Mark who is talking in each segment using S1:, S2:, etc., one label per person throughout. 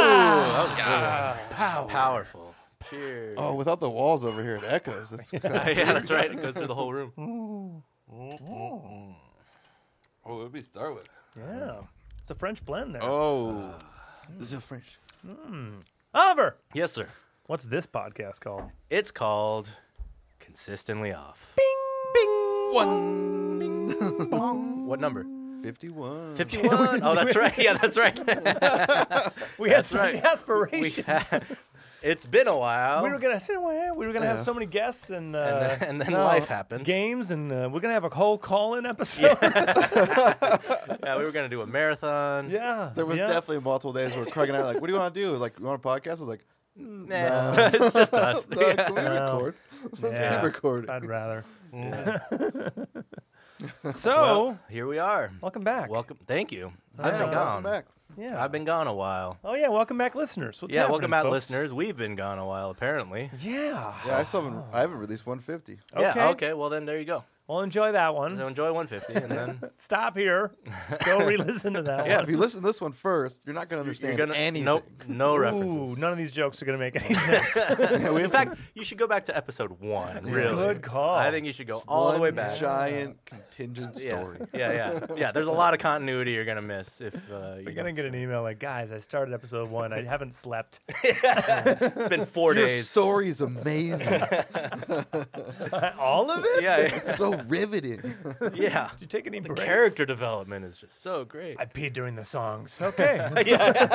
S1: was a good one.
S2: Power.
S1: Powerful.
S2: Cheers.
S3: Oh, without the walls over here, it echoes. That's kinda
S1: yeah, that's right. It goes through the whole room.
S3: Oh, what did we start with?
S4: Yeah. Oh, It's a French blend there.
S2: Oh.
S3: This is French.
S4: Oliver,
S1: Yes, sir.
S4: what's this podcast called?
S1: It's called Consistently Off.
S3: One.
S1: What number?
S3: 51.
S1: 51. oh, that's right. Yeah, that's right.
S4: We had
S1: That's
S4: such
S1: right. We've
S4: aspirations.
S1: had- it's been a while.
S4: We were gonna sit away. We were gonna
S3: Yeah.
S4: have so many guests and, uh,
S1: and then, and then
S3: No.
S1: life happened.
S4: games, and uh, we're gonna have a whole call-in episode. Yeah,
S1: Yeah, we were going to do a marathon.
S3: There was
S4: yeah.
S3: definitely multiple days where Craig and I were like, what do you want to do? Like, you want a podcast? I was like,
S1: Nah.
S3: Nah.
S1: it's just us.
S3: no, can we
S4: No.
S3: record? Let's
S4: Yeah.
S3: keep recording.
S4: I'd rather.
S1: Yeah.
S4: So
S1: Well, here we are.
S4: welcome back.
S1: Welcome. Thank you.
S3: Yeah,
S1: I've been gone.
S3: welcome back.
S4: Yeah.
S1: I've been gone a while.
S4: Oh yeah, welcome back, listeners. What's
S1: yeah, welcome out,
S4: happening, folks?
S1: listeners. We've been gone a while, apparently.
S4: Yeah.
S3: Yeah, I still haven't,
S1: Oh.
S3: I haven't released 150.
S1: Yeah, okay. Well, then there you go.
S4: Well, enjoy that one.
S1: So enjoy 150, and then
S4: Stop here. Go re-listen to that
S3: Yeah,
S4: one.
S3: if you listen to this one first, you're not going to
S1: you're
S3: understand
S1: gonna
S3: anything.
S1: no no references.
S4: Ooh, none of these jokes are gonna make any sense.
S3: Yeah, we
S1: In fact, you should go back to episode one. Really,
S4: Good call.
S1: I think you should go all the way
S3: one
S1: back.
S3: giant contingent
S1: yeah.
S3: story.
S1: yeah, yeah, yeah. There's a lot of continuity you're gonna miss if uh,
S4: You're
S1: you
S4: gonna get an email like, guys, I started episode one. I haven't slept.
S1: It's been four
S3: Your
S1: days.
S3: story is amazing.
S4: All of it?
S1: yeah, yeah,
S3: it's so riveting.
S1: yeah.
S4: Did you take any
S1: The
S4: breaks?
S1: character development is just so great.
S4: I peed during the songs. Okay.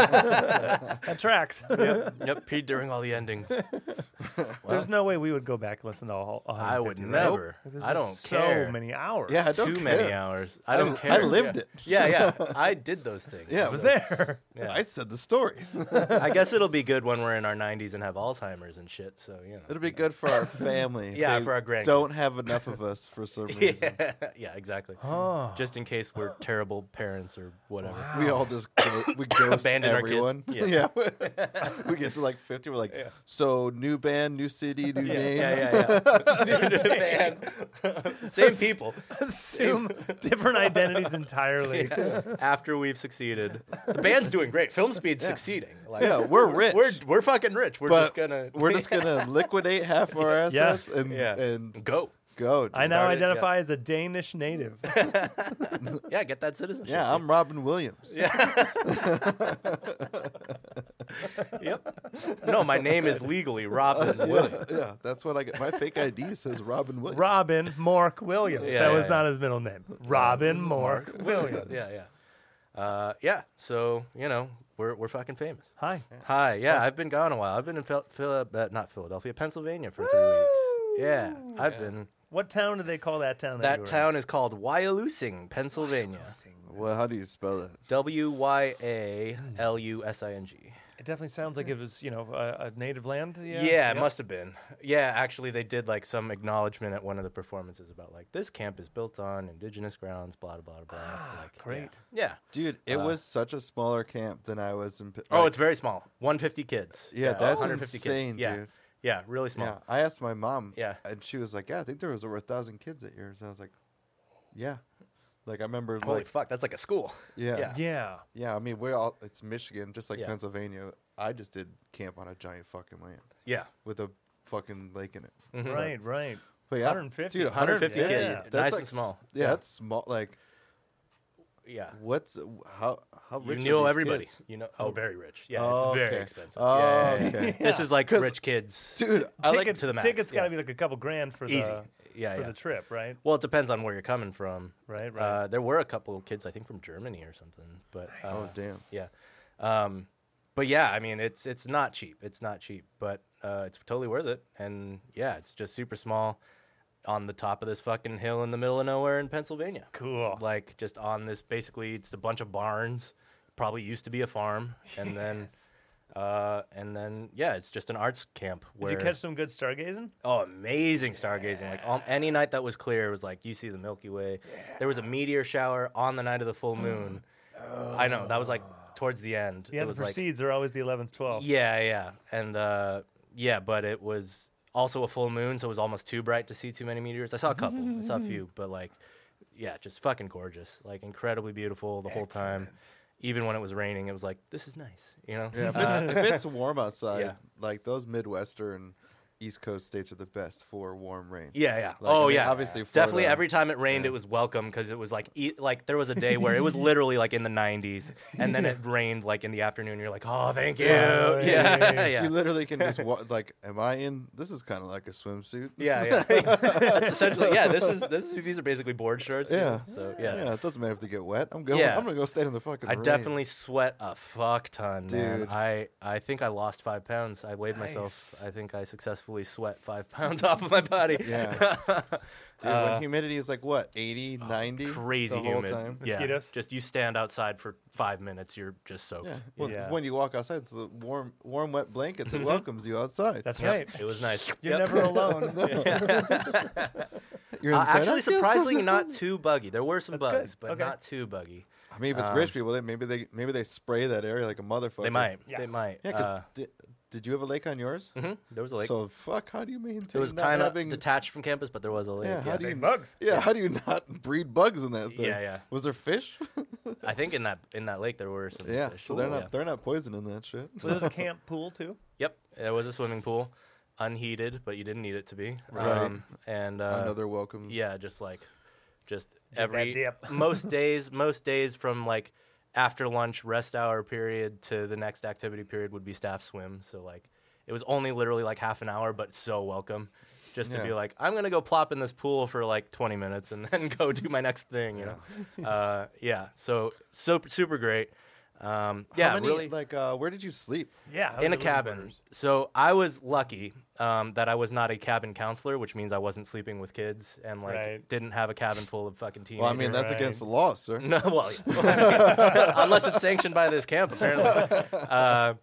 S4: that tracks.
S1: yep, yep. Pete during all the endings.
S4: There's no way we would go back and listen to all. all
S1: I would
S4: 150, right?
S1: never.
S4: There's
S1: I
S4: just
S1: don't
S4: so
S1: care.
S4: many hours.
S3: Yeah, I don't
S1: Too
S3: care.
S1: many hours. I don't
S3: I
S1: care.
S3: lived
S1: yeah.
S3: it.
S1: Yeah, yeah. I did those things.
S3: Yeah,
S4: I was there.
S1: Yeah.
S3: I said the stories.
S1: I guess it'll be good when we're in our 90s and have Alzheimer's and shit. So you know.
S3: It'll be good for our family.
S1: Yeah,
S3: They
S1: for our grandkids.
S3: Don't have enough of us for some reason.
S1: Yeah, yeah, exactly.
S4: Oh.
S1: Just in case we're terrible parents or whatever.
S3: We all just go, we ghost
S1: Abandon our kids.
S3: everyone.
S1: Yeah.
S3: we get to like fifty. We're like, so new band, new city, new names.
S1: Yeah, yeah, yeah. Same people.
S4: Assume different identities entirely.
S1: After we've succeeded, the band's doing great. Film speed's succeeding. Like,
S3: Yeah, we're rich.
S1: We're we're fucking rich. We're
S3: but
S1: just gonna
S3: we're just gonna liquidate half our
S4: Yeah.
S3: assets and
S1: Yeah.
S3: and
S1: go.
S3: go.
S4: I now
S1: Started, yeah.
S4: identify as a Danish native.
S1: Yeah, get that citizenship.
S3: Yeah, I'm Robin Williams.
S1: Yeah. yep. No, my name is legally Robin
S3: Yeah,
S1: Williams.
S3: yeah, that's what I get. My fake ID says Robin Williams.
S4: Robin Mork Williams.
S1: Yeah,
S4: that
S1: yeah,
S4: was
S1: yeah.
S4: not his middle name. Robin Mork Williams.
S1: Yeah, yeah. Uh, yeah. So you know, we're we're fucking famous.
S4: Hi.
S1: Hi, yeah, I've been gone a while. I've been in Phil- Phil- uh, not Philadelphia, Pennsylvania for three weeks. Yeah, I've been.
S4: What town do they call that town? That, you
S1: That
S4: were
S1: town is called Wyalusing, Pennsylvania.
S3: well, how do you spell it?
S1: W y a l u s i n g.
S4: in? It definitely sounds like it was, you know, a, a native land.
S1: Yeah, it must have been. Yeah, actually, they did like some acknowledgement at one of the performances about like this camp is built on indigenous grounds, blah blah blah. blah. like, yeah.
S4: great.
S1: Yeah.
S3: Dude, it
S1: Uh,
S3: was such a smaller camp than I was in. Pi-
S1: Oh,
S3: like,
S1: it's very small. 150 kids.
S3: Yeah, that's
S1: 150
S3: insane,
S1: kids. Yeah.
S3: dude.
S1: Yeah, really small.
S3: Yeah, I asked my mom.
S1: Yeah.
S3: and she was like, "Yeah, I think there was over a thousand kids at yours." And I was like, "Yeah." Like I remember,
S1: Holy
S3: like,
S1: fuck, that's like a school.
S3: yeah, yeah,
S1: yeah.
S4: Yeah.
S3: I mean, we're all it's Michigan, just like
S1: Yeah.
S3: Pennsylvania. I just did camp on a giant fucking land
S1: Yeah.
S3: with a fucking lake in it.
S1: Mm, Mm-hmm.
S4: Right, right.
S3: But yeah,
S4: 150.
S3: dude,
S1: 150
S3: 150 kids.
S4: kids,
S3: That's
S1: nice
S3: like,
S1: and small.
S3: s- Yeah, that's small. Like,
S1: Yeah.
S3: what's how how
S1: You
S3: rich are
S1: knew
S3: these
S1: everybody.
S3: kids?
S1: You know, oh, very rich. Yeah,
S3: Oh,
S1: it's very
S3: okay.
S1: expensive.
S3: Oh,
S1: Yeah, yeah, yeah.
S3: okay.
S1: This is like
S3: 'Cause-
S1: rich kids.
S3: Dude, I like
S4: tickets,
S1: to the max,
S4: tickets got
S1: yeah.
S4: to be like a couple grand for
S1: Easy.
S4: the
S1: yeah,
S4: for
S1: yeah.
S4: the trip, right?
S1: well, it depends on where you're coming from.
S4: Right,
S1: Uh,
S4: right.
S1: there were a couple of kids, I think, from Germany or something. But uh,
S3: Oh, damn.
S1: Yeah. Um, but yeah, I mean, it's it's not cheap. It's not cheap, but uh, it's totally worth it. And yeah, it's just super small, on the top of this fucking hill in the middle of nowhere in Pennsylvania.
S4: Cool.
S1: Like just on this, basically, it's a bunch of barns. Probably used to be a farm, and then, uh, and then yeah, it's just an arts camp. Where
S4: Did you catch some good stargazing?
S1: Oh, amazing stargazing! Like all, any night that was clear, it was like you see the Milky Way. There was a meteor shower on the night of the full moon. I know that was like towards the end.
S4: Yeah,
S1: it
S4: the
S1: was like
S4: proceeds are always the 11th, 12th.
S1: yeah, yeah, and uh, yeah, but it was also a full moon, so it was almost too bright to see too many meteors. I saw a couple, I saw a few, but like, yeah, just fucking gorgeous, like incredibly beautiful the whole time. even when it was raining, it was like this is nice, you know.
S3: Yeah, if
S1: Uh,
S3: it's, if it's warm outside,
S1: yeah.
S3: like those Midwestern, East Coast states are the best for warm rain.
S1: yeah, yeah.
S3: Like, I
S1: oh
S3: mean,
S1: yeah.
S3: obviously
S1: definitely
S3: Florida-
S1: every time it rained,
S3: yeah.
S1: it was welcome because it was like e- like there was a day where it was literally like in the 90s, and then it rained like in the afternoon. You're like, oh, thank you.
S4: Yeah.
S1: Yeah, yeah,
S3: You
S1: yeah.
S3: literally can just wa- like, am I in? This is kind of like a swimsuit.
S1: yeah, That's essentially yeah. This is this is these are basically board shorts. you know,
S3: Yeah.
S1: So
S3: yeah.
S1: yeah.
S3: It doesn't matter if they get wet. I'm going.
S1: Yeah.
S3: I'm gonna go stay in the fucking.
S1: I
S3: rain.
S1: definitely sweat a fuck ton, man.
S3: Dude.
S1: I, I think I lost five pounds. I weighed myself.
S4: Nice.
S1: I think I successfully sweat five pounds off of my body.
S3: Yeah. Dude,
S1: Uh, oh,
S3: when humidity is like what 80, 90?
S1: Crazy
S3: the whole
S1: humid.
S3: time.
S1: Yeah.
S4: Mosquitoes?
S1: Just you stand outside for five minutes, you're just soaked.
S3: Yeah. Well,
S4: Yeah.
S3: when you walk outside, it's the warm, warm, wet blanket that welcomes you outside.
S4: That's
S1: Yep,
S4: right.
S1: It was nice.
S4: You're
S1: Yep.
S4: never alone.
S3: You're
S1: Uh,
S3: inside, I
S1: actually,
S3: guess.
S1: surprisingly, not too buggy. There were some
S4: That's good.
S1: bugs, but
S4: Okay.
S1: not too buggy.
S3: I mean, if it's rich people, they, maybe they maybe they spray that area like a motherfucker.
S1: Um, They might.
S4: Yeah.
S1: They might.
S3: Yeah. 'cause
S1: Uh,
S3: di- did you have a lake on yours?
S1: mhm, There was a lake.
S3: So fuck, how do you maintain?
S1: it was
S3: not
S1: kind of
S3: having-
S1: detached from campus, but there was a lake.
S3: Yeah, how
S1: yeah.
S3: do you-
S4: Big bugs.
S3: Yeah, how do you not breed bugs in that thing?
S1: Yeah, yeah.
S3: Was there fish?
S1: I think in that in that lake there were some
S3: yeah,
S1: fish.
S3: so they're not
S1: Yeah. Uh,
S3: they're not poisoning that shit.
S4: So there's a camp pool too.
S1: Yep, there was a swimming pool, unheated, but you didn't need it to be.
S3: Right.
S1: Um, and uh,
S3: Another welcome.
S1: yeah, just like just
S4: that
S1: every
S4: dip.
S1: most days, most days from like after lunch rest hour period to the next activity period would be staff swim. So like it was only literally like half an hour, but so welcome. Just to be
S3: Yeah.
S1: like, I'm gonna go plop in this pool for like 20 minutes and then go do my next thing. You know, uh, yeah. So so super great. Um, yeah,
S3: How many,
S1: really.
S3: Like, uh, where did you sleep?
S4: Yeah.
S1: in a cabin. So I was lucky um, that I was not a cabin counselor, which means I wasn't sleeping with kids and like
S4: Right.
S1: didn't have a cabin full of fucking teenagers.
S3: Well, I mean, that's
S4: Right.
S3: against the law, sir.
S1: no, well, yeah. unless it's sanctioned by this camp, apparently. Uh,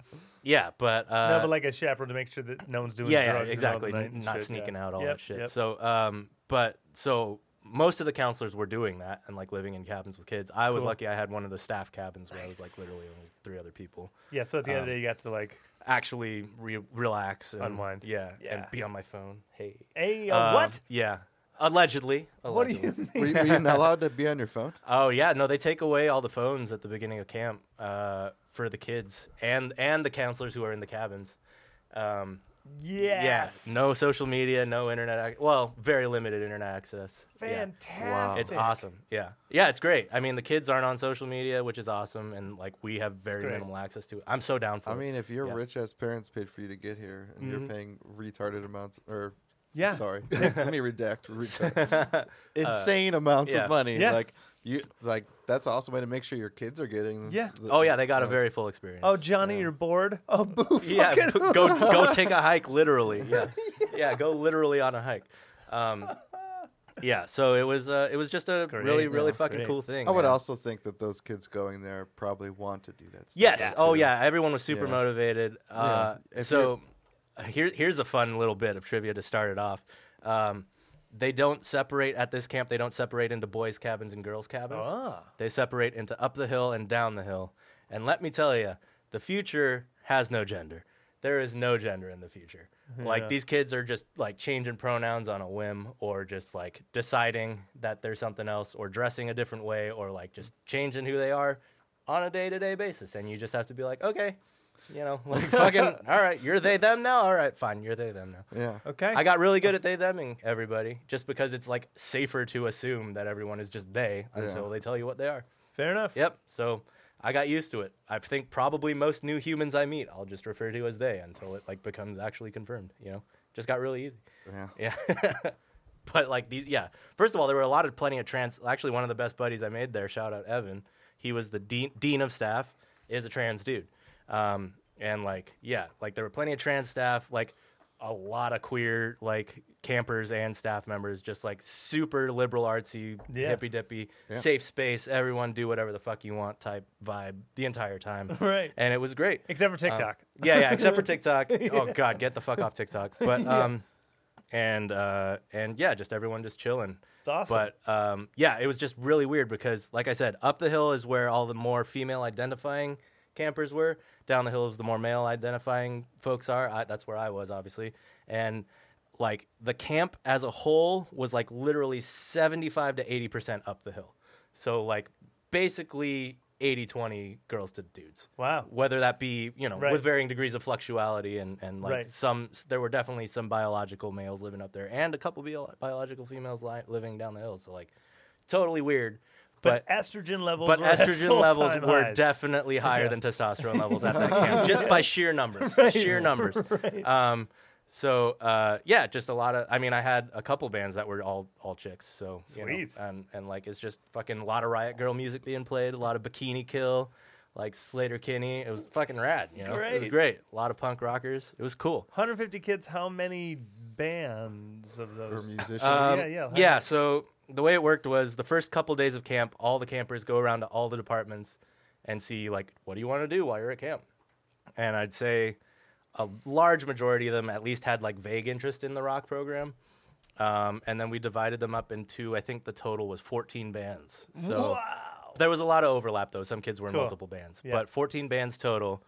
S1: yeah, but uh,
S4: no, but like a chaperone to make sure that no one's doing
S1: yeah, yeah,
S4: drugs.
S1: exactly.
S4: And all
S1: n- Not sneaking out all that shit.
S4: So
S1: So, um, but so most of the counselors were doing that and like living in cabins with kids. I was
S4: Cool.
S1: lucky; I had one of the staff cabins where I was like literally only three other people
S4: yeah. So at the end of
S1: um,
S4: the day, you got to like,
S1: actually re- relax and
S4: Unwind.
S1: Yeah, and
S4: Yeah.
S1: be on my phone. Hey,
S4: hey, uh,
S1: Um,
S4: what?
S1: Yeah, allegedly.
S4: What do
S1: Allegedly.
S4: you?
S3: were, you, were you not allowed to be on your phone?
S1: Oh yeah, no, they take away all the phones at the beginning of camp uh, for the kids and and the counselors who are in the cabins. Um,
S4: Yes.
S1: Yeah, no social media, no internet. Ac- well, very limited internet access. Yeah.
S4: Fantastic.
S1: It's awesome. Yeah. Yeah, it's great. I mean, the kids aren't on social media, which is awesome. And like, we have very
S4: great.
S1: minimal access to it. I'm so down for
S3: I
S1: it.
S3: mean, if your
S1: Yeah. Mm-hmm.
S3: rich ass parents paid for you to get here and you're paying retarded amounts, or
S4: Yeah.
S3: sorry, let me redact retarded, insane amounts
S1: Uh, yeah.
S3: of money.
S4: Yeah.
S3: Like you, like that's an awesome way to make sure your kids are getting.
S4: Yeah.
S3: the-
S1: oh, yeah, they got a
S3: like,
S1: very full experience.
S4: Oh, Johnny, you're bored. Oh, boo.
S1: yeah, go
S4: fucking-
S1: go take a hike literally. Yeah, yeah, go literally on a hike. Um, yeah, so it was uh, it was just a really
S4: Great.
S1: really
S3: Yeah.
S1: fucking
S4: Great.
S1: cool thing.
S3: I would
S1: man.
S3: also think that those kids going there probably want to do that. Stuff
S1: Yes.
S4: Yeah.
S1: Oh
S3: too.
S1: yeah, everyone was super
S3: Yeah.
S1: motivated. Uh,
S3: If
S1: so here here's a fun little bit of trivia to start it off. Um, they don't separate at this camp. They don't separate into boys' cabins and girls' cabins.
S4: Ah.
S1: They separate into up the hill and down the hill. And let me tell you, the future has no gender. There is no gender in the future. Like these kids are just like changing pronouns on a whim, or just like deciding that they're something else, or dressing a different way, or like just changing who they are on a day to day basis. And you just have to be like, okay, you know, like fucking, all right, you're they them now. All right, fine, you're they them now.
S3: Yeah.
S4: Okay.
S1: I got really good at they theming everybody just because it's like safer to assume that everyone is just they until
S3: Yeah.
S1: they tell you what they are.
S4: Fair enough.
S1: Yep. So I got used to it. I think probably most new humans I meet, I'll just refer to as they until it like becomes actually confirmed. You know, just got really easy.
S3: Yeah.
S1: Yeah. but like these, yeah. First of all, there were a lot of plenty of trans. Actually, one of the best buddies I made there. Shout out Evan. He was the dean dean of staff. Is a trans dude. Um, and like yeah, like there were plenty of trans staff. Like a lot of queer like campers and staff members. Just like super liberal artsy
S4: Yeah.
S1: hippy dippy
S3: Yeah.
S1: safe space. Everyone do whatever the fuck you want type vibe the entire time.
S4: Right.
S1: And it was great.
S4: Except for TikTok.
S1: Yeah, yeah, except for TikTok. Oh God, get the fuck off TikTok. But um, and uh, and yeah, just everyone just chilling.
S4: It's awesome.
S1: But um, yeah, it was just really weird because, like I said, up the hill is where all the more female identifying campers were. Down the hill is the more male identifying folks are. I, that's where I was, obviously, and. Like the camp as a whole was like literally 75 to 80% up the hill. So, like, basically, 80 20 girls to dudes.
S4: Wow.
S1: Whether that be, you know,
S4: Right.
S1: with varying degrees of fluctuality and, and like
S4: Right.
S1: some, there were definitely some biological males living up there and a couple bio- biological females li- living down the hill. So, like, totally weird. But,
S4: But, estrogen levels.
S1: but
S4: were at
S1: estrogen levels
S4: full-time
S1: were
S4: highs.
S1: definitely higher than testosterone levels at that camp, just by sheer numbers. Sheer numbers. Um, so uh, yeah, just a lot of. I mean, I had a couple bands that were all all chicks. So you know,
S4: Sweet.
S1: and and like it's just fucking a lot of Riot Girl music being played, a lot of Bikini Kill, like Slater Kinney. It was fucking rad. You know, it was
S4: Great.
S1: great. A lot of punk rockers. It was cool.
S4: 150 kids. How many bands of
S3: Or
S4: those?
S3: musicians.
S1: Um,
S4: Yeah, yeah,
S1: yeah. So the way it worked was the first couple days of camp, all the campers go around to all the departments and see like, what do you want to do while you're at camp? And I'd say a large majority of them at least had like vague interest in the rock program. Um, and then we divided them up into, I think the total was 14 bands. So
S4: Wow.
S1: there was a lot of overlap though. Some kids were in
S4: Cool.
S1: multiple bands,
S4: Yeah.
S1: but 14 bands total.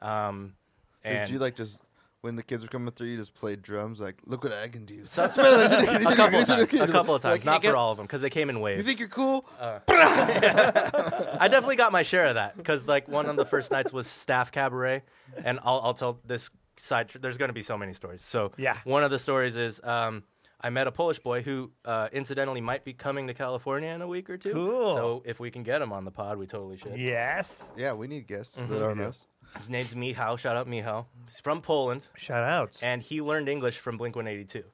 S1: Um, and
S3: Did you like just when the kids were coming through, you just played drums? Like, look what I can do.
S1: So-
S3: Smell it, isn't it? Isn't it-
S1: a couple of
S3: isn't it-
S1: times, a couple of
S3: Like,
S1: times,
S3: you
S1: not
S3: get-
S1: for all Uh, of them, because they came in waves.
S3: You think you're cool?
S1: I definitely got my share of that because like one of the first nights was staff cabaret, and I'll, I'll tell this side. tr- There's going to be so many stories. So
S4: Yeah.
S1: one of the stories is um, I met a Polish boy who uh, incidentally might be coming to California in a week or two.
S4: Cool.
S1: So if we can get him on the pod, we totally should.
S4: Yes.
S3: yeah, we need guests
S1: mm-hmm,
S3: that aren't us.
S1: His name's Michał. Shout out Michał. He's from Poland,
S4: Shout outs.
S1: and he learned English from Blink 182.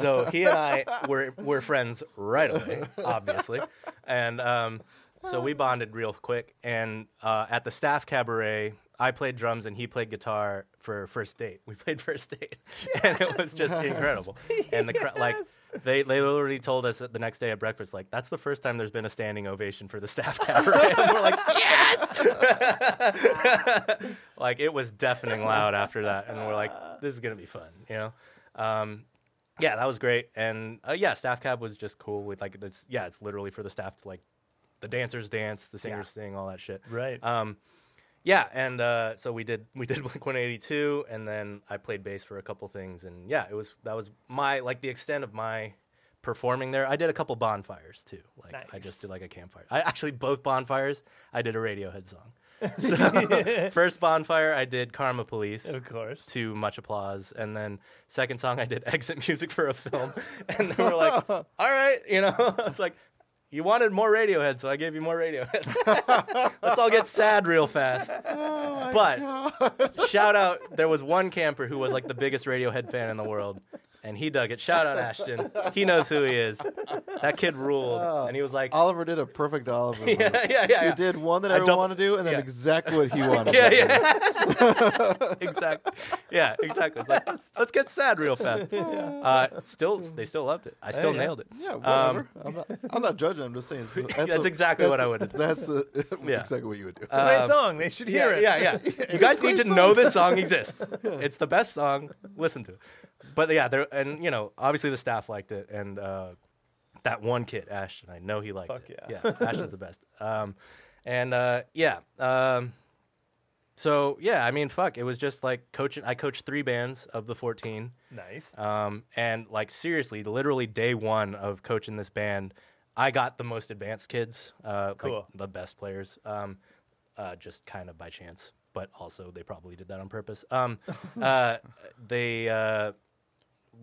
S1: so he and I were were friends right away, obviously, and um, so we bonded real quick. And uh, at the staff cabaret, I played drums and he played guitar for first date. We played first date, and it was just incredible. And the cra- like. They, they literally told us the next day at breakfast, like, that's the first time there's been a standing ovation for the staff cabaret. And we're like, like it was deafening loud after that, and we're like, this is gonna be fun, you know. Um, yeah, that was great, and uh, yeah, staff cab was just cool with like it's yeah, it's literally for the staff to like the dancers dance, the singers sing, all that shit.
S4: Right.
S1: Um, yeah, and uh, so we did we did Blink One Eighty Two, and then I played bass for a couple things, and yeah, it was that was my like the extent of my performing there. I did a couple bonfires too. Like I
S4: Nice.
S1: just did like a campfire. I actually both bonfires. I did a Radiohead song. So first bonfire, I did Karma Police
S4: of course.
S1: to much applause. And then second song I did exit music for a film. And they were like, all right, you know, I was like, you wanted more Radiohead, so I gave you more Radiohead. Let's all get sad real fast.
S3: Oh,
S1: but shout out, there was one camper who was like the biggest Radiohead fan in the world. And he dug it. Shout out Ashton. He knows who he is. That kid ruled. And he was like,
S3: Oliver did a perfect Oliver. move.
S1: yeah, yeah, yeah.
S3: He
S1: yeah.
S3: did one that
S1: I
S3: everyone
S1: double-
S3: wanted to do, and then
S1: yeah.
S3: exactly what he wanted.
S1: Yeah, yeah. exactly. Yeah, exactly. It's like, let's, let's get sad real fast. Uh, still, they still loved it. I still
S4: yeah.
S1: nailed it.
S3: Yeah,
S1: Um,
S3: whatever. I'm, not, I'm not judging. I'm just saying. so That's,
S1: That's exactly what I would have done.
S3: That's a,
S1: Yeah.
S3: exactly what you would do.
S4: It's a great
S1: um,
S4: song. They should hear
S1: yeah,
S4: it.
S1: Yeah, yeah. You
S3: a
S1: guys
S3: great
S1: need to
S3: song.
S1: know this song exists. It's the best song. Listen to it. But yeah, there and you know, obviously the staff liked it, and uh, that one kid, Ashton, I know he liked
S4: Fuck
S1: it.
S4: yeah.
S1: Ashton's the best. Um, and uh, yeah, um, so yeah, I mean, fuck, it was just like coaching. I coached three bands of the fourteen.
S4: Nice.
S1: Um, and like seriously, literally day one of coaching this band, I got the most advanced kids, uh, like
S4: Cool.
S1: the best players, um, uh, just kind of by chance, but also they probably did that on purpose. Um, uh, they uh,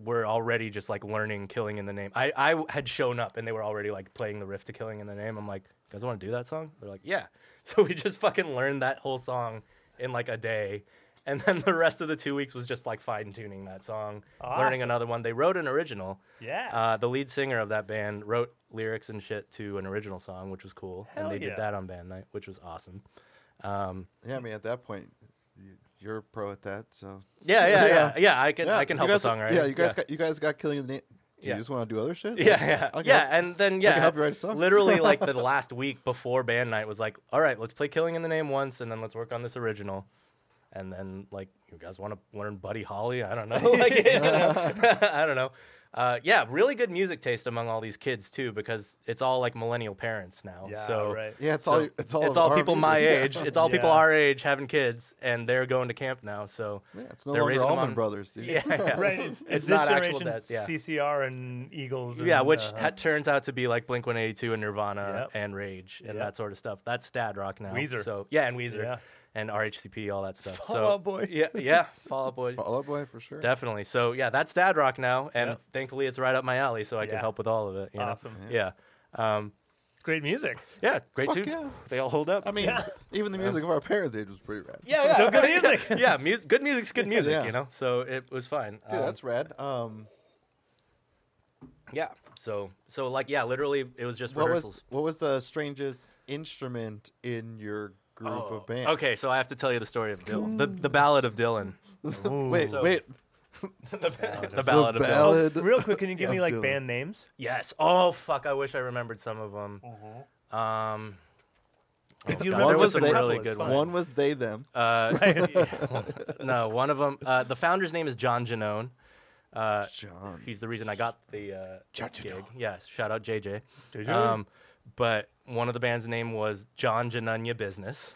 S1: were already just like learning "Killing in the Name." I, I had shown up and they were already like playing the riff to "Killing in the Name." I'm like, "You guys want to do that song?" They're like, "Yeah." So we just fucking learned that whole song in like a day. And then the rest of the two weeks was just like fine tuning that song, learning
S4: Awesome.
S1: another one. They wrote an original.
S4: Yes.
S1: Uh, the lead singer of that band wrote lyrics and shit to an original song, which was cool.
S4: Hell
S1: and they
S4: yeah.
S1: did that on band night, which was awesome. Um,
S3: yeah, I mean, at that point, you- you're pro at that, so
S1: yeah, yeah,
S3: Yeah.
S1: yeah, yeah, I can, I can
S3: you
S1: help
S3: guys,
S1: a song, right?
S3: Yeah, you guys got you guys got killing the name. Do you
S1: Yeah.
S3: just want to do other shit?
S1: Yeah, yeah,
S3: I can
S1: yeah.
S3: help-
S1: And then yeah,
S3: help you write a song.
S1: literally like the last week before band night was like, all right, let's play "Killing in the Name" once, and then let's work on this original. And then like, you guys want to learn Buddy Holly? I don't know. Like, you know, I don't know. Uh, yeah, really good music taste among all these kids too, because it's all like millennial parents now.
S4: Yeah,
S1: Um, so
S4: right.
S3: Yeah, it's
S1: so
S3: all it's all of our
S1: people
S3: music.
S1: my
S3: Yeah.
S1: age. It's all people
S4: Yeah.
S1: our age having kids, and they're going to camp now. So
S3: Yeah, it's no
S1: They're
S3: longer
S1: raising 'em
S3: Allman
S1: on-
S3: Brothers, dude.
S1: yeah, yeah.
S4: Right. It's,
S1: It's
S4: this
S1: not actual
S4: generation,
S1: dads, yeah.
S4: CCR and Eagles.
S1: Yeah,
S4: and,
S1: which
S4: uh,
S1: ha- turns out to be like Blink 182 and Nirvana
S4: Yep.
S1: and Rage and
S4: Yep.
S1: that sort of stuff. That's dad rock now.
S4: Weezer.
S1: So yeah, and Weezer
S4: Yeah.
S1: and RHCP, all that stuff.
S4: Fall
S1: so
S4: Out Boy.
S1: Yeah, yeah, Fall Out Boy.
S3: Fall Out Boy for sure.
S1: Definitely. So yeah, that's dad rock now, and
S4: Yep.
S1: thankfully it's right up my alley, so I can
S4: Yeah.
S1: help with all of it. You know?
S4: Awesome.
S1: Yeah. Um,
S4: great music.
S1: yeah. Great
S3: Fuck
S1: tunes.
S3: yeah.
S1: They all hold up.
S3: I mean, even the music of our parents' age was pretty rad.
S1: yeah, yeah.
S4: Still good music.
S1: yeah, mus- good music's good music.
S3: Yeah.
S1: You know, so it was fine.
S3: dude,
S1: Um,
S3: that's rad. Um,
S1: yeah. So so like yeah, literally it was just
S3: what
S1: rehearsals.
S3: was what was the strangest instrument in your group of bands?
S1: Oh, Okay, so I have to tell you the story of Dylan, the the ballad of Dylan.
S4: Ooh.
S3: wait,
S1: so-
S3: wait.
S1: the ballad
S3: the
S1: of Dylan.
S3: ballad.
S4: Oh, real quick, can you give
S3: of
S4: me like
S3: Dylan.
S4: band names?
S1: Yes. Oh fuck! I wish I remembered some of them. Um,
S4: If you
S1: God,
S4: remember
S3: there was
S4: some
S3: a
S4: couple,
S1: really
S4: it's
S1: good
S4: fine.
S3: One was they them.
S1: uh, no, one of them. Uh, the founder's name is John Janone. Uh,
S3: John.
S1: he's the reason I got the uh,
S3: John
S1: gig.
S3: Janone.
S1: Yes, shout out JJ.
S4: JJ.
S1: Um, but one of the band's name was John Janunya Business.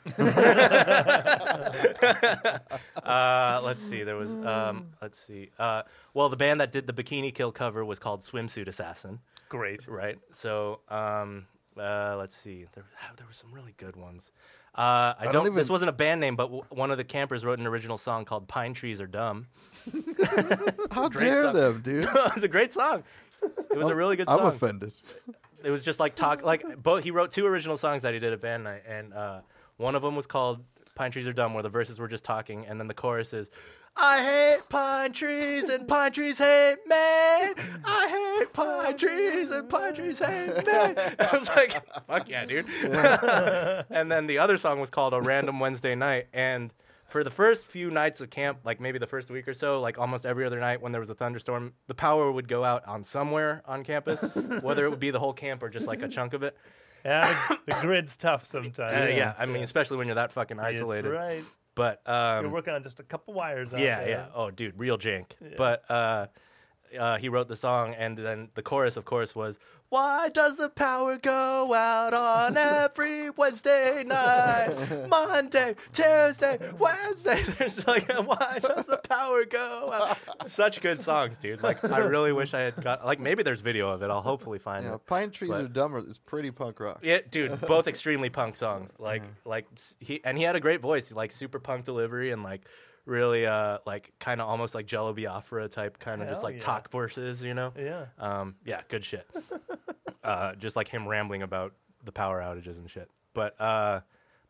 S1: uh, let's see. There was. Um, let's see. Uh, well, the band that did the Bikini Kill cover was called Swimsuit Assassin.
S4: Great.
S1: Right. So, um, uh, let's see. There, there were some really good ones. Uh, I, don't.
S3: don't even-
S1: This wasn't a band name, but w- one of the campers wrote an original song called "Pine Trees Are Dumb."
S3: How
S1: great
S3: dare
S1: song.
S3: them, dude?
S1: it was a great song. It was a really good song.
S3: I'm offended.
S1: It was just like talk. Like both. He wrote two original songs that he did at band night, and uh, one of them was called "Pine Trees Are Dumb," where the verses were just talking, and then the chorus is. I hate pine trees and pine trees hate me. I hate pine trees and pine trees hate me. I was like, fuck yeah, dude. and then the other song was called A Random Wednesday Night. And for the first few nights of camp, like maybe the first week or so, like almost every other night when there was a thunderstorm, the power would go out on somewhere on campus, whether it would be the whole camp or just like a chunk of it.
S4: Yeah, the, the grid's tough sometimes.
S1: Uh, yeah. I mean, especially when you're that fucking isolated.
S4: That's right.
S1: But um,
S4: You're working on just a couple wires. Out
S1: yeah,
S4: there.
S1: yeah. Oh, dude, real jank. But uh, uh, he wrote the song, and then the chorus, of course, was "Why does the power go out on every Wednesday night, Monday, Tuesday, Wednesday?" There's like, "Why does the power go out?" Such good songs, dude. Like, I really wish I had got. Like, maybe there's video of it. I'll hopefully find
S3: Yeah,
S1: it.
S3: pine trees
S1: But-
S3: are dumber. It's pretty punk rock.
S1: Yeah, dude, both extremely punk songs. Like, like s- he and he had a great voice, like super punk delivery and like really uh like kind of almost like Jello Biafra type kind of just
S4: Hell
S1: like
S4: yeah.
S1: talk verses, you know?
S4: Yeah.
S1: Um, yeah, good shit. uh, just like him rambling about the power outages and shit. But uh,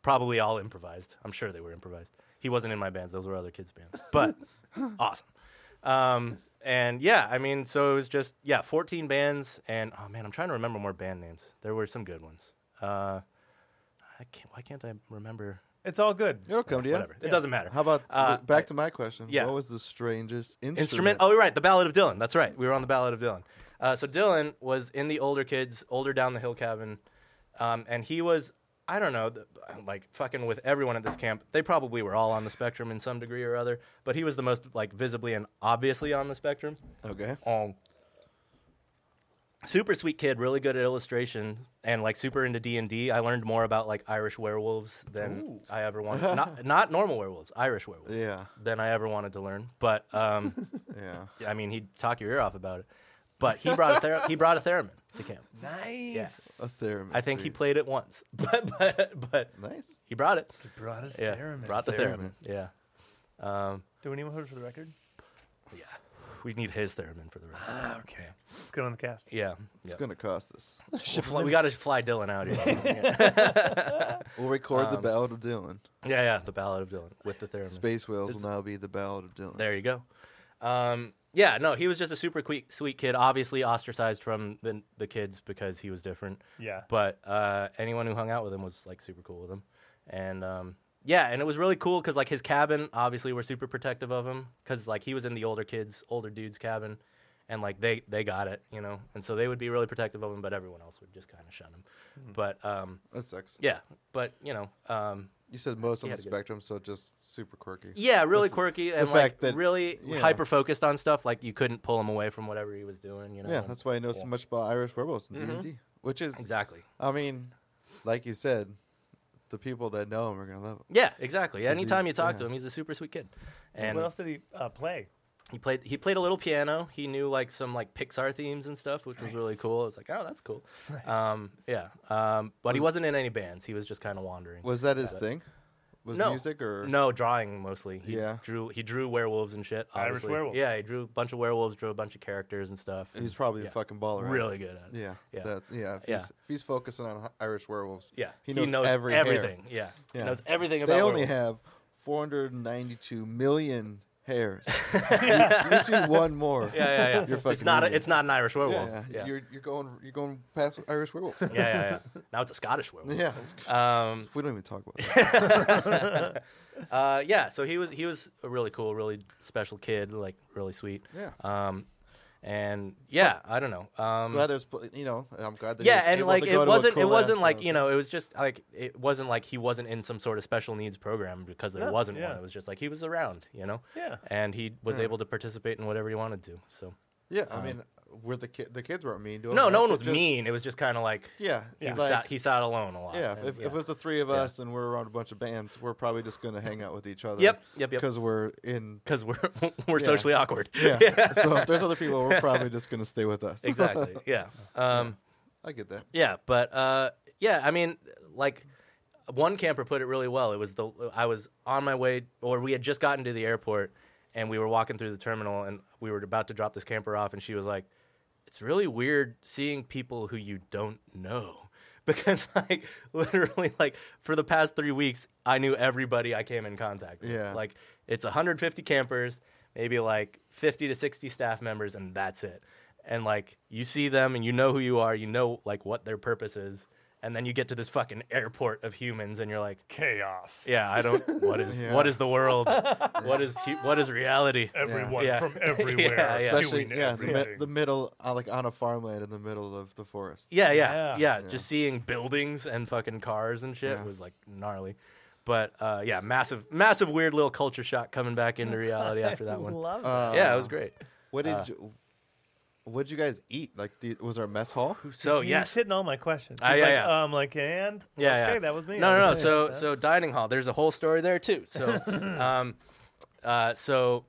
S1: probably all improvised. I'm sure they were improvised. He wasn't in my bands; those were other kids' bands. But awesome. Um, and yeah, I mean, so it was just yeah, 14 bands, and oh man, I'm trying to remember more band names. There were some good ones. Uh, I can't. Why can't I remember?
S4: It's all good.
S3: It'll come to you.
S1: Whatever. It doesn't matter.
S3: How about
S1: Uh,
S3: back to my question?
S1: yeah.
S3: What was the strangest instrument?
S1: instrument. Oh, you're right. The Ballad of Dylan. That's right. We were on the Ballad of Dylan. Uh, so Dylan was in the older kids, older down the hill cabin, um, and he was, I don't know, th- like fucking with everyone at this camp. They probably were all on the spectrum in some degree or other, but he was the most like visibly and obviously on the spectrum.
S3: Okay.
S1: Um, super sweet kid, really good at illustration, and like super into D and D. I learned more about like Irish werewolves than I ever wanted. not not normal werewolves, Irish werewolves.
S3: Yeah.
S1: Than I ever wanted to learn, but um,
S3: Yeah.
S1: I mean, he'd talk your ear off about it. But he brought a ther- he brought a theremin to camp.
S4: Nice.
S3: A theremin.
S1: I think he
S3: sweet.
S1: played it once, but but, but
S3: Nice.
S1: he brought it.
S4: He brought us
S1: Yeah,
S4: theremin.
S1: brought the theremin.
S3: Theremin.
S1: Yeah, um,
S4: Do we need one for the record?
S1: yeah. We need his theremin for the rest.
S4: Okay. Let's get on the cast.
S1: Yeah,
S3: Ah, It's
S1: yeah.
S3: going to cost us.
S1: We'll fly- we got to fly Dylan out here.
S3: We'll record
S1: Um,
S3: the Ballad of Dylan.
S1: yeah, yeah. The Ballad of Dylan with the theremin.
S3: Space Whales will now be the Ballad of Dylan.
S1: There you go. Um, yeah, no, he was just a super quick, sweet kid. Obviously ostracized from the, the kids because he was different.
S4: Yeah.
S1: But uh, anyone who hung out with him was like super cool with him, and um, yeah, and it was really cool because like his cabin, obviously, we're super protective of him because like he was in the older kids, older dudes' cabin, and like they they got it, you know, and so they would be really protective
S3: Mm-hmm.
S1: of him, but everyone else would just kind of shun him. But um,
S3: That sucks.
S1: yeah, but you know, um,
S3: You said most
S1: He
S3: on the
S1: had a good-
S3: spectrum, so just super quirky.
S1: Yeah, really
S3: f-
S1: quirky and like
S3: fact that-
S1: really
S3: yeah.
S1: hyper focused on stuff. Like you couldn't pull him away from whatever he was doing. You know.
S3: yeah,
S1: and-
S3: that's why I know so much about Irish werewolves in
S1: Mhm.
S3: D&D, which is
S1: exactly.
S3: I mean, like you said, the people that know him are gonna love him.
S1: Yeah, exactly.
S3: Is he-
S1: Anytime you talk to
S3: yeah.
S1: him, he's a super sweet kid. And
S4: what else did he uh, play?
S1: he played he played a little piano. He knew like some like Pixar themes and stuff, which was really cool. I was like, oh, that's cool. Um, yeah, um, but he wasn't in any bands. He was just kind of wandering.
S3: Was that his thing? Was
S1: No.
S3: music or
S1: No, drawing mostly. He
S3: Yeah.
S1: drew he drew werewolves and shit.
S4: Irish
S1: Obviously.
S4: werewolves.
S1: Yeah, he drew a bunch of werewolves, drew a bunch of characters and stuff.
S3: He's probably
S1: Yeah.
S3: a fucking baller. right?
S1: really good at it.
S3: Yeah.
S1: Yeah.
S3: That's yeah. If
S1: Yeah.
S3: he's, if he's focusing on hi- Irish werewolves,
S1: Yeah,
S3: he knows, every hair.
S1: everything. Yeah.
S3: Yeah.
S1: he knows everything about.
S3: They only
S1: werewolves.
S3: have 492 million hairs. you, you do one more.
S1: Yeah, yeah, yeah.
S3: You're
S1: it's
S3: fucking
S1: not a,
S3: idiot.
S1: it's not an Irish
S3: Yeah,
S1: werewolf.
S3: yeah.
S1: Yeah, yeah,
S3: You're you're going you're going past Irish werewolves.
S1: yeah. yeah, Now it's a Scottish werewolf.
S3: yeah.
S1: Um,
S3: We don't even talk about it.
S1: Uh, yeah, so he was he was a really cool, really special kid, like really sweet.
S3: Yeah.
S1: Um, and yeah, I don't know. Um,
S3: glad there's pl- you know I'm glad that he
S1: yeah,
S3: was
S1: and
S3: able
S1: like
S3: to go
S1: it
S3: to a
S1: wasn't it
S3: cool-ass,
S1: wasn't like
S3: uh,
S1: you know it was just like it wasn't like he wasn't in some sort of special needs program because there
S4: No,
S1: wasn't
S4: yeah.
S1: one. It was just like he was around, you know.
S4: Yeah.
S1: And he was
S3: Hmm.
S1: able to participate in whatever he wanted to. So
S3: Yeah, I mean, were the ki- the kids weren't mean to him.
S1: uh, no,
S3: right?
S1: no one
S3: They
S1: was
S3: just-
S1: mean. It was just kind of like
S3: Yeah,
S1: he
S3: like-
S1: sat he sat alone a lot.
S3: yeah. If,
S1: and-
S3: if it was the three of us and we're around a bunch of bands, we're probably just gonna hang out with each other.
S1: Yep, yep, yep.
S3: Because we're in.
S1: because we're we're socially awkward.
S3: Yeah. so if there's other people, we're probably just gonna stay with us.
S1: exactly. Yeah. Um,
S3: I get that.
S1: Yeah, but uh, yeah, I mean, like one camper put it really well. It was the I was on my way, or we had just gotten to the airport, and we were walking through the terminal, and we were about to drop this camper off, and she was like, "It's really weird seeing people who you don't know." Because like literally like for the past three weeks, I knew everybody I came in contact with.
S3: Yeah.
S1: Like it's 150 campers, maybe like 50 to 60 staff members, and that's it. And like you see them and you know who you are, you know like what their purpose is, and then you get to this fucking airport of humans, and you're like,
S4: Chaos.
S1: yeah, I don't. What is
S3: Yeah.
S1: what is the world? what is hu- what is reality?
S4: Everyone
S1: Yeah.
S4: from everywhere
S1: Yeah,
S4: is
S1: yeah.
S3: Especially yeah,
S4: doing
S3: the,
S4: everything.
S3: mi- the middle uh, like on a farmland in the middle of the forest.
S1: Yeah, yeah, yeah.
S4: Yeah.
S1: Just seeing buildings and fucking cars and shit
S3: Yeah.
S1: was like gnarly. But uh, yeah, massive, massive weird little culture shock coming back into reality after that one.
S4: Love
S3: Uh,
S1: yeah, it was uh, great.
S3: What did you, what did you guys eat? Like, the, was there a mess hall?
S1: So
S4: He's
S1: yes,
S4: hitting all my questions.
S1: Ah,
S4: He's
S1: yeah,
S4: like,
S1: yeah.
S4: Um, like, and
S1: yeah,
S4: okay,
S1: yeah.
S4: that was me.
S1: No,
S4: I
S1: no, no.
S4: was
S1: So,
S4: like,
S1: so dining hall. There's a whole story there too. So, um, uh, so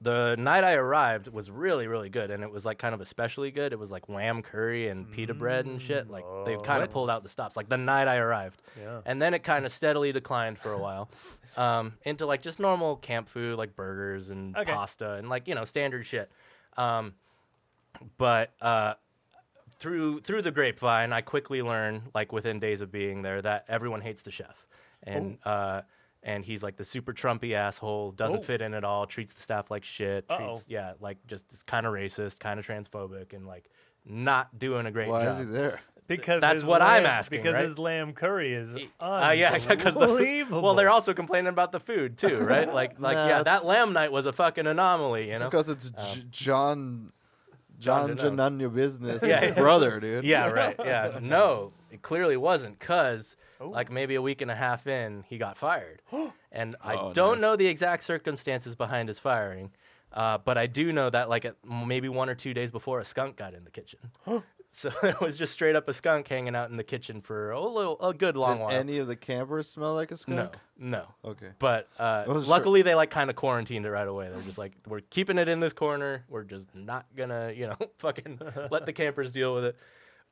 S1: the night I arrived was really, really good, and it was like kind of especially good. It was like lamb curry and pita bread and shit. Like they kind of
S3: What?
S1: pulled out the stops. Like the night I arrived,
S4: Mm, Yeah.
S1: and then it kind of steadily declined for a while, um, into like just normal camp food, like burgers and
S4: Okay.
S1: pasta and like you know standard shit. Um, but uh, through through the grapevine, I quickly learn, like within days of being there, that everyone hates the chef, and uh, and he's like the super Trumpy asshole, doesn't
S4: Oh.
S1: fit in at all, treats the staff like shit,
S4: Uh-oh.
S1: treats, yeah, like just kind of racist, kind of transphobic, and like not doing a great
S3: Why
S1: job.
S3: is he there?
S4: because
S1: that's
S4: his
S1: what I'm
S4: lamb-
S1: asking,
S4: Because
S1: right?
S4: his lamb curry is
S1: Uh, yeah, because the
S4: unbelievable.
S1: well, they're also complaining about the food too, right? Like, like
S3: Nah,
S1: yeah, that
S3: that's-
S1: lamb night was a fucking anomaly, you know?
S3: Because it's J- John, John,
S1: Um, John
S3: John
S1: Janone.
S3: none your business.
S1: Yeah,
S3: his
S1: yeah.
S3: brother, dude.
S1: Yeah, right. Yeah. No, it clearly wasn't because,
S4: Oh.
S1: like, maybe a week and a half in, he got fired. and I
S3: Oh,
S1: don't
S3: nice.
S1: know the exact circumstances behind his firing, uh, but I do know that, like, at maybe one or two days before, a skunk got in the kitchen.
S3: Oh.
S1: so it was just straight up a skunk hanging out in the kitchen for a, little, a good long
S3: Did
S1: while.
S3: any of the campers smell like a
S1: no,
S3: skunk?
S1: no.
S3: Okay.
S1: But uh,
S3: I wasn't sure.
S1: luckily, they like kind of quarantined it right away. They're just like, we're keeping it in this corner. We're just not gonna, you know, fucking let the campers deal with it.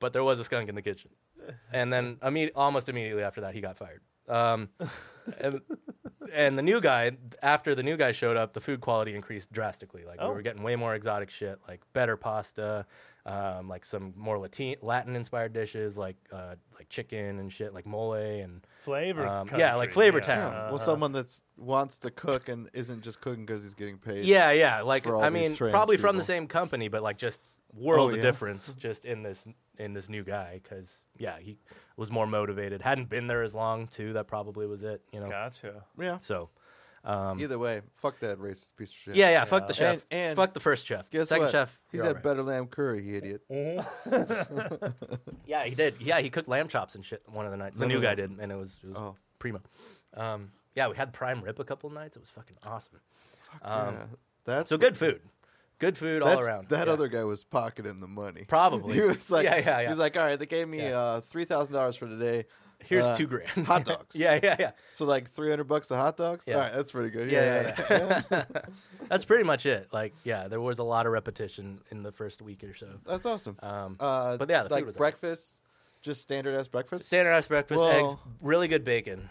S1: But there was a skunk in the kitchen, and then imme- almost immediately after that, he got fired. Um, and and the new guy, after the new guy showed up, the food quality increased drastically. Like we
S4: Oh.
S1: were getting way more exotic shit, like better pasta, um, like some more Latin Latin inspired dishes, like uh, like chicken and shit, like mole and
S4: flavor.
S1: um,
S4: country.
S1: yeah, like Flavor
S3: Yeah.
S1: Town.
S3: well, someone that's wants to cook and isn't just cooking because he's getting paid.
S1: Yeah, yeah. Like
S3: for all
S1: I
S3: these
S1: mean,
S3: trans
S1: probably from the
S3: people.
S1: same company, but like just world
S3: Oh,
S1: of
S3: yeah.
S1: difference just in this in this new guy because yeah, he was more motivated. Hadn't been there as long too. That probably was it. You know.
S4: Gotcha.
S3: Yeah.
S1: So
S3: Either way, fuck that racist piece of shit.
S1: Um, yeah, yeah. Fuck the chef.
S3: And- and
S1: fuck the first chef.
S3: Guess
S1: Second
S3: what?
S1: chef.
S3: He's
S1: you're
S3: had
S1: all right.
S3: better lamb curry, you idiot.
S1: Yeah, he did. Yeah, he cooked lamb chops and shit one of the nights. The
S3: No,
S1: new
S3: no,
S1: guy
S3: no.
S1: did, and it was, it was
S3: Oh.
S1: primo. Um, yeah, we had prime rib a couple nights. It was fucking awesome. Um,
S3: yeah, that's
S1: So
S3: what-
S1: good food, good food all
S3: that's-
S1: around.
S3: That
S1: Yeah.
S3: other guy was pocketing the money.
S1: Probably.
S3: he was like,
S1: Yeah, yeah, yeah.
S3: He's like, all right, they gave me
S1: Yeah.
S3: uh, three thousand dollars for today.
S1: here's
S3: uh,
S1: two grand
S3: hot dogs.
S1: yeah, yeah, yeah.
S3: So like three hundred bucks of hot dogs.
S1: Yeah.
S3: All right, that's pretty good.
S1: yeah, yeah, yeah. That's pretty much it. Like, yeah, there was a lot of repetition in the first week or so.
S3: that's awesome.
S1: Um,
S3: Uh,
S1: but yeah, the food
S3: like
S1: was all right.
S3: breakfast, just standard ass breakfast.
S1: standardized breakfast, eggs,
S3: Well-
S1: really good bacon,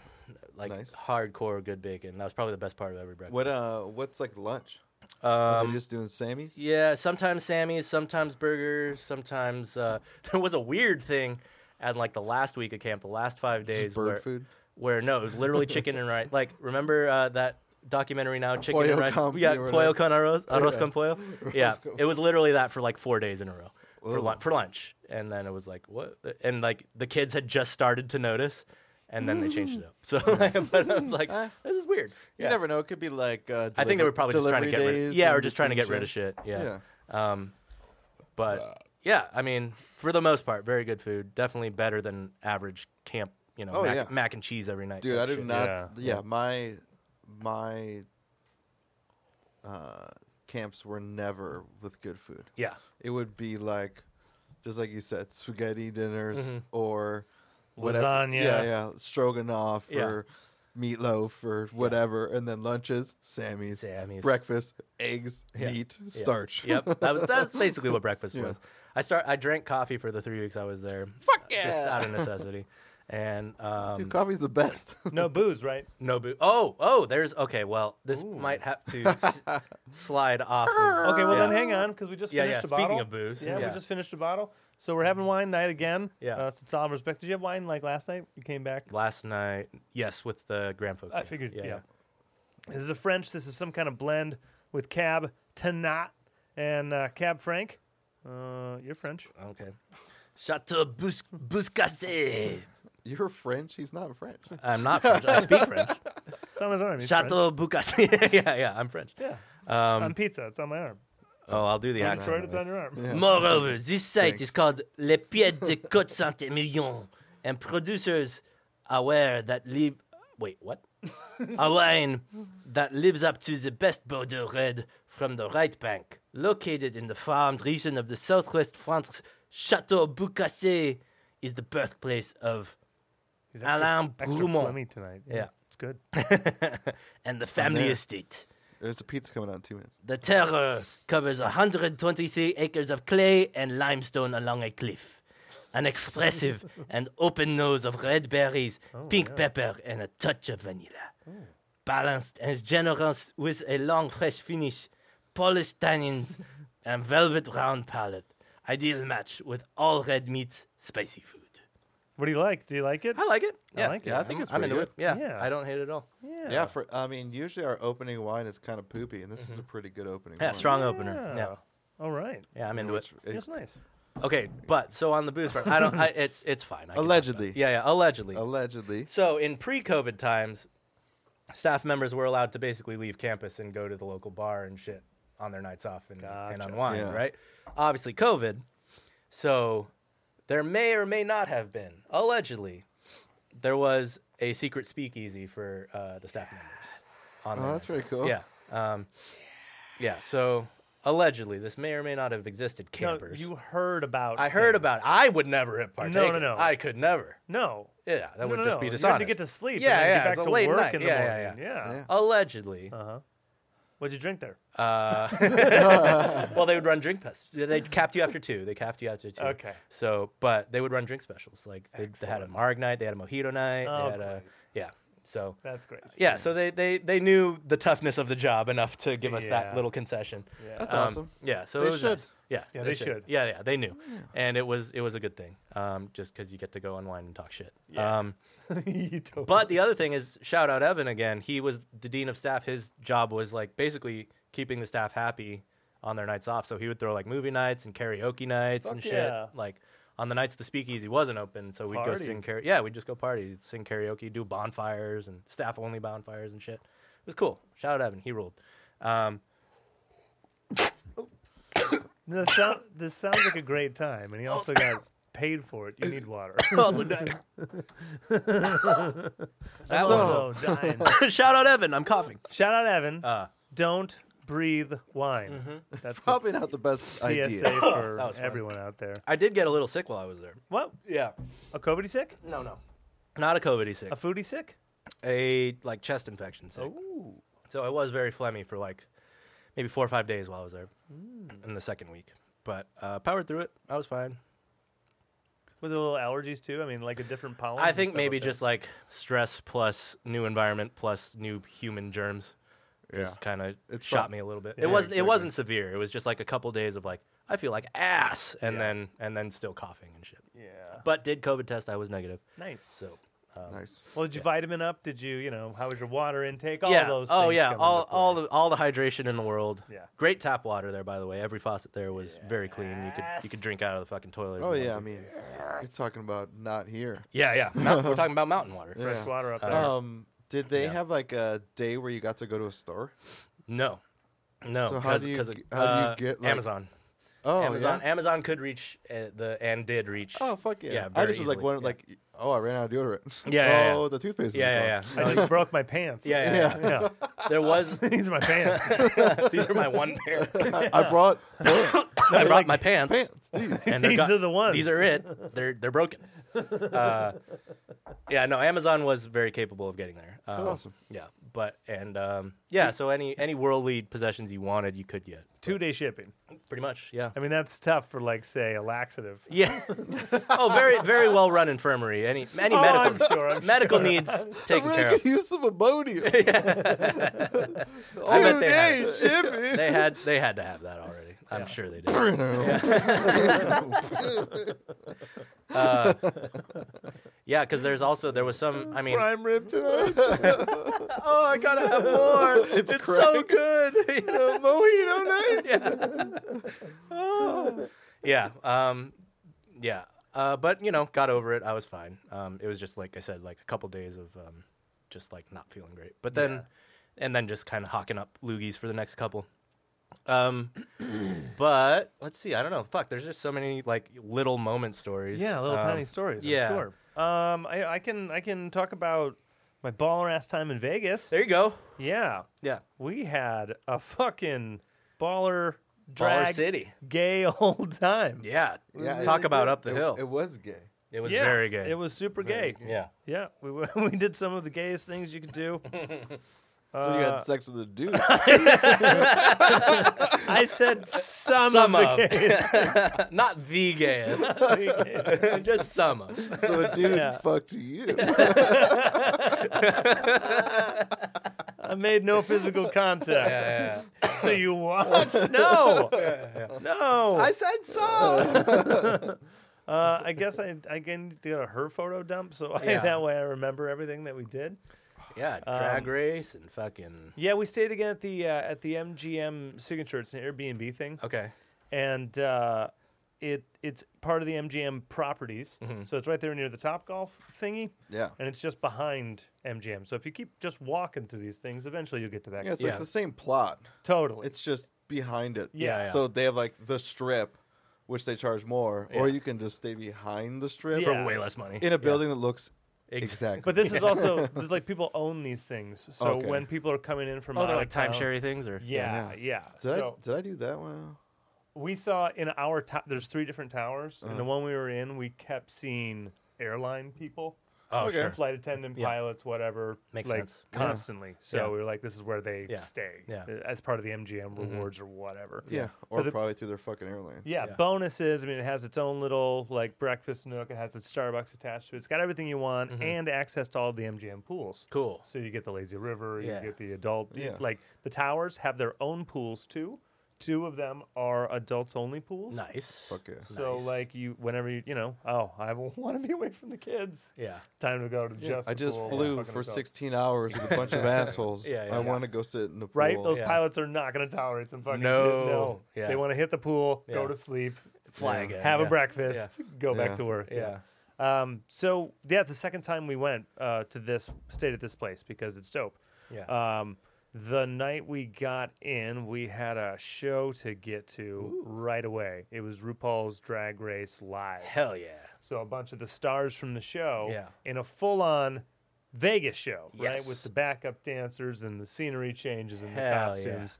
S1: like
S3: Nice.
S1: hardcore good bacon. That was probably the best part of every breakfast.
S3: What uh, what's like lunch? Are they
S1: um,
S3: just doing Sammy's?
S1: yeah, sometimes Sammy's, sometimes burgers, sometimes uh, there was a weird thing at like the last week of camp, the last five days
S3: Bird
S1: where
S3: food?
S1: where no, it was literally chicken and rice. Like remember uh, that documentary now, chicken
S3: Pollo
S1: and rice.
S3: con-
S1: yeah,
S3: yeah, we're
S1: pollo
S3: like-
S1: con arroz, arroz
S3: Yeah.
S1: con pollo. Yeah,
S3: Arroz con-
S1: it was literally that for like four days in a row for,
S3: Whoa.
S1: lun- for lunch, and then it was like what? And like the kids had just started to notice, and then they changed it up. So, but I was like,
S3: Ah.
S1: this is weird.
S3: Hmm. You
S1: Yeah.
S3: never know. It could be like uh,
S1: I think they
S3: deliver-
S1: were probably just trying to get
S3: delivery
S1: rid. Of,
S3: days
S1: yeah,
S3: in
S1: or just trying to get
S3: between
S1: rid of shit.
S3: Yeah.
S1: Yeah. Um, but yeah, I mean, for the most part, very good food. Definitely better than average camp. You know,
S3: Oh,
S1: mac,
S3: yeah.
S1: mac and cheese every night.
S3: dude
S1: type
S3: i did
S1: shit.
S3: not yeah.
S4: Yeah.
S3: my my uh camps were never with good food
S1: Yeah.
S3: it would be like just like you said spaghetti dinners
S1: Mm-hmm.
S3: or whatever
S4: Lasagna.
S3: yeah yeah stroganoff
S1: Yeah.
S3: or meatloaf or whatever and then lunches sammy's,
S1: Sammy's.
S3: breakfast eggs
S1: Yeah.
S3: meat
S1: Yeah.
S3: starch
S1: Yep, that was that's basically what breakfast
S3: Yeah.
S1: was. I start I drank coffee for the three weeks I was there.
S3: Fuck
S1: uh, just
S3: yeah.
S1: out of necessity, and um,
S3: Dude, coffee's the best.
S4: No booze, right?
S1: no boo. Oh, oh, there's okay. Well, this might have to s- slide off. of-
S4: Okay, well
S1: yeah.
S4: then hang on because we just
S1: Yeah,
S4: finished
S1: yeah,
S4: a bottle.
S1: speaking of booze,
S4: yeah,
S1: yeah.
S4: we just finished a bottle. So we're having wine night again.
S1: Yeah.
S4: uh, since Oliver's back. Did you have wine like last night? You came back.
S1: Last night, yes, with the grand folks.
S4: I
S1: yeah.
S4: figured. Yeah. This is a French. This is some kind of blend with Cab Tanat and uh, Cab Franc. Uh, you're French.
S1: yeah. Okay. Chateau Bus- Buscassé.
S3: You're French. He's not French.
S1: I'm not French. I speak French.
S4: It's on his arm. He's French.
S1: Chateau Buscassé. yeah, yeah, I'm French.
S4: Yeah.
S1: Um,
S4: on pizza. It's on my arm.
S1: oh, I'll do the
S4: It's right.
S1: accent.
S4: It's on your arm.
S3: Yeah.
S1: Moreover, this site
S3: Thanks.
S1: is called Les Pieds de Côte Saint Emilion, and producers aware that live. Wait, what? A wine that lives up to the best Bordeaux red from the right bank, located in the farmed region of the southwest France. Chateau Boucassé is the birthplace of
S4: He's
S1: Alain
S4: extra
S1: Brumont.
S4: phlegmy tonight.
S1: Yeah.
S4: It's good.
S1: and the family
S3: there.
S1: estate.
S3: There's a pizza coming out in two minutes.
S1: The terror covers 123 acres of clay and limestone along a cliff. An expressive and open nose of red berries, pink pepper, and a touch of vanilla. Balanced and generous with a long, fresh finish, polished tannins, and velvet round palate. Ideal match with all red meats, spicy food.
S4: What do you like? Do you like it?
S1: I like it.
S4: I Yeah. like it.
S3: Yeah, I think it's
S1: I'm
S3: pretty
S1: into
S3: good.
S1: it. Yeah.
S4: Yeah.
S1: I don't hate it at all.
S4: Yeah.
S3: Yeah, for I mean, usually our opening wine is kind of poopy, and this is a pretty good opening.
S1: Mm-hmm. Yeah,
S3: wine.
S1: strong opener. Yeah.
S4: All right.
S1: Yeah, I'm into it.
S3: Which-
S4: That's nice.
S1: Okay, but so on the booze part, I don't. I, it's it's fine. I can-
S3: Allegedly.
S1: yeah, yeah, allegedly.
S3: Allegedly.
S1: so in pre-COVID times, staff members were allowed to basically leave campus and go to the local bar and shit on their nights off and, and
S4: Gotcha.
S1: unwind,
S3: Yeah.
S1: right? Obviously, COVID. So there may or may not have been allegedly there was a secret speakeasy for uh, the staff members. On their
S3: Oh, that's
S1: nights
S3: pretty cool.
S1: off. Yeah. Um, yeah. So allegedly, this may or may not have existed. Campers.
S4: No, you heard about.
S1: I heard
S4: things.
S1: about it. I would never have partaken.
S4: no, no.
S1: I could never.
S4: No.
S1: Yeah, that
S4: No,
S1: would
S4: no,
S1: just
S4: no.
S1: be
S4: You
S1: dishonest.
S4: had to get to sleep.
S1: Yeah,
S4: and then
S1: yeah,
S4: Get
S1: it's
S4: back
S1: a
S4: to
S1: late
S4: work
S1: night.
S4: in the
S1: Yeah, yeah,
S4: morning. Yeah.
S3: Yeah.
S1: Allegedly,
S4: Uh huh. What'd you drink there?
S1: uh, well, they would run drink pest. They capped you after two. They capped you after two.
S4: Okay.
S1: So, but they would run drink specials. Like they, they had a
S4: Excellent.
S1: marg night. They had a mojito night.
S4: Oh,
S1: they had a
S4: great.
S1: yeah. So
S4: That's great.
S1: yeah. So they they they knew the toughness of the job enough to give us
S4: Yeah.
S1: that little concession.
S4: Yeah.
S3: That's
S1: Um,
S3: awesome.
S1: Yeah, so
S3: They
S1: it was
S3: should.
S1: nice. Yeah,
S4: Yeah, they should.
S1: Yeah, yeah, they knew, and it was it was a good thing, um, just because you get to go unwind and talk shit.
S4: Yeah.
S1: Um,
S4: You don't-
S1: but the other thing is, shout out Evan again. He was the dean of staff. His job was like basically keeping the staff happy on their nights off. So he would throw like movie nights and karaoke nights and
S4: Fuck
S1: shit.
S4: yeah.
S1: Like on the nights the speakeasy wasn't open, so we'd go
S4: Party.
S1: sing karaoke. Yeah, we'd just go party, sing karaoke, do bonfires and staff only bonfires and shit. It was cool. Shout out Evan. He ruled. Um,
S4: this, sound, this sounds like a great time, and he also got paid for it. You need water.
S1: also dying. That
S4: so dying.
S1: Shout out Evan. I'm coughing.
S4: Shout out Evan.
S1: Uh, Mm-hmm.
S4: Don't breathe wine. That's a
S3: Probably not the best
S4: PSA
S3: idea.
S4: for
S1: was fun.
S4: everyone out there.
S1: I did get a little sick while I was there.
S4: What?
S1: Yeah.
S4: A COVID sick?
S1: No, no. Not a COVID sick.
S4: A foodie sick?
S1: A like chest infection sick.
S4: Ooh.
S1: So I was very phlegmy for like maybe four or five days while I was there in the second week. But uh, powered through it. I was fine.
S4: Was it a little allergies too? I mean, like a different pollen.
S1: I
S4: and
S1: think
S4: stuff
S1: maybe
S4: out there.
S1: just like stress plus new environment plus new human germs
S3: Yeah.
S1: kind of
S3: It's
S1: shot
S3: fun.
S1: me a little bit.
S4: Yeah,
S1: it wasn't
S3: exactly.
S1: it wasn't severe. It was just like a couple days of like I feel like ass and
S4: Yeah.
S1: then and then still coughing and shit.
S4: yeah.
S1: But did COVID test? I was negative.
S4: Nice.
S1: um,
S3: Nice.
S4: well, did you vitamin up? Did you, you know, how was your water intake? All
S1: yeah.
S4: those.
S1: oh
S4: things
S1: yeah.
S4: come
S1: All
S4: into play.
S1: all the all the hydration in the world.
S4: Yeah.
S1: Great tap water there, by the way. Every faucet there was very clean. You could you could drink out of the fucking toilet. if
S3: Oh
S1: you
S3: yeah, I
S1: wanted.
S3: mean, you're talking about not here.
S1: Yeah, yeah. Mount- we're talking about mountain water.
S3: Yeah.
S4: fresh water up
S1: Uh,
S4: there.
S3: Um, did they
S1: Yeah.
S3: have like a day where you got to go to a store?
S1: No. No,
S3: So how
S1: because
S3: do you
S1: because
S3: g- how do you
S1: uh,
S3: get, like-
S1: Amazon?
S3: Oh,
S1: Amazon
S3: yeah.
S1: Amazon could reach uh, the and did reach.
S3: Oh fuck yeah!
S1: Yeah,
S3: I
S1: very
S3: just was like,
S1: easily,
S3: one
S1: yeah.
S3: like, oh, I ran out of deodorant.
S1: Yeah, yeah, yeah.
S3: oh, the toothpaste. Is
S1: yeah, yeah,
S3: gone.
S1: yeah.
S4: I just broke my pants.
S1: Yeah, yeah, yeah.
S4: Yeah.
S1: There was
S4: These are my pants.
S1: these are my one pair.
S3: I brought
S1: I brought my pants.
S3: pants. These.
S1: And they're
S4: These
S1: got-
S4: are the ones.
S1: These are it. They're they're broken. Uh, yeah, no. Amazon was very capable of getting there. Um,
S3: Awesome.
S1: Yeah, but and um, yeah. So any any worldly possessions you wanted, you could get.
S4: Two day shipping.
S1: Pretty much. Yeah.
S4: I mean, that's tough for, like, say, a laxative.
S1: Yeah. oh, very very well run infirmary. Any any
S4: Oh,
S1: medical
S4: I'm sure. I'm
S1: medical needs
S3: I
S1: taken care
S3: really
S1: of.
S3: could use some Imodium.
S1: I bet they had
S4: Two-day shipping.
S1: they had they had to have that already. I'm sure they did. Uh, Yeah, because there's also there was some. I mean,
S4: Prime rib tonight.
S1: oh, I gotta have more. it's so
S3: crack.
S1: good.
S4: Uh, Mojito night.
S1: yeah. Oh. yeah. Um, yeah. Uh, but you know, got over it. I was fine. Um, it was just like I said, like a couple days of um, just like not feeling great. But then, and then just kind of hawking up loogies for the next couple. Um, but let's see. I don't know. Fuck. There's just so many like little moment stories.
S4: Yeah, little
S1: Um,
S4: tiny stories. I'm
S1: yeah.
S4: sure. Um, I, I can I can talk about my baller ass time in Vegas.
S1: There you go.
S4: Yeah,
S1: Yeah.
S4: we had a fucking baller drag
S1: City.
S4: gay old time.
S1: Yeah.
S3: Yeah,
S1: Talk
S3: it-
S1: about up the
S3: it-
S1: hill.
S3: It was gay.
S1: It was
S4: Yeah,
S1: very gay.
S4: It was super
S3: Very
S4: gay.
S3: gay.
S1: Yeah.
S4: Yeah, we w- we did some of the gayest things you could do.
S3: So you
S4: Uh,
S3: had sex with a dude.
S4: I said some,
S1: Some
S4: of the
S1: of.
S4: gayest.
S1: Not the gayest.
S4: we did.
S1: Just some of.
S3: so a dude
S4: Yeah.
S3: fucked you.
S4: I made no physical contact.
S1: Yeah.
S4: So you watched? No, no.
S1: I said so.
S4: Uh, I guess I I can do a her photo dump, so I,
S1: Yeah.
S4: that way I remember everything that we did.
S1: yeah, drag race and fucking.
S4: Yeah, we stayed again at the uh, at the MGM signature. It's an Airbnb thing,
S1: Okay.
S4: and uh, it it's part of the MGM properties. So it's right there near the Top Golf thingy,
S3: Mm-hmm. yeah.
S4: and it's just behind MGM. So if you keep just walking through these things, eventually you'll get to that.
S3: Yeah, it's
S1: Yeah.
S3: like the same plot.
S4: totally.
S3: It's just behind it.
S4: Yeah.
S1: yeah.
S3: So they have like the strip, which they charge more, or
S1: Yeah.
S3: you can just stay behind the strip
S4: Yeah.
S1: For way less money.
S3: in a building that looks
S1: Ex-
S3: exactly.
S4: but this is also this is like people own these things. So
S3: Okay.
S4: when people are coming in from
S1: Oh,
S4: out
S1: they're
S4: of
S1: like
S4: town-
S1: timeshare things or.
S4: Yeah, yeah.
S3: did, I,
S4: So-
S3: did I do that one?
S4: we saw in our to- there's three different towers and the
S1: Uh-huh.
S4: one we were in we kept seeing airline people
S1: Oh,
S3: Okay.
S1: sure.
S4: flight attendant
S1: Yeah.
S4: pilots whatever
S1: Makes
S4: like
S1: sense. Yeah.
S4: constantly so
S1: Yeah.
S4: we were like this is where they
S1: Yeah.
S4: stay
S1: Yeah. Mm-hmm.
S4: uh, as part of the mgm rewards or whatever
S3: Yeah.
S4: But
S3: Or
S4: the-
S3: probably through their fucking airlines.
S4: yeah,
S1: Yeah.
S4: bonuses. I mean, it has its own little like breakfast nook. It has its Starbucks attached to it. It's got everything you want and access to all the MGM pools.
S1: Mm-hmm. Cool.
S4: So you get the lazy river,
S1: Yeah.
S4: you get the adult. you-
S3: Yeah.
S4: Like the towers have their own pools too. Two of them are adults only pools.
S1: Nice.
S3: Fuck yeah.
S4: So
S1: Nice.
S4: like you, whenever you, you know, oh, I want to be away from the kids.
S1: Yeah.
S4: Time to go to
S3: Yeah,
S4: just.
S3: I
S4: the
S3: just
S4: pool,
S3: flew
S4: fucking
S3: for
S4: adult.
S3: 16 hours with a bunch of assholes.
S1: Yeah, yeah,
S3: I
S1: yeah.
S3: want to go sit in the pool.
S4: Right, those
S1: Yeah.
S4: pilots are not going to tolerate some fucking
S1: No.
S4: kid. No,
S1: Yeah.
S4: they want to hit the pool, go
S1: Yeah.
S4: to sleep,
S1: Fly
S3: Yeah.
S1: again.
S4: have
S1: yeah.
S4: a breakfast, go back
S3: Yeah.
S4: to work.
S1: Yeah.
S4: Um. So yeah, it's the second time we went uh, to this, stayed at this place because it's dope.
S1: Yeah.
S4: Um. The night we got in, we had a show to get to right away. It was RuPaul's Drag Race Live.
S1: Hell yeah.
S4: So a bunch of the stars from the show
S1: Yeah.
S4: in a full on Vegas show, right?
S1: Yes.
S4: With the backup dancers and the scenery changes and
S1: Hell
S4: the
S1: yeah.
S4: costumes.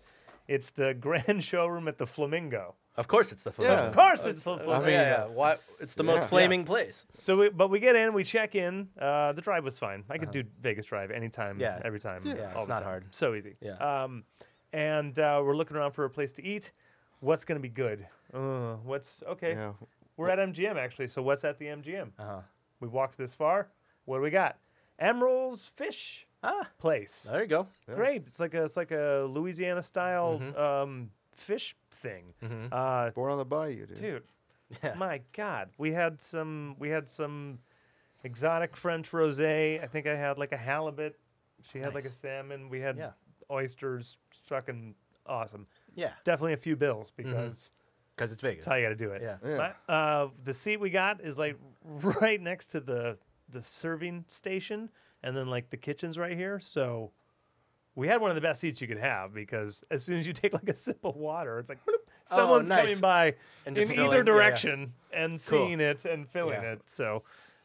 S4: It's the grand showroom at the Flamingo.
S1: Of course, it's the
S3: Yeah.
S1: Flamingo.
S4: Of course, it's the
S1: I
S4: Flamingo.
S1: mean, yeah, yeah. Why, it's the
S3: Yeah.
S1: most flaming place.
S4: So, we, but we get in, we check in. Uh, the drive was fine. I could do Vegas drive anytime,
S1: Uh-huh. Yeah.
S4: every time.
S1: Yeah,
S4: all
S1: it's
S4: the
S1: not
S4: time.
S1: hard.
S4: So easy.
S1: Yeah.
S4: Um, and uh, we're looking around for a place to eat. What's going to be good? Uh, what's okay?
S3: Yeah.
S4: We're at MGM actually. So what's at the MGM?
S1: Uh-huh.
S4: We walked this far. What do we got? Emerald's Fish
S1: Ah,
S4: Place.
S1: there you go.
S4: Great. It's like a it's like a Louisiana style
S1: Mm-hmm.
S4: um, fish thing. Uh,
S3: Born on the bayou, dude.
S4: dude
S1: Yeah.
S4: my god we had some we had some exotic french rosé i think i had like a halibut she had like a
S1: Nice.
S4: salmon we had
S1: Yeah.
S4: oysters fucking awesome
S1: Yeah,
S4: definitely a few bills
S1: Mm-hmm.
S4: because
S1: because it's Vegas.
S4: that's how you got to do it
S1: Yeah.
S3: Yeah.
S4: But, uh, the seat we got is like right next to the the serving station and then like the kitchen's right here so we had one of the best seats you could have because as soon as you take like a sip of water, it's like bloop,
S1: Oh,
S4: someone's
S1: nice.
S4: coming by
S1: And
S4: in
S1: just filling-
S4: either
S1: yeah, yeah.
S4: direction and
S1: Cool.
S4: seeing it and filling
S1: Yeah.
S4: it. So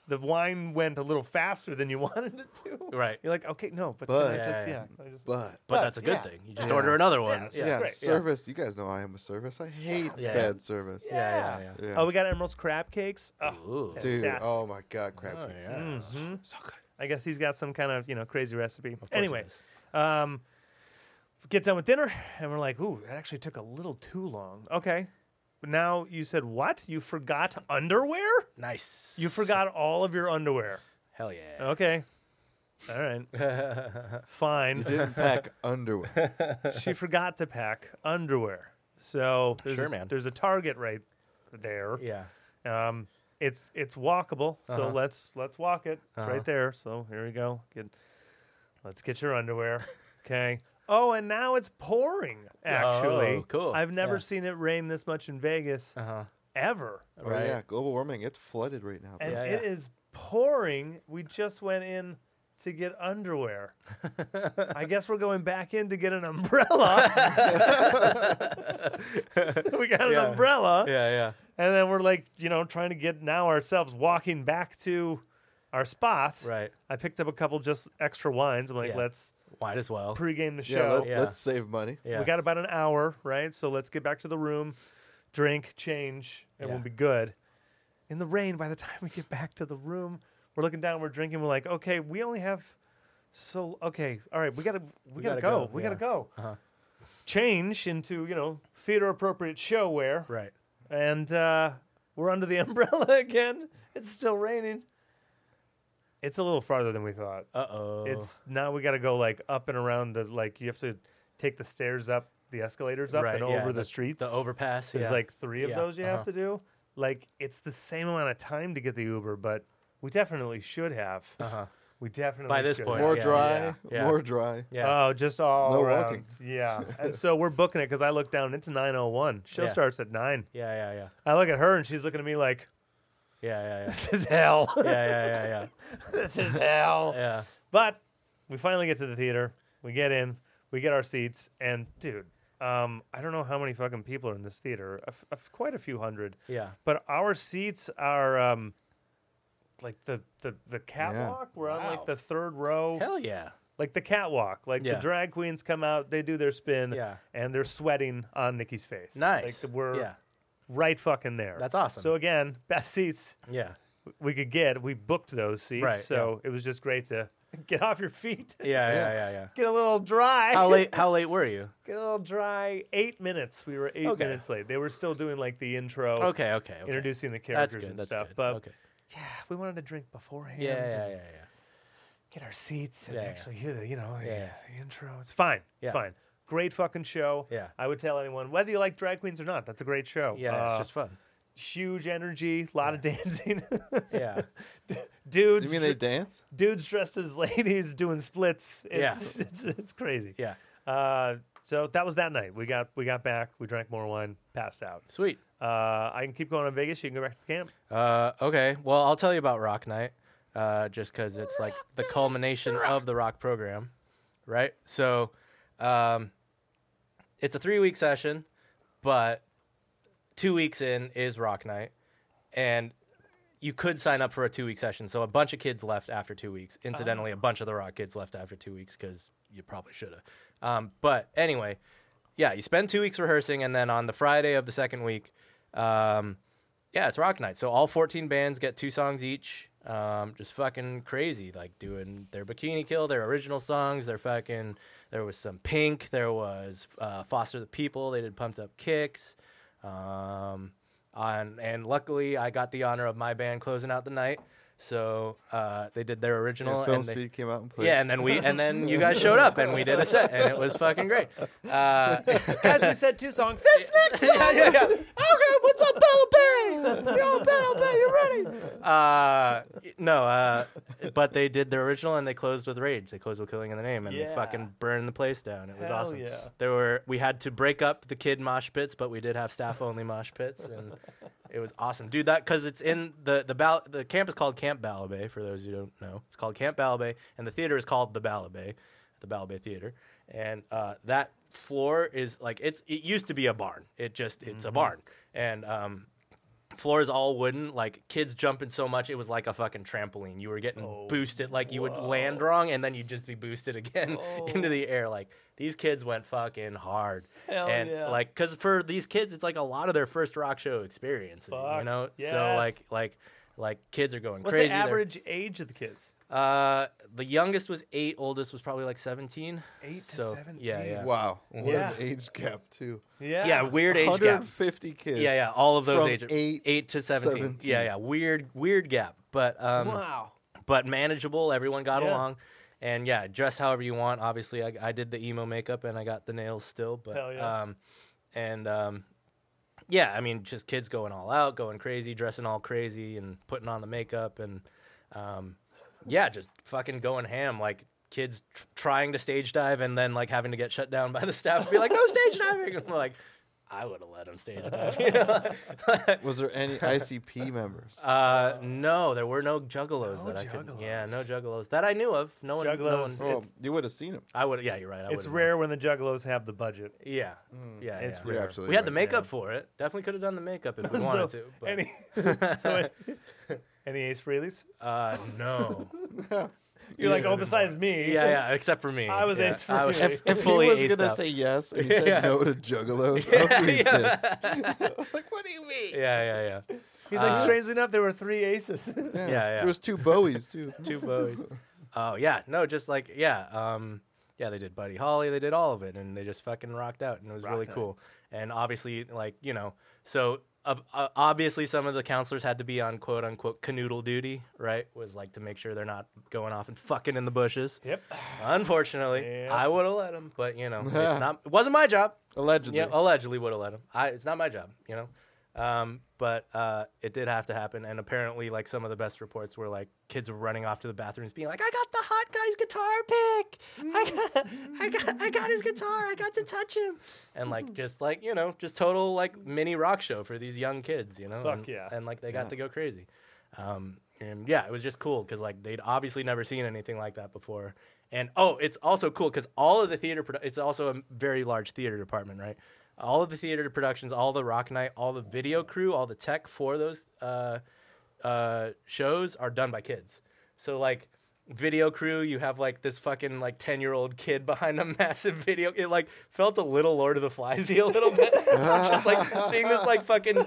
S4: the wine went a little faster than you wanted it to.
S1: Right.
S4: You're like, okay, no, but,
S3: But-
S4: can I just
S1: Yeah,
S4: yeah,
S1: yeah.
S4: can I just,
S3: But
S1: But
S4: But,
S1: that's a good
S4: yeah.
S1: thing. You just
S3: Yeah.
S1: order another one.
S4: it's
S1: Yeah.
S4: just
S1: Yeah.
S3: yeah,
S4: great, yeah.
S3: service. You guys know I am a service. I hate
S1: Yeah.
S3: bad service.
S4: Yeah.
S1: Yeah. Yeah.
S3: Yeah.
S4: Oh, we got Emerald's crab cakes. Oh,
S1: Ooh.
S3: Dude,
S4: Fantastic.
S3: oh my god, crap.
S1: Oh, yeah.
S4: mhm.
S3: So good.
S4: I guess he's got some kind of you know crazy recipe.
S1: Of course it
S4: Anyway,
S1: is.
S4: um, get done with dinner, and we're like, ooh, that actually took a little too long. Okay, but now you said what? You forgot underwear?
S1: nice.
S4: You forgot all of your underwear?
S1: Hell yeah.
S4: Okay, all right, fine.
S3: You didn't pack underwear.
S4: she forgot to pack underwear. So there's,
S1: Sure,
S4: a,
S1: man.
S4: there's a Target right there.
S1: Yeah.
S4: Um, it's it's walkable, so
S1: Uh-huh.
S4: let's let's walk it. It's
S1: Uh-huh.
S4: right there. So here we go. Get, let's get your underwear. Okay. Oh, and now it's pouring. Actually,
S1: Oh, cool.
S4: I've never
S1: Yeah.
S4: seen it rain this much in Vegas
S1: Uh huh.
S4: ever,
S3: Oh
S1: Right.
S3: yeah, global warming. It's flooded right now. bro.
S4: and
S1: Yeah,
S4: it is
S1: yeah.
S4: pouring. We just went in to get underwear. I guess we're going back in to get an umbrella. we got an
S1: Yeah.
S4: umbrella.
S1: Yeah. Yeah.
S4: And then we're like, you know, trying to get now ourselves walking back to our spots.
S1: Right.
S4: I picked up a couple just extra wines. I'm like,
S1: Yeah.
S4: let's
S1: Might as well.
S4: pregame the
S3: yeah,
S4: show.
S3: let,
S1: Yeah.
S3: Let's save money.
S1: yeah.
S4: We got about an hour, right? So let's get back to the room, drink, change, and we'll
S1: Yeah.
S4: be good. In the rain, by the time we get back to the room, we're looking down, we're drinking, we're like, okay, we only have so okay, all right, we gotta we, gotta,
S1: gotta
S4: go.
S1: go,
S4: We
S1: yeah.
S4: gotta go.
S1: Uh-huh.
S4: Change into, you know, theater appropriate show wear
S1: right.
S4: and uh, we're under the umbrella again. It's still raining. It's a little farther than we thought.
S1: Uh oh.
S4: It's now we got to go like up and around the like you have to take the stairs up, the escalators up,
S1: Right,
S4: and
S1: yeah,
S4: over the,
S1: the-
S4: streets.
S1: the overpass.
S4: There's
S1: yeah.
S4: like three of
S1: Yeah,
S4: those you have
S1: uh-huh.
S4: to do. Like it's the same amount of time to get the Uber, but we definitely should have.
S1: Uh-huh.
S4: We definitely
S1: By this
S4: should
S1: point,
S4: have.
S3: More
S1: yeah,
S3: dry,
S1: yeah.
S3: more dry.
S1: Yeah.
S4: Oh, just all
S3: No
S4: around.
S3: walking.
S4: Yeah, and so we're booking it because I look down. It's nine oh one. Show
S1: Yeah.
S4: starts at nine.
S1: yeah. Yeah. Yeah.
S4: I look at her and she's looking at me like,
S1: Yeah. Yeah.
S4: this is hell.
S1: Yeah. Yeah. Yeah. Yeah.
S4: this is
S1: Yeah.
S4: hell.
S1: Yeah.
S4: But we finally get to the theater. We get in, we get our seats, and dude, um, I don't know how many fucking people are in this theater. A f- a f- quite a few hundred.
S1: Yeah.
S4: But our seats are um, like the, the, the catwalk. We're on like
S1: Wow.
S4: the third row.
S1: Hell yeah.
S4: Like the catwalk. Like the
S1: Yeah.
S4: drag queens come out, they do their spin,
S1: Yeah.
S4: and they're sweating on Nikki's face. Like
S1: Nice.
S4: the, we're
S1: yeah.
S4: right fucking there.
S1: That's awesome.
S4: So again, best seats
S1: Yeah.
S4: we could get. We booked those seats,
S1: Right,
S4: so it was just great to get off your feet,
S1: Yeah. Yeah. Yeah. Yeah.
S4: get a little dry.
S1: How late? How late were you?
S4: Get a little dry. Eight minutes. We were eight
S1: Okay.
S4: minutes late. They were still doing like the intro,
S1: Okay. Okay. okay.
S4: Oh, introducing the
S1: That's
S4: characters
S1: good.
S4: and
S1: That's
S4: stuff.
S1: good.
S4: But
S1: okay.
S4: yeah, we wanted to drink beforehand.
S1: Yeah. Yeah.
S4: and
S1: Yeah.
S4: Get our seats and
S1: Yeah, yeah.
S4: actually hear the you know the,
S1: Yeah.
S4: the intro. It's fine. It's
S1: Yeah.
S4: fine. Great fucking show.
S1: Yeah.
S4: I would tell anyone whether you like drag queens or not. That's a great show.
S1: Yeah. Yeah.
S4: Uh,
S1: It's just fun.
S4: huge energy, a lot of dancing.
S1: Yeah.
S3: You
S4: Dudes,
S3: mean they dance?
S4: dudes dressed as ladies doing splits. It's,
S1: Yeah.
S4: it's, it's crazy.
S1: Yeah.
S4: Uh, so that was that night. We got we got back. We drank more wine. Passed out.
S1: Sweet.
S4: Uh, I can keep going on Vegas. You can go back to the camp.
S1: Uh, okay. Well, I'll tell you about Rock Night, uh, just because it's like the culmination of the rock program, right? So, Um, it's a three week session, but two weeks in is rock night, and you could sign up for a two week session. So a bunch of kids left after two weeks. Incidentally, a bunch of the rock kids left after two weeks because you probably should have. Um, but anyway, yeah, you spend two weeks rehearsing, and then on the Friday of the second week, um, yeah, it's rock night. So all 14 bands get two songs each. Um, just fucking crazy, like doing their bikini kill, their original songs, their fucking. There was some Pink. There was uh, Foster the People. They did Pumped Up Kicks. Um, on, and luckily, I got the honor of my band closing out the night. So uh, they did their original.
S3: And film
S1: and they-
S3: speed came out and played.
S1: yeah, and then we and then you guys showed up and we did a set and it was fucking great. Uh,
S2: Guys, we said two songs. This next song.
S1: yeah, yeah, yeah. Okay, what's up, Bella Bay? Yo, Bella Bay, you ready? Uh, no, uh, but they did their original and they closed with Rage. They closed with Killing in the Name and
S4: Yeah.
S1: they fucking burned the place down. It was
S4: Hell
S1: awesome.
S4: yeah.
S1: There were we had to break up the kid mosh pits, but we did have staff only mosh pits and it was awesome, dude. That because it's in the the Bal- the camp is called Camp Balabay. For those who don't know, it's called Camp Balabay, and the theater is called the Balabay, the Balabay Theater, and uh, that floor is like it's it used to be a barn. It just it's
S4: Mm-hmm.
S1: a barn, and um, floor is all wooden. Like kids jumping so much, it was like a fucking trampoline. You were getting
S4: Oh,
S1: boosted, like you would land wrong, and then you'd just be boosted again into the air. Like these kids went fucking hard,
S4: Hell
S1: and
S4: yeah.
S1: like because for these kids, it's like a lot of their first rock show experience.
S4: Fuck,
S1: You know,
S4: yes.
S1: so like like like kids are going
S4: What's
S1: crazy.
S4: the
S1: They're-
S4: average age of the kids?
S1: Uh, the youngest was eight, oldest was probably like seventeen.
S4: Eight to
S1: So,
S4: 17.
S1: Yeah, yeah.
S3: Wow. What
S4: Yeah.
S3: an age gap too.
S4: Yeah.
S1: Yeah, weird age gap.
S3: 150 kids.
S1: Yeah, yeah, all of those
S3: from
S1: ages,
S3: eight
S1: eight to 17.
S3: 17.
S1: Yeah, yeah, weird, weird gap, but um,
S2: Wow.
S1: but manageable. Everyone got
S4: Yeah.
S1: along, and yeah, dress however you want. Obviously, I, I did the emo makeup and I got the nails still, but
S4: Hell yeah.
S1: um, and um, yeah, I mean, just kids going all out, going crazy, dressing all crazy, and putting on the makeup, and um, yeah, just fucking going ham, like kids tr- trying to stage dive and then like having to get shut down by the staff, and be like, no stage diving, and I'm like. I would have let them stage dive. you know?
S3: Was there any ICP members?
S1: Uh, no, there were no juggalos that I could. Yeah,
S4: juggalos.
S1: no juggalos that I knew of. No one. No
S4: Juggalos.
S1: one
S3: Oh,
S4: it's-
S3: you would have seen them.
S1: I would. Yeah, you're right. I
S4: It's
S1: would've
S4: rare when the juggalos have the budget.
S1: known. Yeah, yeah,
S4: It's
S1: yeah.
S4: rare.
S3: You're absolutely
S1: We had the
S3: right.
S1: makeup for it. Definitely could have done the makeup if we wanted
S4: so,
S1: to. But
S4: Any, so any Ace Frehley's?
S1: uh, no.
S4: You're
S1: Yeah.
S4: like, oh, besides me.
S1: yeah, yeah. Except for me.
S4: I was
S1: yeah,
S4: ace
S1: I was
S4: freely.
S3: If
S1: fully
S3: he was
S1: aced
S3: gonna
S1: up.
S3: say yes and he said no to Juggalos, I was gonna be pissed. like, what do you mean?
S1: Yeah, yeah, yeah.
S4: He's like,
S1: Uh,
S4: strangely enough, there were three aces.
S3: Yeah,
S1: yeah.
S3: There was two Bowies too.
S1: Two boys. Oh yeah, no, just like yeah, um, yeah. They did Buddy Holly. They did all of it, and they just fucking rocked out, and it was really
S4: Rocked out.
S1: cool. And obviously, like you know, so uh, uh, obviously some of the counselors had to be on quote unquote canoodle duty, right? Was like to make sure they're not going off and fucking in the bushes.
S4: yep.
S1: Unfortunately,
S4: Yep.
S1: I would have let them, but you know, it's not. It wasn't my job.
S3: Allegedly.
S1: Yeah, allegedly would have let him. I, it's not my job, you know. Um, but uh, it did have to happen, and apparently, like some of the best reports were like kids were running off to the bathrooms, being like, "I got the hot guy's guitar pick. I got, I got, I got his guitar. I got to touch him." And like, just like you know, just total like mini rock show for these young kids, you know.
S4: Fuck
S1: and,
S4: yeah.
S1: And like, they got to go crazy. Um, and yeah, it was just cool because like they'd obviously never seen anything like that before. And oh, it's also cool because all of the theater, produ- it's also a very large theater department, right? All of the theater productions, all the rock night, all the video crew, all the tech for those uh, uh, shows are done by kids. So like video crew, you have like this fucking like ten year old kid behind a massive video. It like felt a little Lord of the Fliesy a little bit, just like seeing this like fucking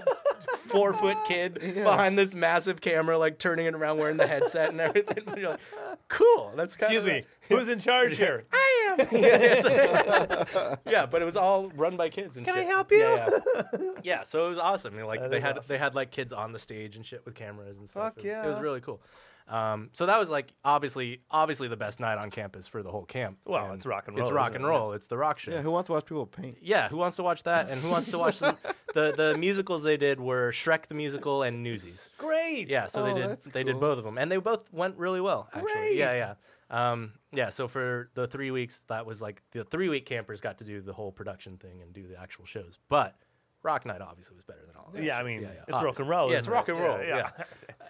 S1: four foot kid behind this massive camera, like turning it around, wearing the headset and everything. But you're like, cool. That's kind
S4: Excuse
S1: of
S4: me. Who's in charge here?
S1: I am. yeah, it's- yeah, but it was all run by kids and
S4: Can I
S1: shit.
S4: help you?
S1: Yeah, yeah. Yeah, so it was awesome. And, like
S4: That
S1: they
S4: is
S1: had
S4: awesome.
S1: they had like kids on the stage and shit with cameras and stuff.
S4: Fuck
S1: it was, It was
S4: yeah.
S1: really cool. Um, so that was like obviously obviously the best night on campus for the whole camp.
S4: Well, it's rock and roll,
S1: It's rock
S4: isn't
S1: and
S4: it?
S1: roll. It's the rock show.
S3: Yeah, who wants to watch people paint?
S1: Yeah, who wants to watch that? And who wants to watch the, the the musicals they did were Shrek the Musical and Newsies.
S4: Great.
S1: Yeah, so
S3: Oh,
S1: they did
S3: that's
S1: they did
S3: cool.
S1: both of them, and they both went really well. Actually, yeah,
S4: Great.
S1: yeah, um, yeah. So for the three weeks, that was like the three week campers got to do the whole production thing and do the actual shows. But Rock Night obviously was better than all of that.
S4: Yeah, I
S1: shit.
S4: mean, it's
S1: obviously.
S4: rock and roll.
S1: Yeah, it's
S4: isn't
S1: rock
S4: it?
S1: and roll.
S4: Yeah,
S1: Yeah,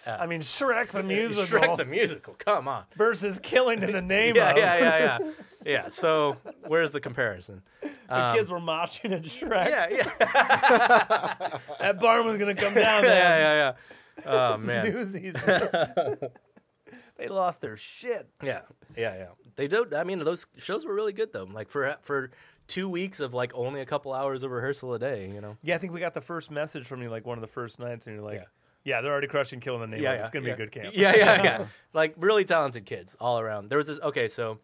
S4: yeah. I mean, Shrek the musical
S1: Shrek the musical. Come on.
S4: versus Killing in the Name
S1: Yeah,
S4: of.
S1: yeah, yeah, yeah. yeah. So where's the comparison?
S4: The kids were moshing at Shrek.
S1: Yeah, yeah, yeah,
S4: That barn was gonna come down. man.
S1: yeah, yeah. Oh man.
S4: Newsies. were- they lost their shit.
S1: Yeah, yeah, yeah. They do. I mean, those shows were really good though. Like for for two weeks of like only a couple hours of rehearsal a day. You know.
S4: Yeah, I think we got the first message from you like one of the first nights, and you're like,
S1: Yeah.
S4: "Yeah, they're already crushing, killing the name.
S1: Yeah,
S4: of it. it's
S1: yeah,
S4: gonna
S1: yeah.
S4: be a good camp."
S1: Yeah, yeah, yeah. like really talented kids all around. There was this. Okay, so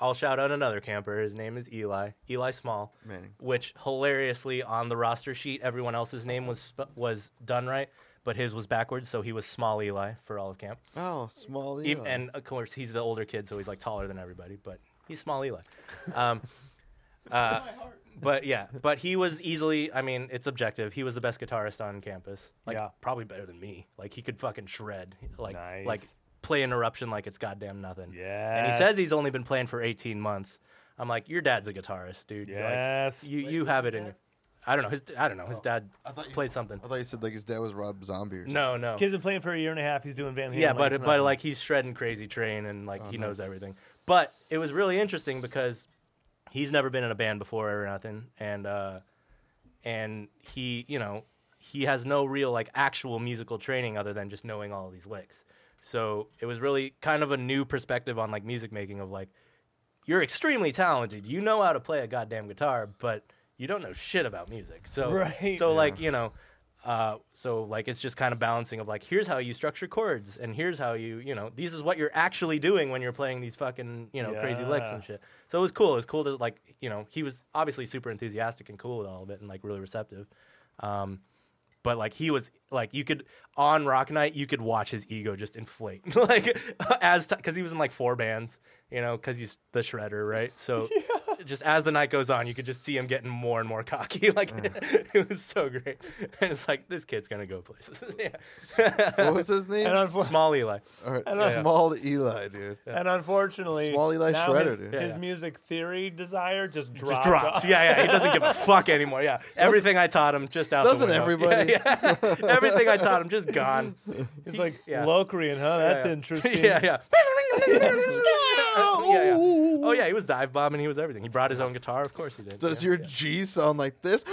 S1: I'll shout out another camper. His name is Eli. Eli Small.
S3: Manning.
S1: Which hilariously on the roster sheet, everyone else's name was sp- was done right, but his was backwards, so he was Small Eli for all of camp.
S3: Oh, small
S1: Ev-
S3: Eli.
S1: and of course, he's the older kid, so he's like taller than everybody, but he's small Eli. Um, uh, but yeah, but he was easily, I mean, it's objective. He was the best guitarist on campus. Like,
S4: Yeah.
S1: probably better than me. Like, he could fucking shred. Like,
S4: Nice.
S1: like play interruption like it's goddamn nothing. And he
S4: Yes.
S1: says he's only been playing for 18 months. I'm like, your dad's a guitarist, dude. Like,
S4: Yes.
S1: you you have it in you. I don't know. His, I don't know. His dad
S3: Oh, I thought you-
S1: plays something.
S3: I thought you said like his dad was Rob Zombie. Or something.
S1: No, no.
S4: Kid's been playing for a year and a half. He's doing Van Halen.
S1: Yeah,
S4: it's
S1: but
S4: not
S1: but
S4: him. Uh-huh.
S1: like he's shredding Crazy Train and like he knows
S3: nice.
S1: everything. But it was really interesting because he's never been in a band before or nothing, and uh, and he you know he has no real like actual musical training other than just knowing all these licks. So it was really kind of a new perspective on like music making of like you're extremely talented, you know how to play a goddamn guitar, but you don't know shit about music. So
S4: Right.
S1: so like you know uh, so like it's just kind of balancing of like here's how you structure chords and here's how you you know these is what you're actually doing when you're playing these fucking you know crazy licks
S4: Yeah.
S1: and shit. So it was cool. It was cool to like you know he was obviously super enthusiastic and cool with all of it and like really receptive. Um, but like he was like you could on rock night you could watch his ego just inflate like as because he was in like four bands you know because he's the shredder right so just as the night goes on you could just see him getting more and more cocky like it was so great and it's like this kid's gonna go places yeah
S3: What was his name?
S4: and, unfor-
S1: small eli
S3: All right,
S4: don't-
S3: small Eli, dude.
S4: and unfortunately,
S3: Small Eli
S4: now
S3: Shredder,
S4: his,
S3: dude.
S4: his
S1: Yeah.
S4: music theory desire just drops.
S1: just drops yeah yeah he doesn't give a fuck anymore yeah everything i taught him just out the
S3: doesn't
S1: window.
S3: everybody?
S1: Yeah, yeah. everything i taught him just gone
S4: It's like
S1: Yeah.
S4: Locrian, huh? That's
S1: yeah.
S4: interesting.
S1: yeah, yeah. yeah, yeah. Oh yeah, he was dive bombing. He was everything. He brought his own guitar. Of course he did.
S3: Does
S1: yeah.
S3: your G sound like this?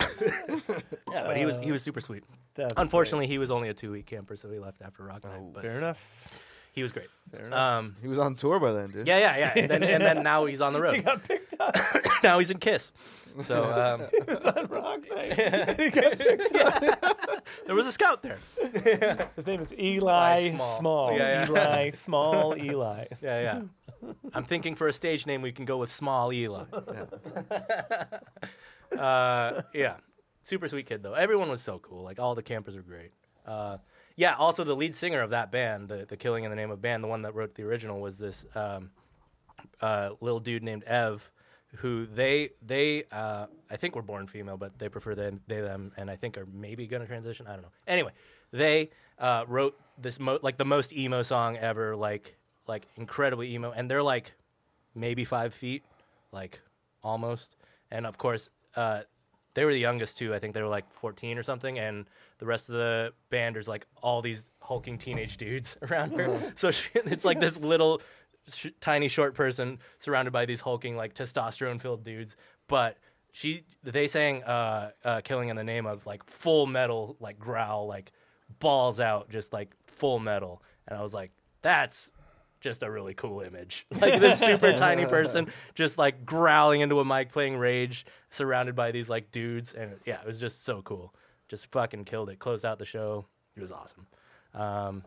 S1: yeah, but he was he was super sweet.
S4: That's
S1: Unfortunately, he was only a two week camper, so he left after Rock
S3: Oh,
S1: Night.
S4: great.
S1: But
S4: fair enough.
S1: he was great. Um,
S3: he was on tour by then, dude.
S1: yeah, yeah, yeah. And then, and then now he's on the road.
S4: Got picked up
S1: now he's in Kiss. So um,
S4: on Rock Night. And he got picked-
S1: there was a scout there.
S4: His name is Eli
S1: Eli Small.
S4: Small.
S1: Yeah, yeah.
S4: Eli Small Eli.
S1: Yeah, yeah. I'm thinking for a stage name, we can go with Small Eli. uh, yeah. Super sweet kid, though. Everyone was so cool. Like, all the campers were great. Uh, yeah, also, the lead singer of that band, the, the Killing in the Name of Band, the one that wrote the original, was this um, uh, little dude named Ev, who they, they uh, I think were born female, but they prefer they, they them, and I think are maybe going to transition. I don't know. Anyway, they uh, wrote this, mo- like, the most emo song ever, like, like incredibly emo, and they're like maybe five feet, like almost. And of course, uh, they were the youngest too. I think they were like 14 or something. And the rest of the band is like all these hulking teenage dudes around her. so she, it's like this little sh- tiny short person surrounded by these hulking like testosterone filled dudes. But she, they sang uh, uh, "Killing in the Name of" like full metal, like growl, like balls out, just like full metal. And I was like, that's just a really cool image. Like this super tiny person just like growling into a mic playing rage surrounded by these like dudes and yeah, it was just so cool. Just fucking killed it. Closed out the show. It was awesome. Um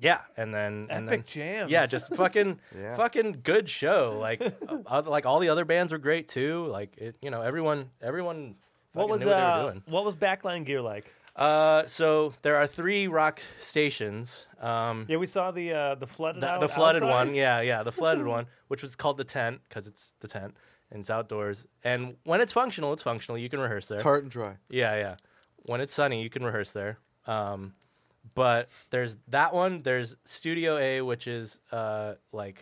S1: yeah, and then and then
S4: Epic jams.
S1: Yeah, just fucking
S3: Yeah.
S1: fucking good show. Like uh, like all the other bands were great too. Like it, you know, everyone everyone
S4: What
S1: fucking
S4: was
S1: knew what they
S4: uh,
S1: were doing.
S4: what was backline gear like?
S1: Uh so there are three rock stations. Um
S4: Yeah, we saw the uh, the flooded
S1: the,
S4: out-
S1: the flooded
S4: outside.
S1: one yeah yeah the flooded one which was called the tent because it's the tent and it's outdoors and when it's functional it's functional you can rehearse there
S3: Tart and dry.
S1: yeah yeah when it's sunny you can rehearse there um, but there's that one there's studio a which is uh, like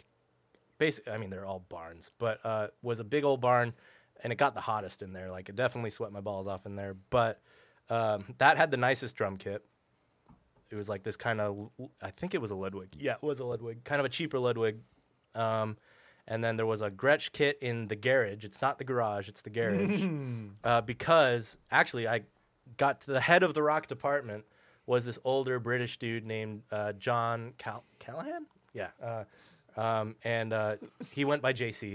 S1: basically i mean they're all barns but uh, was a big old barn and it got the hottest in there like it definitely sweat my balls off in there but um, that had the nicest drum kit It was like this kind of, I think it was a Ludwig. Yeah, it was a Ludwig, kind of a cheaper Ludwig. Um, and then there was a Gretsch kit in the garage. It's not the garage, it's the garage. uh, because actually, I got to the head of the rock department was this older British dude named uh, John Cal- Callahan. Yeah. Uh, um, and uh, he went by JC.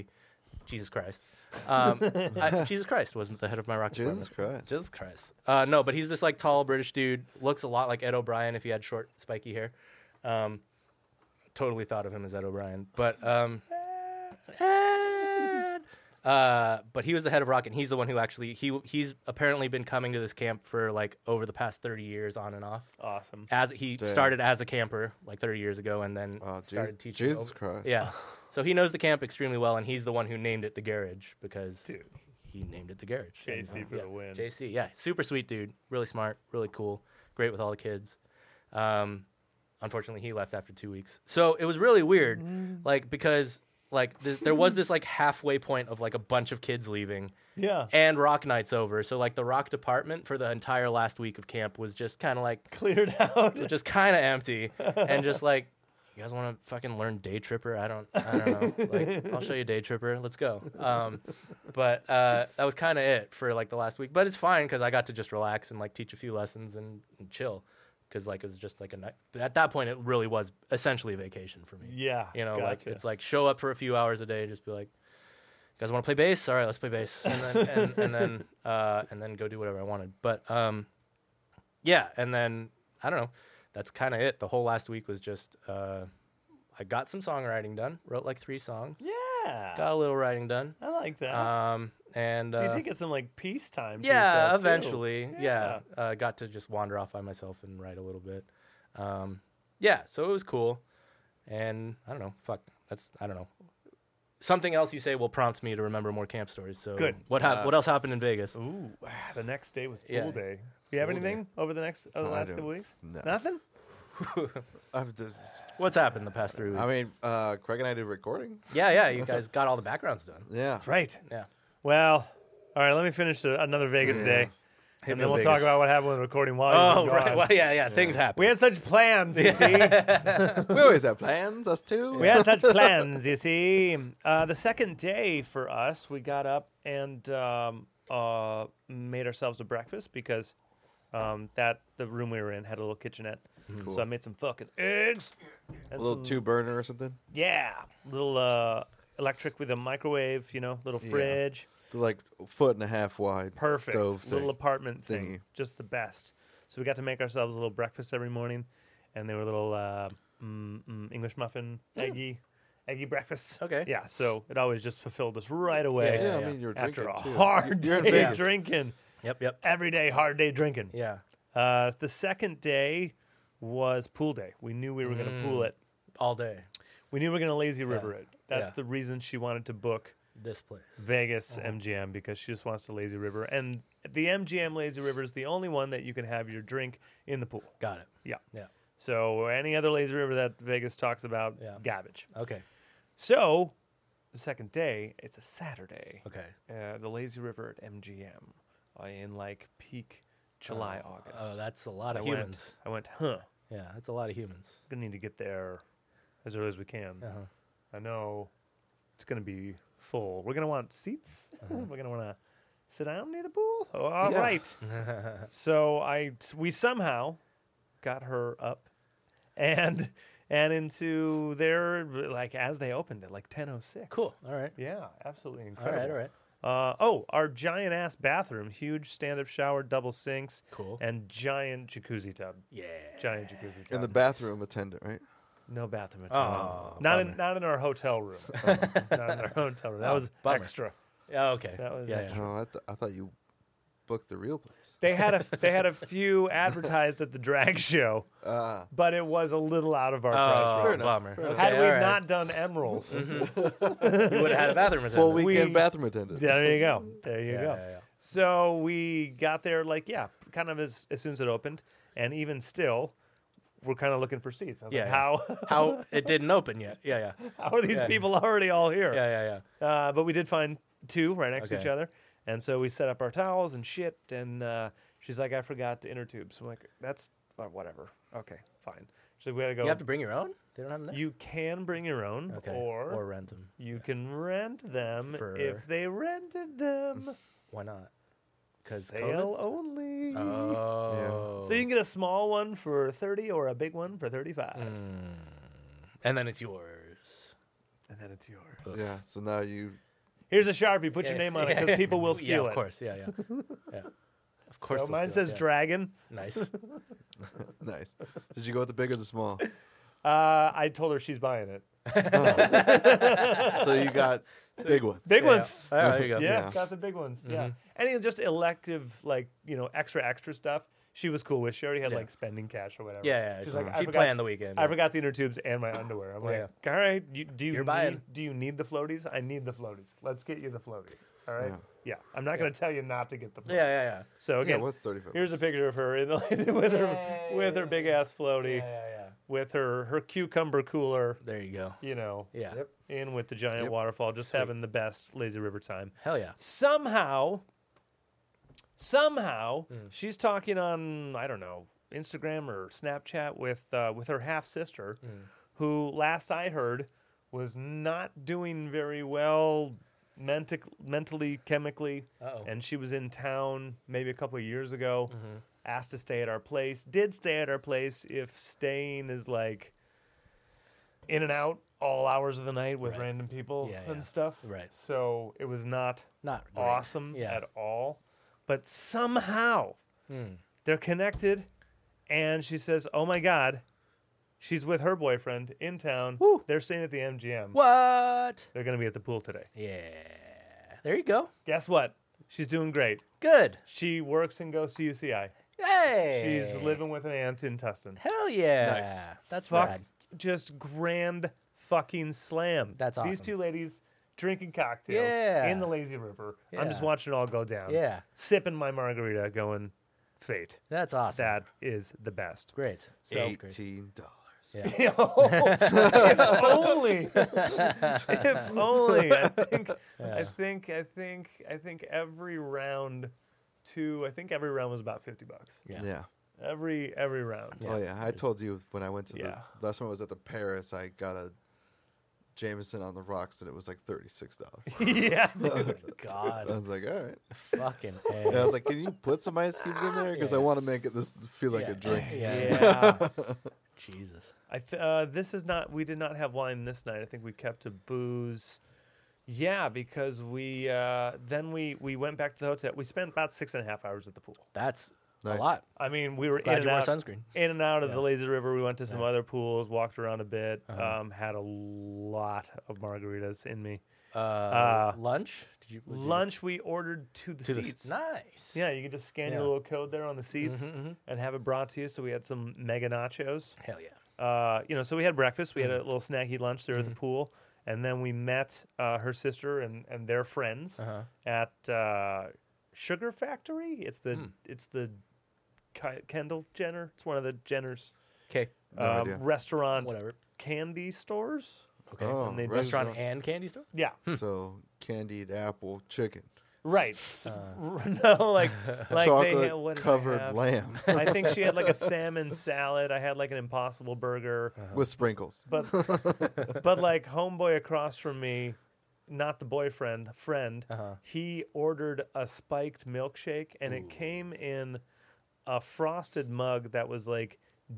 S1: Jesus Christ. Um, I- Jesus Christ was the head of my rock
S3: Jesus
S1: department.
S3: Christ.
S1: Jesus Christ. Uh, no, but he's this like tall British dude. Looks a lot like Ed O'Brien if he had short, spiky hair. Um, totally thought of him as Ed O'Brien, but um, Ed. Uh, but he was the head of Rock, and he's the one who actually he he's apparently been coming to this camp for like over the past thirty years, on and off.
S4: Awesome.
S1: As he
S3: Damn.
S1: started as a camper like thirty years ago, and then
S3: Oh,
S1: started
S3: Jesus,
S1: teaching.
S3: Jesus
S1: over-
S3: Christ.
S1: Yeah, so he knows the camp extremely well, and he's the one who named it the Garage because
S4: Dude.
S1: he named it the Garage. And,
S4: JC
S1: uh,
S4: for
S1: yeah.
S4: the win.
S1: JC, yeah, super sweet dude, really smart, really cool, great with all the kids. Um, unfortunately, he left after two weeks, so it was really weird,
S4: Mm.
S1: like because like th- there was this like halfway point of like a bunch of kids leaving
S4: Yeah.
S1: and rock nights over, so like the rock department for the entire last week of camp was just kind of like
S4: Cleared out.
S1: was just kind of empty and just like you guys want to fucking learn day tripper i don't i don't know like i'll show you day tripper let's go um but uh that was kind of it for like the last week but it's fine because i got to just relax and like teach a few lessons and, and chill because like it was just like a night at that point it really was essentially a vacation for me
S4: Yeah.
S1: you know like
S4: gotcha.
S1: it's like show up for a few hours a day just be like guys want to play bass all right let's play bass and then and, and then uh and then go do whatever i wanted but um yeah and then i don't know that's kind of it the whole last week was just uh i got some songwriting done wrote like three songs
S4: yeah.
S1: got a little writing done
S4: I like that.
S1: um and
S4: so you
S1: uh,
S4: did get some like peace time. for
S1: yeah
S4: yourself, too.
S1: eventually yeah, Uh, got to just wander off by myself and write a little bit um, yeah so it was cool and i don't know fuck that's i don't know something else you say will prompt me to remember more camp stories so
S4: Good.
S1: what hap- what else happened in vegas
S4: Ooh, ah, the next day was pool
S1: Yeah.
S4: day. Do you have
S1: Pool day.
S4: anything over the next over the
S3: I
S4: last
S3: don't-
S4: couple weeks?
S3: no.
S4: Nothing.
S3: I've just,
S1: what's happened the past three weeks
S3: I mean, uh, Craig and I did recording.
S1: yeah yeah you guys got all the backgrounds done
S3: Yeah.
S4: That's right.
S1: yeah
S4: Well, all right. Let me finish the, another Vegas
S1: Hit
S4: day, and
S1: me
S4: then we'll
S1: with
S4: talk
S1: Vegas.
S4: about what happened with recording while you
S1: oh
S4: were gone.
S1: right well yeah, yeah things happen
S4: We had such plans, you see.
S3: We always have plans, us too.
S4: We had such plans, you see. Uh, the second day for us, we got up and um, uh, made ourselves a breakfast because um, that the room we were in had a little kitchenette.
S1: Hmm.
S3: Cool.
S4: So I made some fucking eggs.
S3: A
S4: and
S3: little
S4: some-
S3: two burner or something.
S4: Yeah, little uh, electric with a microwave, you know, little
S3: Yeah.
S4: fridge.
S3: They're like foot and a half wide
S4: Perfect.
S3: stove thing.
S4: Little apartment thing.
S3: thingy.
S4: Just the best. So we got to make ourselves a little breakfast every morning, and they were little uh, mm, mm, English muffin, eggy, eggy breakfast.
S1: Okay.
S4: Yeah. So it always just fulfilled us right away.
S1: Yeah,
S3: yeah,
S1: yeah.
S3: I mean, you're
S4: After
S3: drinking
S4: a
S3: too.
S4: hard
S3: You're in
S4: day
S3: Vegas.
S4: drinking,
S1: yep yep
S4: every day hard day drinking.
S1: yeah
S4: Uh, the second day was pool day. We knew we were going to
S3: Mm.
S4: pool it.
S1: all day
S4: We knew we were going to lazy river it. That's
S1: Yeah.
S4: the reason she wanted to book
S1: this place
S4: Vegas
S1: Uh-huh.
S4: MGM because she just wants the lazy river. And the MGM lazy river is the only one that you can have your drink in the pool.
S1: got it
S4: Yeah.
S1: yeah
S4: So any other lazy river that Vegas talks about,
S1: Yeah.
S4: garbage.
S1: okay
S4: So the second day, it's a Saturday.
S1: okay
S4: Uh, the lazy river at MGM uh, in like peak July, August.
S1: oh that's a lot
S4: I
S1: of
S4: went,
S1: humans
S4: I went, huh,
S1: yeah that's a lot of humans
S4: gonna need to get there as early as we can.
S1: uh-huh.
S4: I know it's going to be full. We're going to want seats.
S1: Uh-huh.
S4: We're going to want to sit down near the pool. Oh, All
S3: Yeah.
S4: right. so I we somehow got her up and and into their like as they opened at like 10:06.
S1: cool all right
S4: Yeah, absolutely
S1: all
S4: incredible.
S1: right all right
S4: Uh, oh, our giant ass bathroom, huge stand-up shower, double sinks,
S1: Cool.
S4: and giant jacuzzi tub.
S1: Yeah.
S4: Giant jacuzzi tub.
S3: And the bathroom attendant, right?
S4: No bathroom attendant.
S1: Oh,
S4: Not in, not in our hotel room. not in our hotel room. That
S1: Oh,
S4: was
S1: bummer.
S4: extra.
S1: Yeah, oh, okay.
S4: That was
S1: yeah,
S4: actually-
S1: yeah.
S3: No, Oh, I, th- I thought you booked the real place.
S4: They had a they had a few advertised at the drag show,
S3: Ah,
S4: but it was a little out of our
S1: Oh,
S4: price
S3: Fair
S4: range.
S3: enough,
S1: bummer.
S3: fair
S1: Okay,
S4: Had we
S1: all right.
S4: not done Emeralds,
S1: you would have had a bathroom
S3: full
S1: attendant.
S3: weekend
S4: We-
S3: bathroom attendant.
S4: there you go, there you
S1: Yeah,
S4: go.
S1: yeah, yeah.
S4: So we got there like yeah, kind of as as soon as it opened, and even still, we're kind of looking for seats. I was
S1: Yeah,
S4: like,
S1: yeah.
S4: how
S1: How it didn't open yet. Yeah, yeah,
S4: how are these
S1: Yeah.
S4: people already all here?
S1: yeah, yeah, yeah.
S4: Uh, but we did find two right next to each
S1: Okay.
S4: other. And so we set up our towels and shit. And uh, she's like, I forgot the inner tubes. I'm like, that's uh, whatever. Okay, fine. So we gotta go.
S1: You have to bring your own. They don't have them. There?
S4: You can bring your own,
S1: okay.
S4: or,
S1: or rent them.
S4: you can rent them
S1: For-
S4: if they rented them.
S1: Why not? Because
S4: Sale only.
S1: Oh.
S4: So you can get a small one for thirty or a big one for thirty-five,
S1: Mm. and then it's yours.
S4: and then it's yours.
S3: Yeah. So now you.
S4: Here's a sharpie. Put your name on it because people will
S1: yeah,
S4: steal
S1: of
S4: it.
S1: course. Yeah, yeah. yeah. Of course.
S4: So
S1: they'll
S4: mine
S1: steal it,
S4: says
S1: yeah.
S4: dragon.
S1: Nice.
S3: Nice. Did you go with the big or the small?
S4: Uh, I told her she's buying it.
S3: Oh. so you got big ones.
S4: Big ones.
S1: Yeah, Mm-hmm. there you go.
S4: Yeah,
S3: Yeah.
S4: got the big ones. Yeah, any just elective like you know extra extra stuff. She was cool with. She already had
S1: Yeah.
S4: like spending cash or whatever.
S1: Yeah, yeah.
S4: She's
S1: She's
S4: like, I
S1: she
S4: forgot-
S1: planned the weekend.
S4: I forgot the inner tubes and my underwear. I'm like, all right, you, do you
S1: Oh, You're
S4: need,
S1: buying.
S4: do you need the floaties? I need the floaties. Let's get you the floaties. All right.
S3: Yeah.
S4: Yeah. I'm not gonna tell you not to get the floaties.
S1: Yeah, yeah, yeah.
S4: So
S3: Yeah.
S4: again,
S3: What's thirty-five?
S4: here's a picture of her in the, with her with her big ass floatie,
S1: Yeah, yeah, yeah.
S4: with her her cucumber cooler.
S1: There you go.
S4: You know,
S1: Yeah.
S3: Yep.
S4: in with the giant
S3: Yep.
S4: waterfall, just having the best lazy river time
S1: Hell yeah.
S4: somehow somehow she's talking on i don't know instagram or snapchat with uh, with her half sister who last i heard was not doing very well mentic- mentally chemically
S1: Uh-oh.
S4: and she was in town maybe a couple of years ago
S1: Mm-hmm.
S4: asked to stay at our place did stay at our place if staying is like in and out all hours of the night with
S1: Right.
S4: random people
S1: Yeah,
S4: and
S1: yeah.
S4: stuff
S1: Right.
S4: so it was not
S1: Not great.
S4: awesome
S1: Yeah.
S4: at all. But somehow
S1: Hmm.
S4: they're connected, and she says, "Oh my God, she's with her boyfriend in town.
S1: Woo.
S4: They're staying at the MGM.
S1: What?
S4: They're going to be at the pool today.
S1: Yeah. There you go.
S4: Guess what? She's doing great.
S1: Good.
S4: She works and goes to UCI.
S1: Hey.
S4: She's living with an aunt in Tustin.
S1: Hell yeah.
S3: Nice.
S1: That's
S4: Fuck,
S1: rad.
S4: just grand fucking slam.
S1: That's
S4: These
S1: awesome.
S4: two ladies drinking cocktails
S1: Yeah.
S4: in the lazy river. I'm just
S1: Yeah.
S4: watching it all go down.
S1: Yeah.
S4: sipping my margarita, going fate.
S1: That's awesome.
S4: That is the best.
S1: Great. So great.
S3: Eighteen dollars.
S1: Yeah.
S4: if only, if only. I think, I think, I think, I think every round, two. I think every round was about fifty bucks.
S1: Yeah.
S3: Yeah.
S4: Every every round.
S3: Oh yeah. I told you when I went to
S4: Yeah.
S3: the last time I was at the Paris, I got a Jameson on the rocks, and it was like thirty-six dollars.
S4: yeah.
S3: I
S1: God.
S3: was like, all right.
S1: fucking. A.
S3: And I was like, can you put some ice cubes in there? Because
S1: Yeah.
S3: I want to make it this feel like
S1: yeah.
S3: a drink.
S1: Yeah.
S4: Yeah.
S1: Jesus.
S4: I th- uh, this is not. We did not have wine this night. I think we kept to booze. Yeah, because we uh, then we we went back to the hotel. We spent about six and a half hours at the pool.
S1: That's
S3: Nice.
S1: a lot.
S4: I mean, we were
S1: Glad
S4: in
S1: you wore
S4: and out,
S1: sunscreen.
S4: In and out of
S1: Yeah. Uh-huh.
S4: the lazy river. We went to some other pools, walked around a bit, um, had a lot of margaritas in me.
S1: Uh,
S4: Uh,
S1: lunch? Did you, what did you-
S4: Lunch we ordered to the
S1: to the-
S4: seats.
S1: Nice.
S4: Yeah, you can just scan your
S1: Yeah. Mm-hmm,
S4: little code there on the seats and have it brought to you. So we had some mega nachos.
S1: Hell yeah.
S4: Uh, you know, so we had breakfast. We had a little snacky lunch there at the pool, and then we met uh, her sister and, and their friends
S1: Uh-huh.
S4: at uh, Sugar Factory. It's the it's the Ki- Kendall Jenner. It's one of the Jenners
S1: Okay.
S3: No
S4: um,
S3: idea.
S4: restaurant
S1: Whatever.
S4: candy stores.
S1: Okay.
S3: Oh,
S4: and they
S1: Restaurant
S3: restaurant.
S1: and candy store?
S4: Yeah,
S3: So candied apple chicken,
S4: right. no, like like they had, what
S3: chocolate
S4: did I
S3: covered
S4: have?
S3: lamb
S4: I think she had like a salmon salad. I had like an Impossible burger.
S3: with sprinkles.
S4: Uh-huh. but but like homeboy across from me not the boyfriend friend
S1: Uh-huh.
S4: he ordered a spiked milkshake and it came in a frosted mug that was like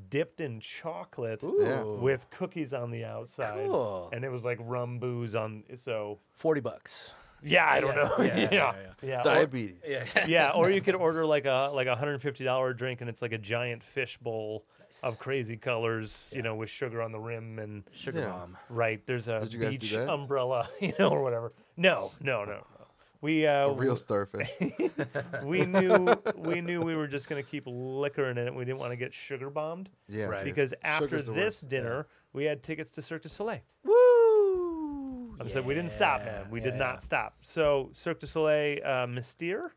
S4: dipped in chocolate
S3: Yeah.
S1: Ooh.
S4: with cookies on the outside
S1: Cool.
S4: and it was like rum booze on so
S1: 40 bucks.
S4: yeah i don't know
S1: yeah,
S4: yeah
S1: yeah,
S4: yeah
S1: yeah,
S4: or-
S3: Diabetes.
S1: Yeah.
S4: yeah, or you could order like a like a hundred fifty dollar drink, and it's like a giant fish bowl of crazy colors, you know, with sugar on the rim, and
S1: Sugar
S3: Yeah.
S1: bomb.
S4: right there's a
S3: Did you guys do
S4: beach
S3: that?
S4: umbrella, you know, or whatever. No, no, no, no. We uh,
S3: A real starfish.
S4: we knew we knew we were just gonna keep liquoring in it. We didn't want to get sugar bombed
S3: Yeah.
S1: Right.
S3: dude.
S4: because after
S3: Sugar's the
S4: this
S3: worst,
S4: dinner, we had tickets to Cirque du Soleil.
S1: Woo!
S4: I'm saying we didn't stop, man. We did
S1: yeah.
S4: not stop. So Cirque du Soleil, uh, Mystere,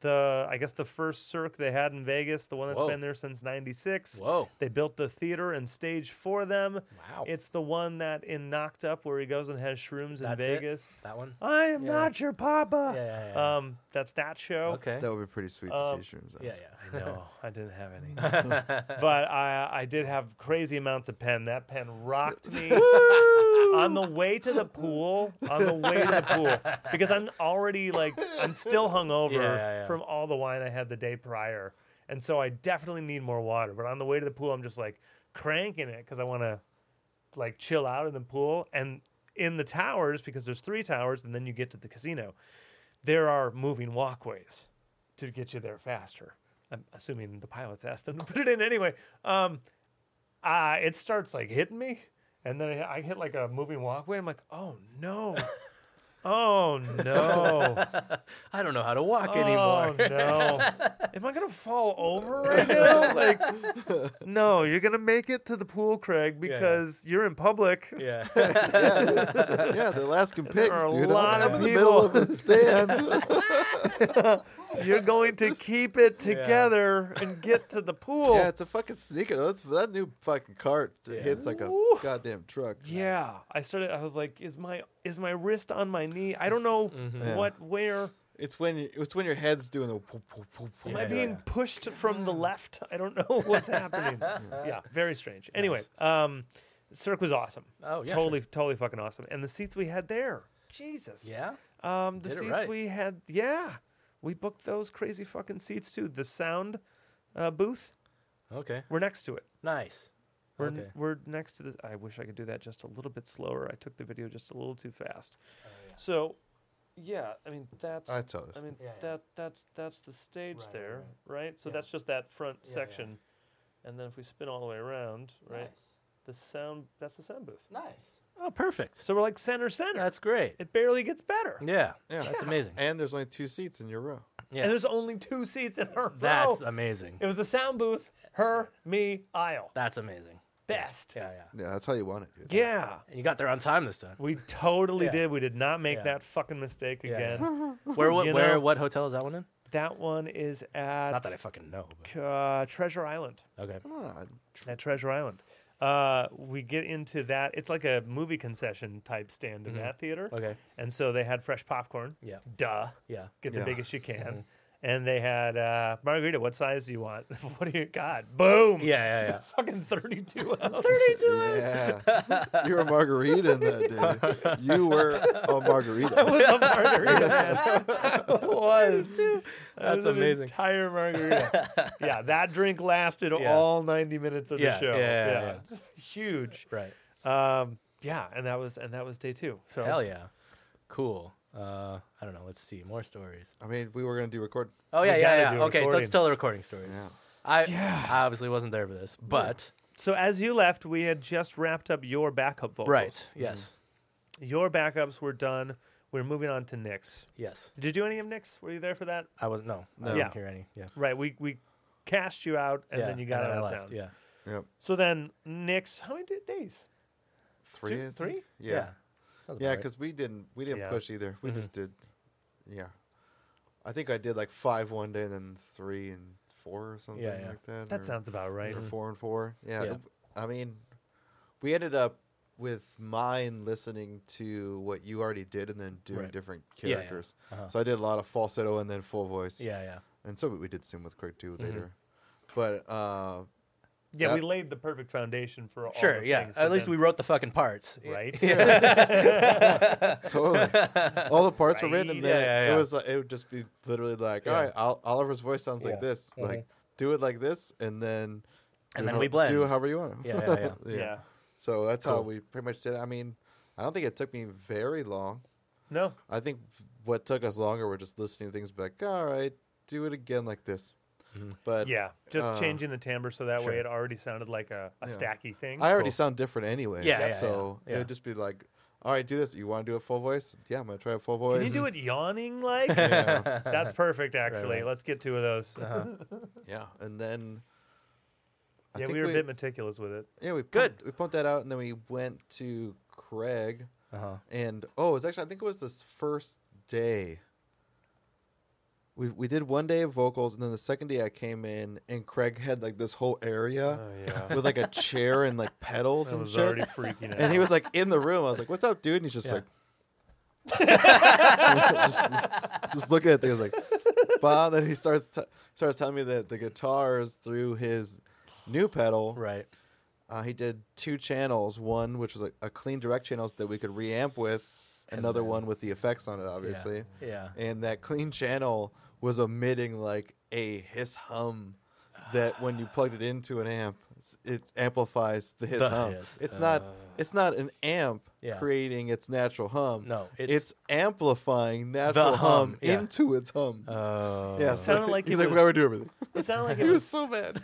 S4: the I guess the first Cirque they had in Vegas, the one that's
S1: Whoa.
S4: been there since '96.
S1: Whoa.
S4: They built the theater and stage for them.
S1: Wow.
S4: It's the one that in Knocked Up where he goes and has shrooms in
S1: That's it?
S4: Vegas.
S1: That one?
S4: I am
S1: Yeah.
S4: not your papa.
S1: Yeah, yeah, yeah.
S4: Um, That's that show.
S1: Okay.
S3: That would be pretty sweet
S4: Um,
S3: to see shrooms. on.
S1: yeah, yeah.
S4: No, I didn't have any. but I I did have crazy amounts of pen. That pen rocked me. on the way to the pool, on the way to the pool, because I'm already like I'm still hungover
S1: Yeah, yeah, yeah.
S4: from all the wine I had the day prior, and so I definitely need more water. But on the way to the pool, I'm just like cranking it because I want to like chill out in the pool and in the towers because there's three towers and then you get to the casino there are moving walkways to get you there faster i'm assuming the pilots asked them to put it in anyway um uh, it starts like hitting me and then I, I hit like a moving walkway i'm like oh no oh no
S1: I don't know how to walk
S4: Oh
S1: anymore.
S4: no! Am I gonna fall over right now? Like, no, you're gonna make it to the pool, Craig,
S1: yeah.
S4: because you're in public.
S1: yeah.
S3: yeah, the Alaskan pigs,
S4: are a
S3: dude.
S4: lot
S3: I'm, I'm
S4: of
S3: in the middle of
S4: people.
S3: a stand.
S4: You're going to keep it
S1: Yeah.
S4: together and get to the pool.
S3: yeah, it's a fucking sneaker. That's, that new fucking cart hits like a
S4: Ooh.
S3: goddamn truck.
S4: Yeah. I started. I was like, is my is my wrist on my knee? I don't know
S1: Mm-hmm.
S3: Yeah.
S4: what where.
S3: It's when you, it's when your head's doing the. Poo, poo, poo, poo.
S4: Am I being pushed from the left? I don't know what's happening. yeah, very strange. Anyway, um, Cirque was awesome.
S1: Oh, yeah,
S4: totally, totally fucking awesome. And the seats we had there, Jesus.
S1: Yeah.
S4: Um, the
S1: Did it
S4: seats
S1: right.
S4: we had, yeah, we booked those crazy fucking seats too. The sound uh, booth,
S1: Okay.
S4: we're next to it.
S1: Nice.
S4: We're,
S1: Okay.
S4: we're next to the. I wish I could do that just a little bit slower. I took the video just a little too fast. So, yeah, I mean that's.
S3: I tell us.
S4: I mean
S1: Yeah, yeah.
S4: that that's that's the stage
S1: Right,
S4: there, right? So
S1: Yeah.
S4: that's just that front
S1: Yeah, yeah.
S4: section, and then if we spin all the way around, right? The sound that's the sound booth.
S1: Nice. Oh, perfect.
S4: So we're like center center.
S1: That's great.
S4: it barely gets better.
S1: Yeah.
S3: Yeah.
S1: That's amazing.
S3: And there's only two seats in your row.
S1: Yeah.
S4: And there's only two seats in our row.
S1: That's amazing.
S4: It was the sound booth, her, me, aisle.
S1: That's amazing.
S4: Best.
S1: Yeah, yeah.
S3: Yeah, that's how you want it. Dude.
S4: Yeah.
S1: And you got there on time this time.
S4: We totally
S1: Yeah.
S4: did. We did not make
S1: Yeah.
S4: that fucking mistake
S1: Yeah.
S4: again.
S1: Where, what,
S4: You
S1: where,
S4: know-
S1: what hotel is that one in?
S4: that one is at
S1: Not that I fucking know. But.
S4: uh, Treasure Island.
S1: Okay.
S3: Ah,
S4: At Treasure Island. Uh, we get into that. It's like a movie concession type stand in that theater.
S1: Mm-hmm. Okay.
S4: And so they had fresh popcorn.
S1: Yeah.
S4: Duh.
S1: Yeah. Mm-hmm.
S4: Get the
S3: Yeah.
S4: biggest you can. And they had uh, margarita. What size do you want? what do you got? Boom.
S1: Yeah, yeah, yeah.
S4: Fucking 32 ounce. 32
S3: yeah. you were a margarita in that day. You were a margarita.
S4: was a margarita. man. I was. I
S1: That's
S4: was an
S1: amazing.
S4: entire margarita. yeah, that drink lasted
S1: Yeah.
S4: all 90 minutes of
S1: Yeah,
S4: the show.
S1: yeah, yeah,
S4: Huge.
S1: Right.
S4: Um, yeah, and that was and that was day two. So
S1: Hell yeah. Cool. Uh, I don't know. Let's see more stories.
S3: I mean, we were gonna do record.
S1: Oh yeah,
S4: We gotta
S1: yeah,
S4: do
S1: yeah.
S4: a
S1: Okay, so let's
S4: recording.
S1: tell the recording stories.
S3: Yeah.
S1: I, I obviously wasn't there for this, but
S4: so as you left, we had just wrapped up your backup vocals. Mm-hmm.
S1: right, yes,
S4: Your backups were done. We are moving on to Nick's.
S1: yes.
S4: Did you do any of Nick's? Were you there for that?
S1: I wasn't. No, I
S3: No.
S1: didn't
S4: Yeah.
S1: hear any. Yeah,
S4: Right. We we cast you out and
S1: yeah.
S4: then you got
S1: and
S4: out
S1: then
S4: of
S1: I
S4: town.
S1: left, Yeah,
S3: Yep.
S4: So then Nick's how many d- days?
S3: Three.
S4: Two-
S3: I think?
S4: three?
S3: Yeah.
S1: Sounds about
S3: Yeah,
S1: right.
S3: because we didn't we didn't
S4: Yeah.
S3: push either. We just did. Yeah. I think I did like five one day, and then three and four or something
S1: yeah.
S3: like that. or-
S4: That sounds about right.
S1: Mm-hmm.
S3: or four and four. Yeah,
S1: Yeah.
S3: it- I mean, we ended up with mine listening to what you already did and then doing
S1: Right.
S3: different
S1: Yeah, yeah.
S3: characters.
S1: Uh-huh.
S3: So I did a lot of falsetto and then full voice.
S1: yeah, Mm-hmm. yeah,
S3: and so we did sing with Craig too later. But uh,
S4: Yeah, we
S3: That-
S4: laid the perfect foundation for all.
S1: sure,
S4: the
S1: yeah.
S4: things, so
S1: At least we
S4: then-
S1: wrote the fucking parts.
S4: right.
S3: totally, all the parts were written,
S4: Right.
S3: and then
S1: Yeah,
S3: it,
S1: yeah, yeah.
S3: was like, it would just be literally like,
S1: Yeah.
S3: all right, Ol- Oliver's voice sounds
S1: Yeah. Mm-hmm.
S3: like this, like do it like this, and then
S1: And
S3: do
S1: then
S3: how-
S1: we blend.
S3: do it however you want.
S1: Yeah, yeah, yeah.
S4: yeah.
S3: So that's how
S1: Cool.
S3: we pretty much did. it. I mean, I don't think it took me very long.
S4: No.
S3: I think what took us longer were just listening to things, be like, all right, do it again like this.
S1: Mm-hmm.
S3: But
S4: Yeah. Just
S3: uh,
S4: changing the timbre so that way
S1: sure.
S4: it already sounded like a, a
S3: Yeah.
S4: stacky thing.
S3: I already
S1: Cool.
S3: sound different anyway.
S1: Yeah, yeah, yeah,
S3: so
S1: yeah.
S3: it would just be like, all right, do this. You want to do a full voice? Yeah, I'm gonna try a full voice.
S4: Can you do it yawning like?
S3: Yeah,
S4: That's perfect, actually.
S1: right. Uh-huh.
S4: Let's get two of those.
S3: yeah. and then I
S4: Yeah,
S3: think
S4: we were a bit meticulous with it.
S3: yeah we pumped,
S1: Good.
S3: We pumped that out, and then we went to Craig,
S1: Uh huh.
S3: and oh, it was actually I think it was this first day. We, we did one day of vocals, and then the second day I came in, and Craig had like this whole area
S1: Oh,
S4: yeah.
S3: with like a chair and like pedals
S4: I
S3: and
S4: was
S3: shit.
S4: already freaking out.
S3: And he was like in the room. I was like, "What's up, dude?" And he's just
S1: Yeah.
S3: like, just, just, just looking at things like Bob. Then he starts t- starts telling me that the guitars through his new pedal.
S1: Right.
S3: Uh, he did two channels. One which was like a clean direct channel that we could reamp with. Another one with the effects on it, obviously.
S1: Yeah.
S3: And that clean channel was emitting like a hiss hum that when you plugged it into an amp, it's- it amplifies the hiss
S1: The
S3: hum.
S1: hiss. uh,
S3: It's not it's not an amp
S1: Yeah.
S3: creating its natural hum.
S1: No,
S3: it's,
S1: it's-
S3: amplifying natural
S1: The
S3: hum,
S1: hum, yeah.
S3: into its hum.
S1: Oh.
S3: yeah, so
S4: sounded like
S3: he's
S4: it
S3: like,
S4: was-
S3: we gotta do everything.
S4: It sounded like
S3: He
S4: it
S3: was
S4: was.
S3: so bad.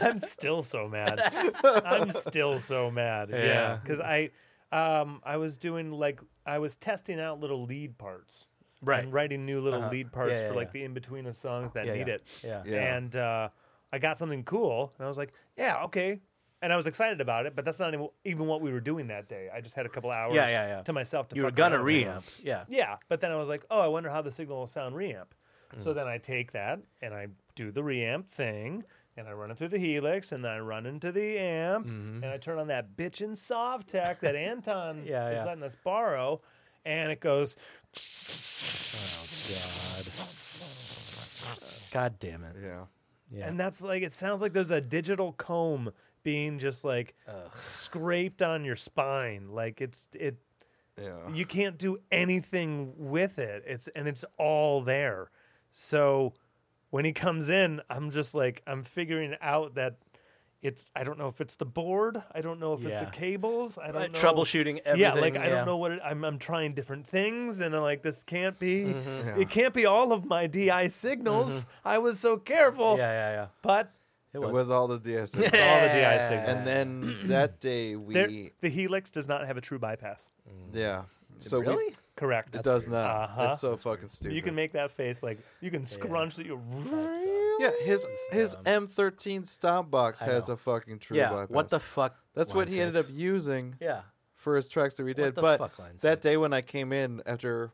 S4: I'm still so mad. I'm still so mad. Yeah,
S1: Yeah.
S4: because I, um, I was doing like I was testing out little lead parts.
S1: Right.
S4: And writing new little
S1: Uh-huh.
S4: lead parts
S1: Yeah, yeah,
S4: for like
S1: yeah.
S4: the in between of songs that
S1: Yeah,
S4: need
S1: yeah.
S4: it.
S1: Yeah.
S3: Yeah.
S4: And uh, I got something cool, and I was like, yeah, okay. And I was excited about it, but that's not even, even what we were doing that day. I just had a couple hours
S1: Yeah, yeah, yeah.
S4: to myself to
S1: You were
S4: fuck around
S1: gonna
S4: with it.
S1: reamp. Yeah.
S4: Yeah, but then I was like, oh, I wonder how the signal will sound reamp.
S1: Hmm.
S4: So then I take that and I do the reamp thing and I run it through the helix and then I run into the amp
S1: Mm-hmm.
S4: and I turn on that bitchin' soft tech that Anton
S1: Yeah,
S4: is
S1: yeah.
S4: letting us borrow and it goes,
S1: God. Oh, God damn it.
S3: yeah.
S1: Yeah.
S4: and that's like, it sounds like there's a digital comb being just like scraped on your spine. Like it's, it,
S3: Yeah.
S4: you can't do anything with it it's and it's all there so when he comes in i'm just like i'm figuring out that it's i don't know if it's the board i don't know if
S1: Yeah.
S4: it's the cables i don't
S1: Uh,
S4: know
S1: troubleshooting everything.
S4: yeah like i don't know what it, I'm, I'm trying different things and i'm like this can't be
S1: Mm-hmm.
S3: Yeah.
S4: it can't be all of my di signals i was so careful
S1: Yeah, yeah, yeah.
S4: but
S1: It
S3: It
S1: was.
S3: was all the DSS.
S4: all the di signals
S3: And then that day we
S4: There- the helix does not have a true bypass
S1: Mm.
S3: yeah. So we-
S1: really?
S4: correct
S3: it does not.
S4: Uh-huh.
S3: It's so fucking stupid.
S4: you can make that face like you can scrunch that you
S3: yeah, his his M13 stomp box has a fucking true
S1: yeah.
S3: bypass.
S1: What the fuck?
S3: That's what
S1: line
S3: he ended up
S1: six?
S3: using
S1: Yeah.
S3: for his tracks that we did.
S1: the
S3: But
S1: fuck, line
S3: that
S1: six?
S3: day when I came in after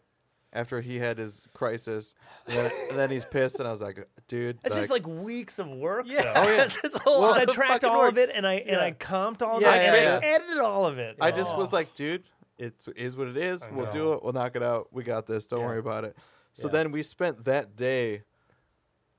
S3: after he had his crisis, and then, and then he's pissed, and I was like, dude,
S4: It's just like weeks of work.
S1: Yeah.
S4: Though.
S3: Oh, yeah.
S1: it's a whole
S3: Well,
S4: I
S1: lot of
S4: tracked
S1: fucking
S4: all
S1: work.
S4: of it and I and I comped all
S1: Yeah,
S4: of it
S1: yeah,
S4: and
S3: yeah.
S4: I edited all of it.
S3: I just
S4: Oh.
S3: was like, dude, it is what it is.
S4: I
S3: We'll do
S4: know.
S3: it. We'll knock it out. We got this. Don't
S1: Yeah.
S3: worry about it. So
S1: Yeah.
S3: then we spent that day.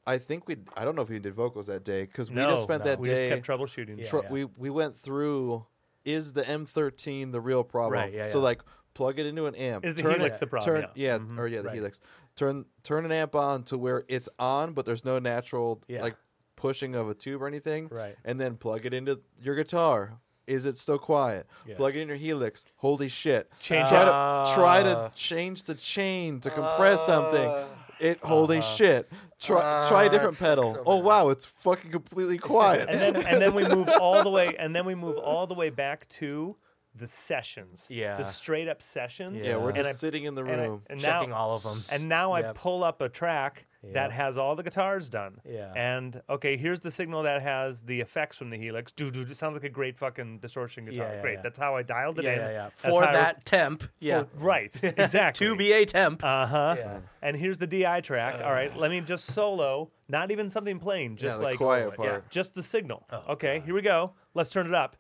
S3: I think we. I don't know if we did vocals that day because we
S4: no,
S3: just spent
S4: no,
S3: that
S4: we
S3: day.
S4: just kept troubleshooting.
S1: Yeah.
S3: tr- We we went through. Is the M13 the real problem?
S1: Right, yeah,
S3: so
S1: yeah. Mm-hmm.
S3: like, plug it into an amp.
S4: Is the
S3: turn
S4: helix
S3: it,
S4: the problem?
S3: Turn,
S4: Yeah.
S3: yeah,
S4: Mhm.
S3: or yeah, the
S1: Right.
S3: helix. Turn turn an amp on to where it's on, but there's no natural
S1: Yeah.
S3: like pushing of a tube or anything.
S1: Right.
S3: And then plug it into your guitar. Is it still quiet?
S1: Yeah. Ah.
S3: Plug it in your helix. Holy shit!
S4: Change
S3: try
S4: it.
S3: to try to change the chain to compress something. It
S1: Uh-huh.
S3: holy shit! Try try a
S1: Ah,
S3: different pedal. oh wow, it's fucking completely quiet.
S4: And then and then we move all the way and then we move all the way back to the sessions.
S1: Yeah.
S4: The straight up sessions.
S3: yeah, we're
S1: And
S3: just
S4: I-
S3: sitting in the
S4: and I-
S3: room.
S4: and now-
S1: Checking all of them.
S4: And now I
S1: Yep.
S4: pull up a track
S1: Yep.
S4: that has all the guitars done.
S1: Yeah.
S4: And okay, here's the signal that has the effects from the helix. Do do. do. Sounds like a great fucking distortion guitar.
S1: Yeah, yeah,
S4: great.
S1: yeah.
S4: That's how I dialed it
S1: yeah,
S4: in.
S1: yeah, yeah.
S4: That's
S1: For
S4: how I-
S1: that temp. Yeah.
S4: for- right. Exactly.
S1: To be Uh. a temp.
S4: Uh huh.
S1: Yeah.
S4: And here's the DI track. All right, let me just solo, not even something playing, just
S3: the
S4: like oh,
S3: quiet part.
S4: just the signal.
S1: Oh,
S4: okay, here we go. Let's turn it up.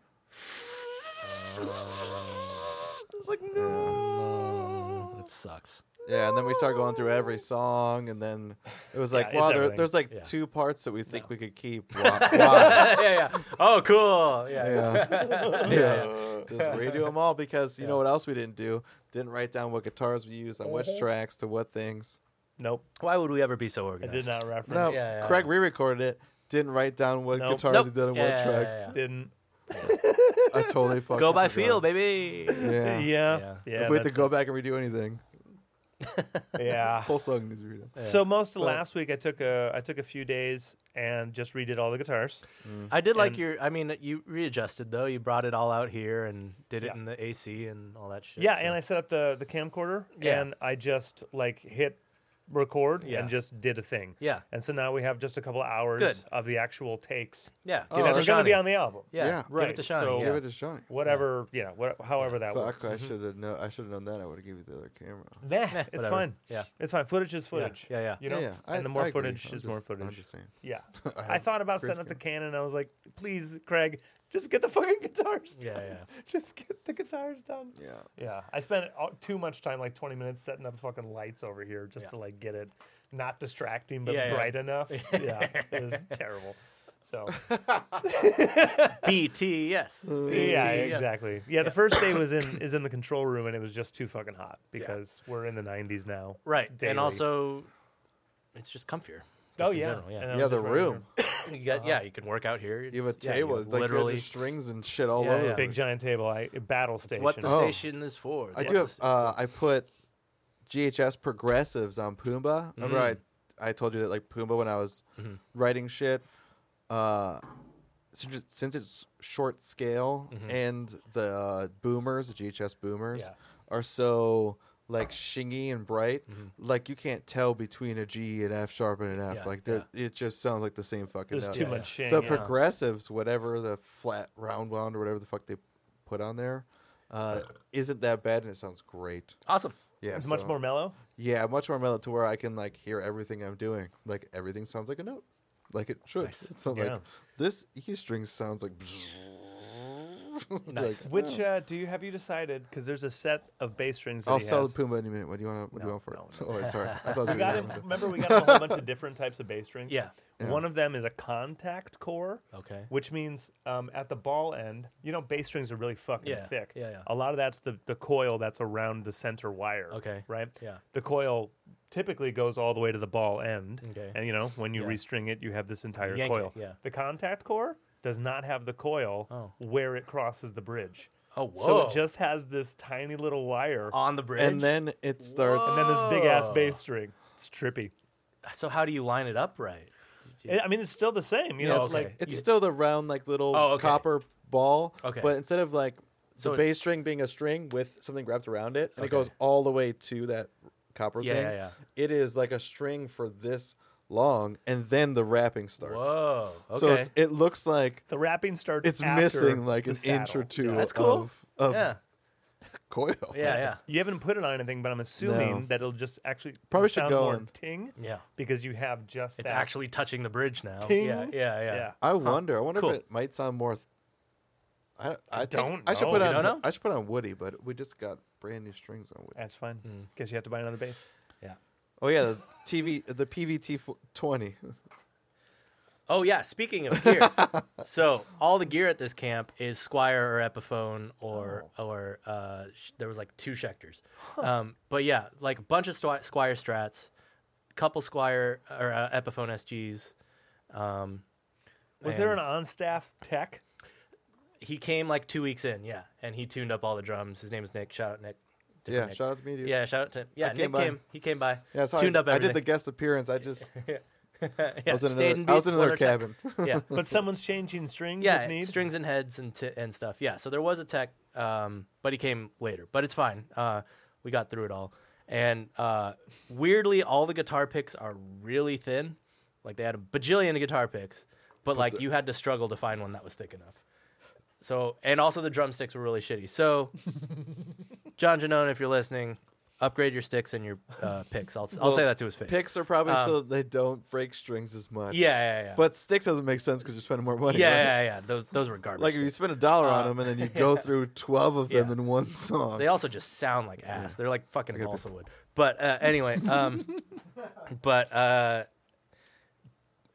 S4: It's like no.
S1: It sucks.
S3: Yeah, and then we start going through every song, and then it was like,
S4: it's
S3: wow, there,
S4: everything.
S3: there's like
S1: Yeah.
S3: two parts that we think we could keep. Wow, wow.
S1: yeah, yeah. Oh, cool. Yeah.
S3: Yeah. yeah, just redo them all because you know what else we didn't do? Didn't write down what guitars we used on which
S1: Uh-huh.
S3: tracks to what things.
S4: Nope,
S1: Why would we ever be so
S4: I
S1: organized?
S4: did not reference.
S3: No,
S1: Yeah, yeah.
S3: Craig re-recorded it. Didn't write down what
S4: Nope.
S3: guitars
S1: Nope.
S3: he did on
S1: Yeah,
S3: what
S1: yeah,
S3: tracks.
S1: yeah,
S4: Didn't.
S3: I totally fucking
S1: Go by
S3: forgot.
S1: feel, baby.
S3: Yeah.
S4: Yeah. Yeah.
S1: Oh, Yeah.
S3: if we have to
S4: that's-
S3: go back and redo anything,
S4: yeah.
S3: whole song needs redo.
S4: So most of
S3: But-
S4: last week I took a I took a few days and just redid all the guitars.
S1: I did like
S4: And-
S1: your. I mean, you readjusted though. You brought it all out here and did it
S4: Yeah.
S1: in the AC and all that shit.
S4: Yeah,
S1: so-
S4: and I set up the the camcorder
S1: Yeah.
S4: and I just like hit record
S1: Yeah.
S4: and just did a thing.
S1: Yeah.
S4: And so now we have just a couple hours
S1: Good.
S4: of the actual takes
S1: yeah.
S3: Oh,
S1: Give it
S4: that
S1: to
S4: are going to be
S1: Shawnee.
S4: on the album.
S1: Yeah,
S3: Yeah.
S1: Give
S4: Right,
S1: it to Shawney.
S4: so-
S1: yeah. Mm-hmm.
S3: Give it a shot.
S4: Whatever, you know, what, however that
S3: Fuck, I
S4: works.
S3: should have known. I should have known that. I would have given you the other camera.
S4: Nah, it's
S1: Whatever.
S4: fine.
S1: Yeah.
S4: It's fine. Footage is footage.
S1: yeah, yeah.
S4: You know,
S3: yeah, yeah. I-
S4: and the more
S3: I agree.
S4: footage
S3: I'm
S4: is more
S3: just- I'm
S4: footage.
S3: just saying.
S4: Yeah.
S3: I
S4: I,
S3: have
S4: thought about
S3: Chris
S4: setting up the
S3: go.
S4: Canon. I was like, please, Craig, Just get the fucking guitars done.
S1: Yeah, yeah.
S4: Just get the guitars done.
S3: Yeah.
S4: Yeah, I spent all, too much time, like 20 minutes, setting up fucking lights over here just
S1: Yeah.
S4: to like get it not distracting but
S1: Yeah, yeah.
S4: bright enough. yeah, it's terrible. So
S1: BTS.
S4: yeah,
S1: BTS.
S4: exactly. Yeah, the first day was in is in the control room and it was just too fucking hot because we're in the 90s now.
S1: Right,
S4: daily.
S1: and also it's just comfier. just
S4: Oh
S1: in
S4: yeah,
S1: general, yeah.
S4: And I'm
S3: Yeah, the
S4: just running
S3: room.
S1: You got yeah, you can work out here.
S3: uh-huh. You have a
S1: It's- yeah,
S3: table, like literally
S1: literally.
S3: strings and shit all
S1: Yeah,
S3: over.
S1: yeah.
S3: the
S4: Big
S3: place.
S4: giant table. I battle
S1: It's
S4: station.
S1: what the
S3: Oh.
S1: station is for.
S3: I
S1: It's
S3: do
S1: what
S3: have.
S1: the-
S3: Uh, I put GHS progressives on Pumbaa. Remember,
S4: Mm-hmm.
S3: I I told you that like Pumbaa when I was writing shit. Uh, since, it- since it's short scale and the uh, boomers, the GHS boomers,
S4: Mm-hmm. Yeah.
S3: are so like shingy and bright,
S4: Mm-hmm.
S3: like you can't tell between a G and F sharp and an F.
S1: Yeah,
S3: like they're it just sounds like the same fucking.
S4: There's
S3: note.
S4: too much shame.
S3: The
S4: yeah.
S3: progressives, whatever the flat round wound or whatever the fuck they put on there, uh, isn't that bad, and it sounds great.
S1: awesome.
S3: Yeah,
S4: it's much
S3: so-
S4: more mellow.
S1: Oh.
S3: Yeah, much more mellow to where I can like hear everything I'm doing. Like everything sounds like a note, like it should.
S1: Nice.
S3: It sounds
S4: Yeah.
S3: like this E string sounds like.
S1: Nice.
S3: Like,
S4: Which uh, do you have you decided? Because there's a set of bass strings. That
S3: I'll
S4: he
S3: sell
S4: has.
S3: the Puma any minute. What do you want? What do you
S4: No,
S3: want for
S4: no,
S3: it? Oh, wait, sorry. I thought you
S4: We got
S3: were
S4: him. Remember, we got him a whole bunch of different types of bass strings.
S1: Yeah.
S4: One of them is a contact core.
S1: Okay.
S4: Which means um, at the ball end, you know, bass strings are really fucking
S1: Yeah,
S4: thick.
S1: yeah, yeah.
S4: A lot of that's the, the coil that's around the center wire.
S1: Okay,
S4: Right?
S1: yeah.
S4: The coil typically goes all the way to the ball end.
S1: Okay.
S4: And, you know, when you
S1: Yeah.
S4: restring it, you have this entire
S1: yank it,
S4: coil.
S1: yeah.
S4: The contact core does not have the coil
S1: Oh.
S4: where it crosses the bridge.
S1: Oh whoa. Oh.
S4: So it just has this tiny little wire
S1: on the bridge.
S3: And then it starts.
S4: and then this big ass
S1: Whoa.
S4: bass string. It's trippy.
S1: so how do you line it up right?
S4: I mean, it's still the same. You
S3: Yeah,
S4: know,
S3: it's,
S4: it's like
S3: it's still the round like little
S1: Oh, okay.
S3: copper ball.
S1: Okay.
S3: But instead of like the
S1: So it's-
S3: bass string being a string with something wrapped around it, and it
S1: Okay.
S3: goes all the way to that copper
S1: Yeah,
S3: thing.
S1: yeah, yeah.
S3: It is like a string for this long, and then the wrapping starts.
S1: Whoa. Okay.
S3: So it's, it looks like
S4: the wrapping starts.
S3: it's
S4: after
S3: missing like
S4: the
S3: an inch or
S4: saddle.
S3: two
S1: That's cool.
S3: of, of
S1: yeah.
S3: coil.
S1: Yeah, yeah.
S4: You haven't put it on anything, but I'm assuming
S3: No.
S4: that it'll just actually
S3: Probably should
S4: sound
S3: go
S4: more
S3: on.
S4: ting
S1: Yeah.
S4: because you have just
S1: It's
S4: that.
S1: actually touching the bridge now.
S4: Ting.
S1: Yeah, yeah, yeah.
S4: yeah.
S3: I wonder. I wonder
S1: Cool.
S3: if it might sound more. Th- I, I, think-
S4: don't
S3: I should
S4: know.
S3: put
S4: You
S3: on.
S1: don't know?
S3: I should put on Woody, but we just got brand new strings on Woody.
S4: That's fine.
S1: Hmm.
S4: Guess you have to buy another bass.
S1: Yeah.
S3: Oh yeah, the TV, the PVT fo- twenty.
S1: Oh yeah, speaking of gear. so all the gear at this camp is Squire or Epiphone or or uh, sh- there was like two Schecters. Um, but yeah, like a bunch of Squi- Squire strats, couple Squire or uh, Epiphone SGs. Um,
S4: Was there an
S1: And-
S4: on staff tech?
S1: he came like two weeks in, yeah, and he tuned up all the drums. His name is Nick. Shout out Nick. Different
S3: Yeah,
S1: Nick.
S3: shout out to me, dude.
S1: Yeah, shout out to yeah.
S3: I came
S1: Nick
S3: by.
S1: came. He came by.
S3: yeah. That's how
S1: tuned
S3: I,
S1: up
S3: I did
S1: everything.
S3: the guest appearance. I just
S1: yeah,
S3: I was in
S1: stayed
S3: another,
S1: and
S3: I was
S1: beat
S3: in another
S1: Weather Tech.
S3: cabin.
S1: Yeah,
S4: But someone's changing strings
S1: yeah,
S4: if need.
S1: strings and heads and t- and stuff. Yeah, so there was a tech, um, but he came later. But it's fine. Uh, we got through it all. And uh, weirdly, all the guitar picks are really thin. Like they had a bajillion guitar picks, but like you had to struggle to find one that was thick enough. So and also the drumsticks were really shitty. So John Janone, if you're listening, upgrade your sticks and your uh, picks. I'll I'll say that to his face.
S3: Picks are probably so that they don't break strings as much.
S1: Um, yeah, yeah, yeah.
S3: But sticks doesn't make sense because you're spending more money.
S1: yeah,
S3: right?
S1: yeah, yeah. Those those were garbage.
S3: Like if
S1: sticks.
S3: you spend a dollar on them and then you go through twelve of them
S1: Yeah.
S3: in one song.
S1: They also just sound like ass. They're like fucking balsa wood. But uh, anyway, um, but uh,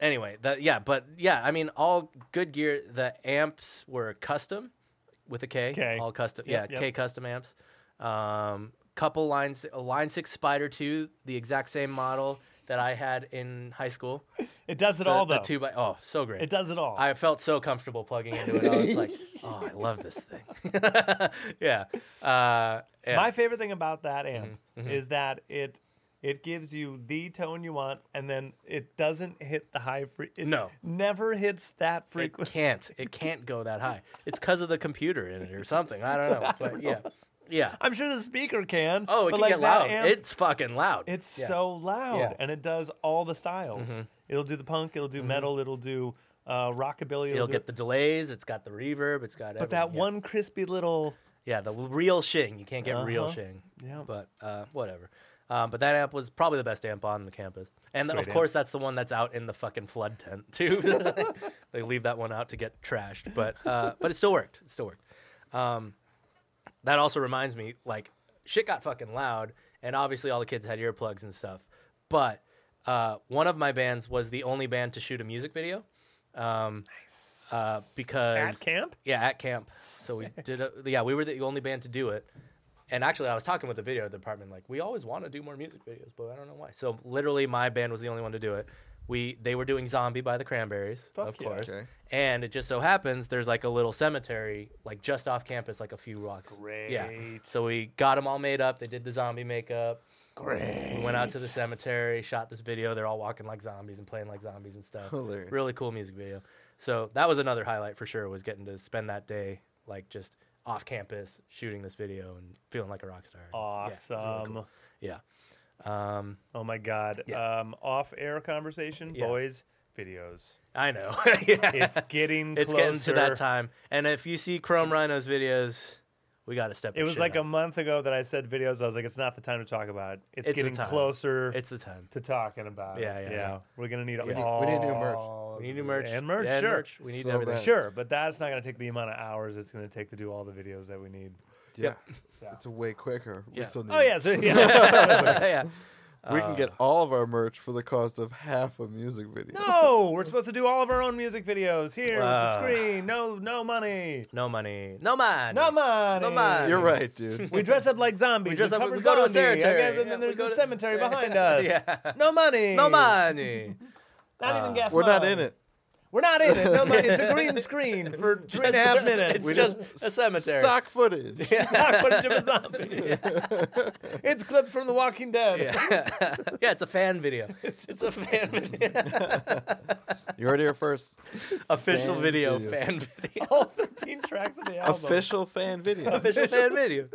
S1: anyway, that yeah, but yeah, I mean, all good gear. The amps were custom with a K.
S4: K.
S1: All custom,
S4: Yep,
S1: yeah,
S4: yep.
S1: K custom amps. Um, couple lines, a line six Spider two, the exact same model that I had in high school.
S4: It does it
S1: The,
S4: all
S1: the
S4: though.
S1: two by oh, so great.
S4: It does it all.
S1: I felt so comfortable plugging into it. I was like, oh, I love this thing. yeah. Uh, yeah. Mm-hmm,
S4: My favorite thing about that amp is that it it gives you the tone you want, and then it doesn't hit the high. Fre- it
S1: No.
S4: never hits that
S1: It
S4: frequency.
S1: can't. It can't go that high. It's because of the computer in it or something. I don't know. But yeah, yeah.
S4: I'm sure the speaker can.
S1: Oh, it
S4: but
S1: can
S4: like
S1: get
S4: that
S1: loud.
S4: amp,
S1: it's fucking loud.
S4: it's
S1: Yeah.
S4: so loud,
S1: Yeah. Mm-hmm.
S4: and it does all the styles. It'll do the punk. It'll do metal. It'll do uh, rockabilly. It'll,
S1: It'll
S4: do
S1: get the delays. It's got the reverb. It's got.
S4: but that
S1: everything, yeah.
S4: one crispy little.
S1: Yeah, the real shing. You can't get real
S4: Uh-huh.
S1: shing.
S4: Yeah.
S1: But uh, whatever. Um, but that amp was probably the best amp on the campus, and
S4: Great
S1: of
S4: amp.
S1: course that's the one that's out in the fucking flood tent too. they leave that one out to get trashed, but uh, but it still worked. It still worked. Um, that also reminds me, like shit got fucking loud, and obviously all the kids had earplugs and stuff. But uh, one of my bands was the only band to shoot a music video. Um, nice. Uh, because
S4: At camp?
S1: yeah, at camp. So we did. A, yeah, we were the only band to do it. And actually, I was talking with the video department. Like, we always want to do more music videos, but I don't know why. So literally, my band was the only one to do it. We they were doing "Zombie" by the Cranberries, of
S4: yeah.
S1: course.
S3: Okay.
S1: And it just so happens there's like a little cemetery, like just off campus, like a few rocks. Yeah.
S4: Great.
S1: So we got them all made up. They did the zombie makeup. Great. We went out to the cemetery, shot this video. They're all walking like zombies and playing like zombies and stuff.
S3: Hilarious.
S1: Really cool music video. So that was another highlight for sure was getting to spend that day like just off campus shooting this video and feeling like a rock star. Yeah, it was
S4: Awesome.
S1: really cool. Yeah. Um,
S4: Oh my god.
S1: Yeah.
S4: Um, off air conversation,
S1: Yeah.
S4: boys, videos.
S1: I know. yeah.
S4: It's getting
S1: It's
S4: closer.
S1: getting to that time. And if you see Chrome Rhino's videos, we got to step.
S4: It was like a month ago that I said videos. I was like, it's not the time to talk about it. It's,
S1: It's the
S4: getting
S1: time.
S4: closer
S1: It's the time.
S4: to talking about
S1: Yeah,
S4: it.
S1: yeah, yeah.
S4: We're gonna need
S3: We need-
S4: all.
S3: we need new merch.
S1: We need new merch
S4: and merch.
S1: Yeah,
S4: sure,
S1: merch. We need
S3: So
S1: everything.
S3: bad.
S4: sure, but that's not gonna take the amount of hours it's gonna take to do all the videos that we need.
S3: Yeah.
S4: Yeah.
S3: It's way quicker.
S1: Yeah. uh,
S3: We still need
S4: Oh
S3: it.
S4: yeah, so, yeah.
S1: yeah.
S3: We can get all of our merch for the cost of half a music video.
S4: no, we're supposed to do all of our own music videos here
S1: Wow.
S4: with the screen. No, no money.
S1: No money. No man.
S4: No money.
S1: No money.
S3: You're right, dude.
S4: We dress up like zombies.
S1: We dress up-
S4: cover
S1: we go to a
S4: zombie. I guess,
S1: cemetery.
S4: and
S1: Yeah,
S4: then
S1: we
S4: there's
S1: go
S4: a
S1: to-
S4: cemetery behind us.
S1: Yeah.
S4: No money.
S1: No money.
S4: Not even gas.
S3: We're not
S4: money.
S3: in it.
S4: We're not in it. No money. It's a green screen for three and a half minutes.
S1: It's
S3: We
S1: just a
S3: s-
S1: cemetery.
S3: Stock footage.
S4: Stock footage of a zombie. it's clips from The Walking Dead.
S1: yeah. yeah, it's a fan video. It's, a fan video.
S3: You heard it here first.
S1: Official
S3: Fan
S1: video,
S3: video.
S1: Fan video.
S4: All 13 tracks of the album.
S3: Official fan video.
S1: Official fan video.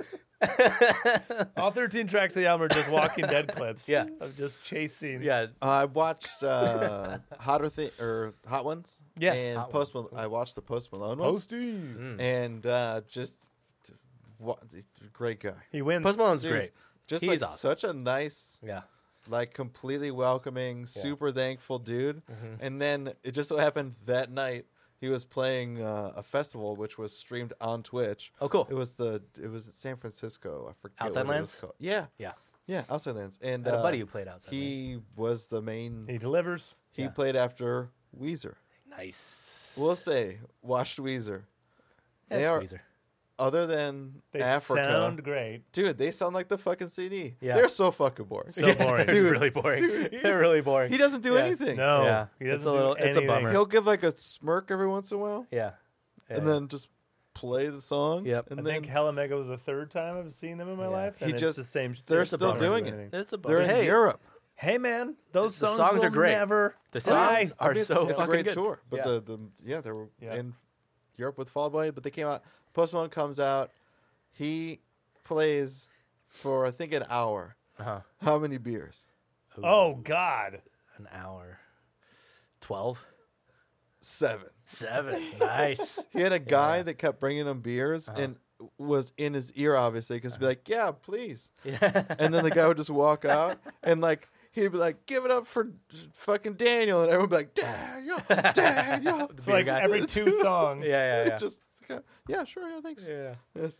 S4: All 13 tracks of the album are just Walking Dead clips.
S1: Yeah.
S4: Of just chase scenes.
S1: Yeah.
S3: Uh, I watched uh, hotter thi- or hot ones.
S4: Yes,
S3: and
S1: Hot
S3: post. Mal- I watched the Post Malone one,
S4: Posty.
S1: Mm. Hmm.
S3: and uh, just wa- great guy.
S4: He wins.
S1: Post Malone's
S3: Dude,
S1: great.
S3: Just
S1: He's
S3: like
S1: awesome.
S3: such a nice,
S1: Yeah.
S3: like completely welcoming, super thankful dude.
S1: Mm-hmm.
S3: And then it just so happened that night he was playing uh, a festival which was streamed on Twitch.
S1: Oh, cool.
S3: It was the it was in San Francisco. I forget
S1: Outside
S3: what it
S1: Lands?
S3: was called. Yeah,
S1: Yeah.
S3: yeah, Outside Lands. And
S1: I had a
S3: uh,
S1: buddy who played outside.
S3: He was the main.
S4: He delivers.
S3: He
S1: Yeah.
S3: played after Weezer.
S1: nice.
S3: We'll say, watched Weezer.
S1: That's
S3: they are
S1: Weezer.
S3: other than
S4: They
S3: Africa.
S4: sound great.
S3: Dude, they sound like the fucking CD.
S1: Yeah.
S3: They're so fucking boring.
S4: So boring.
S1: it's really boring.
S3: Dude, he's-
S1: They're really boring.
S3: he doesn't do
S1: Yeah.
S3: anything.
S4: No.
S1: Yeah.
S4: He
S1: It's
S4: doesn't
S1: a little-
S4: do
S1: it's a
S4: anything.
S1: bummer.
S3: He'll give like a smirk every once in a while,
S1: Yeah.
S3: and
S1: Yeah.
S3: then just play the song.
S1: Yep.
S3: And
S4: I
S3: then
S4: think Hella Mega was the third time I've seen them in my
S1: Yeah.
S4: life.
S3: He
S4: And it's
S3: just-
S4: the same. sh-
S3: they're
S4: it's a
S3: still
S4: bummer.
S3: doing it.
S1: it's a bummer.
S3: they're in
S1: Hey,
S3: Europe.
S4: Hey man, those
S1: The
S4: songs,
S1: songs are
S4: will
S1: great.
S4: Never
S1: The
S4: die.
S1: songs are
S3: mean, it's,
S1: so
S3: it's a
S1: fucking
S3: great
S1: good.
S3: tour, but
S1: Yeah.
S3: the, the yeah they were
S4: Yeah.
S3: in Europe with Fall Out Boy, but they came out. Post Malone comes out, he plays for I think an hour.
S1: Uh-huh.
S3: How many beers?
S4: Oh God,
S1: an hour. 12?
S3: Seven.
S1: 7. nice.
S3: He had a guy that kept bringing him beers and was in his ear, obviously, because he'd be like, "Yeah, please,"
S1: Yeah.
S3: and then the guy would just walk out and like. He'd be like, "Give it up for fucking Daniel," and everyone would be like, "Daniel, Daniel."
S4: it's
S1: Beer
S4: like
S1: guy.
S4: every two songs.
S1: Yeah, yeah, yeah.
S3: just kinda, yeah, sure, yeah, thanks.
S1: yeah.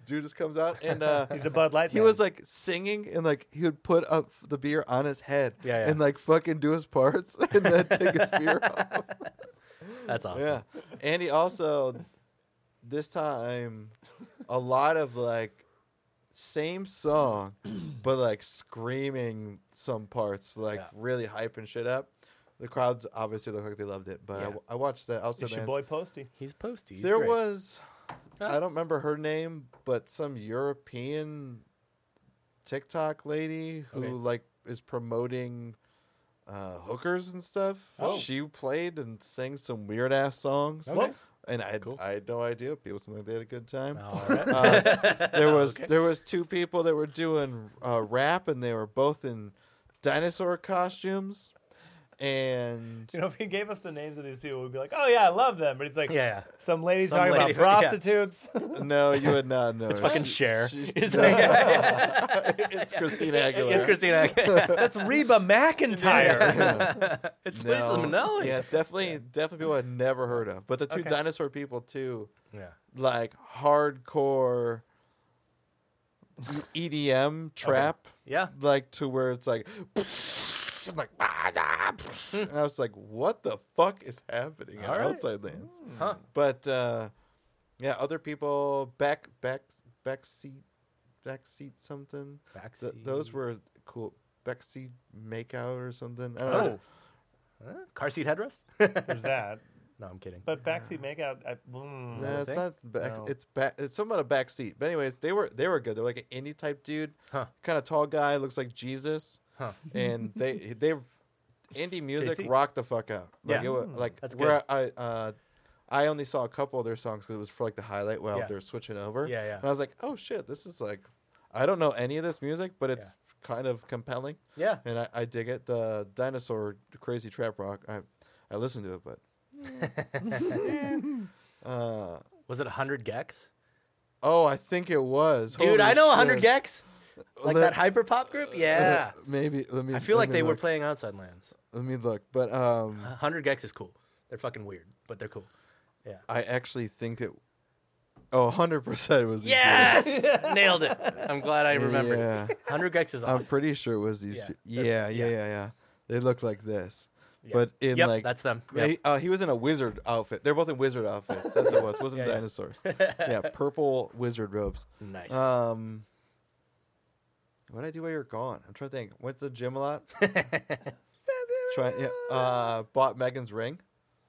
S3: Dude just comes out and uh,
S4: he's a Bud Light.
S3: he
S4: man.
S3: was like singing and like he would put up the beer on his head
S1: Yeah, yeah.
S3: and like fucking do his parts and then take his beer off.
S1: That's awesome.
S3: Yeah. And he also this time a lot of like same song but like screaming some parts like
S1: Yeah.
S3: really hyping shit up. The crowds obviously look like they loved it, but
S1: Yeah.
S3: I, I watched that outside
S4: it's your
S3: Lands.
S4: boy Posty.
S1: He's posty. He's
S3: There
S1: great.
S3: was,
S1: Huh?
S3: I don't remember her name, but some European TikTok lady who
S1: Okay.
S3: like is promoting uh, hookers and stuff.
S1: Oh.
S3: She played and sang some weird ass songs,
S1: Okay. Whoa.
S3: and I had,
S1: Cool. Oh.
S3: I had no idea. People seemed like they had a good time.
S1: All right.
S3: Uh, there was there was two people that were doing uh, rap, and they were both in dinosaur costumes. and
S4: You know, if he gave us the names of these people, we'd be like, "Oh yeah, I love them." But it's like,
S1: Yeah.
S4: some ladies
S1: Some
S4: talking
S1: lady- yeah.
S4: about prostitutes.
S3: no, you would not know. It's
S1: fucking Cher.
S3: it's Christina Aguilera.
S1: It's Christina.
S4: That's Reba McIntyre.
S1: it's
S3: No.
S1: Liz Minnelli.
S3: Yeah, definitely, definitely people I'd never heard of. But the two
S4: Okay.
S3: dinosaur people too,
S1: Yeah.
S3: like hardcore E EDM trap,
S1: Yeah.
S3: like to where it's like, I'm like, and I was like, what the fuck is happening in
S1: All right. Hmm.
S3: Outside Lands?
S1: Huh.
S3: But uh, yeah, other people back back backseat backseat something. Th- those
S1: Backseat.
S3: were cool. Backseat makeout or something. I don't know.
S1: Oh. Huh? Car seat headrest?
S4: There's that.
S1: no, I'm kidding.
S4: But backseat makeout. I, mm,
S3: No, it's
S1: think?
S3: not back.
S4: No.
S3: It's back. It's somewhat a back seat. But anyways, they were they were good. They're like an indie type dude,
S1: Huh.
S3: kind of tall guy, looks like Jesus,
S1: Huh.
S3: and they they indie music
S1: JC?
S3: rocked the fuck out. Like
S1: Yeah. Hmm,
S3: it was like
S1: That's
S3: where I uh, I only saw a couple of their songs because it was for like the highlight while
S1: Yeah.
S3: they're switching over.
S1: Yeah, yeah.
S3: And I was like, oh shit, this is like I don't know any of this music, but it's kind of compelling,
S1: Yeah.
S3: and I, I dig it. The dinosaur crazy trap rock. I I listened to it, but. uh,
S1: Was it 100 gex?
S3: Oh, I think it was.
S1: Dude,
S3: Holy
S1: I know
S3: shit.
S1: 100 gex. Like
S3: Let-
S1: that hyper pop group? Yeah.
S3: uh, maybe let me.
S1: I feel
S3: let
S1: like
S3: me
S1: they were
S3: look.
S1: playing Outside Lands.
S3: Let me look, but um,
S1: 100 gex is cool. They're fucking weird, but they're cool. Yeah.
S3: I actually think it. Oh, 100 percent was. these
S1: Yes! Nailed it. I'm glad I
S3: dudes.
S1: remembered.
S3: Yeah, Um,
S1: 100 gex is
S3: I'm
S1: awesome.
S3: pretty sure it was these.
S1: Yeah.
S3: Yeah, yeah, yeah, yeah, They look like this,
S1: Yeah.
S3: but in
S1: yep,
S3: like
S1: that's them.
S3: May-
S1: Yep.
S3: uh, he was in a wizard outfit. They're both in wizard outfits. That's what it was. It wasn't
S1: Yeah, yeah.
S3: dinosaurs. yeah, purple wizard robes.
S1: Nice.
S3: Um, what I do while you're gone? I'm trying to think. Went to the gym a lot. Try, yeah, uh, bought Megan's ring.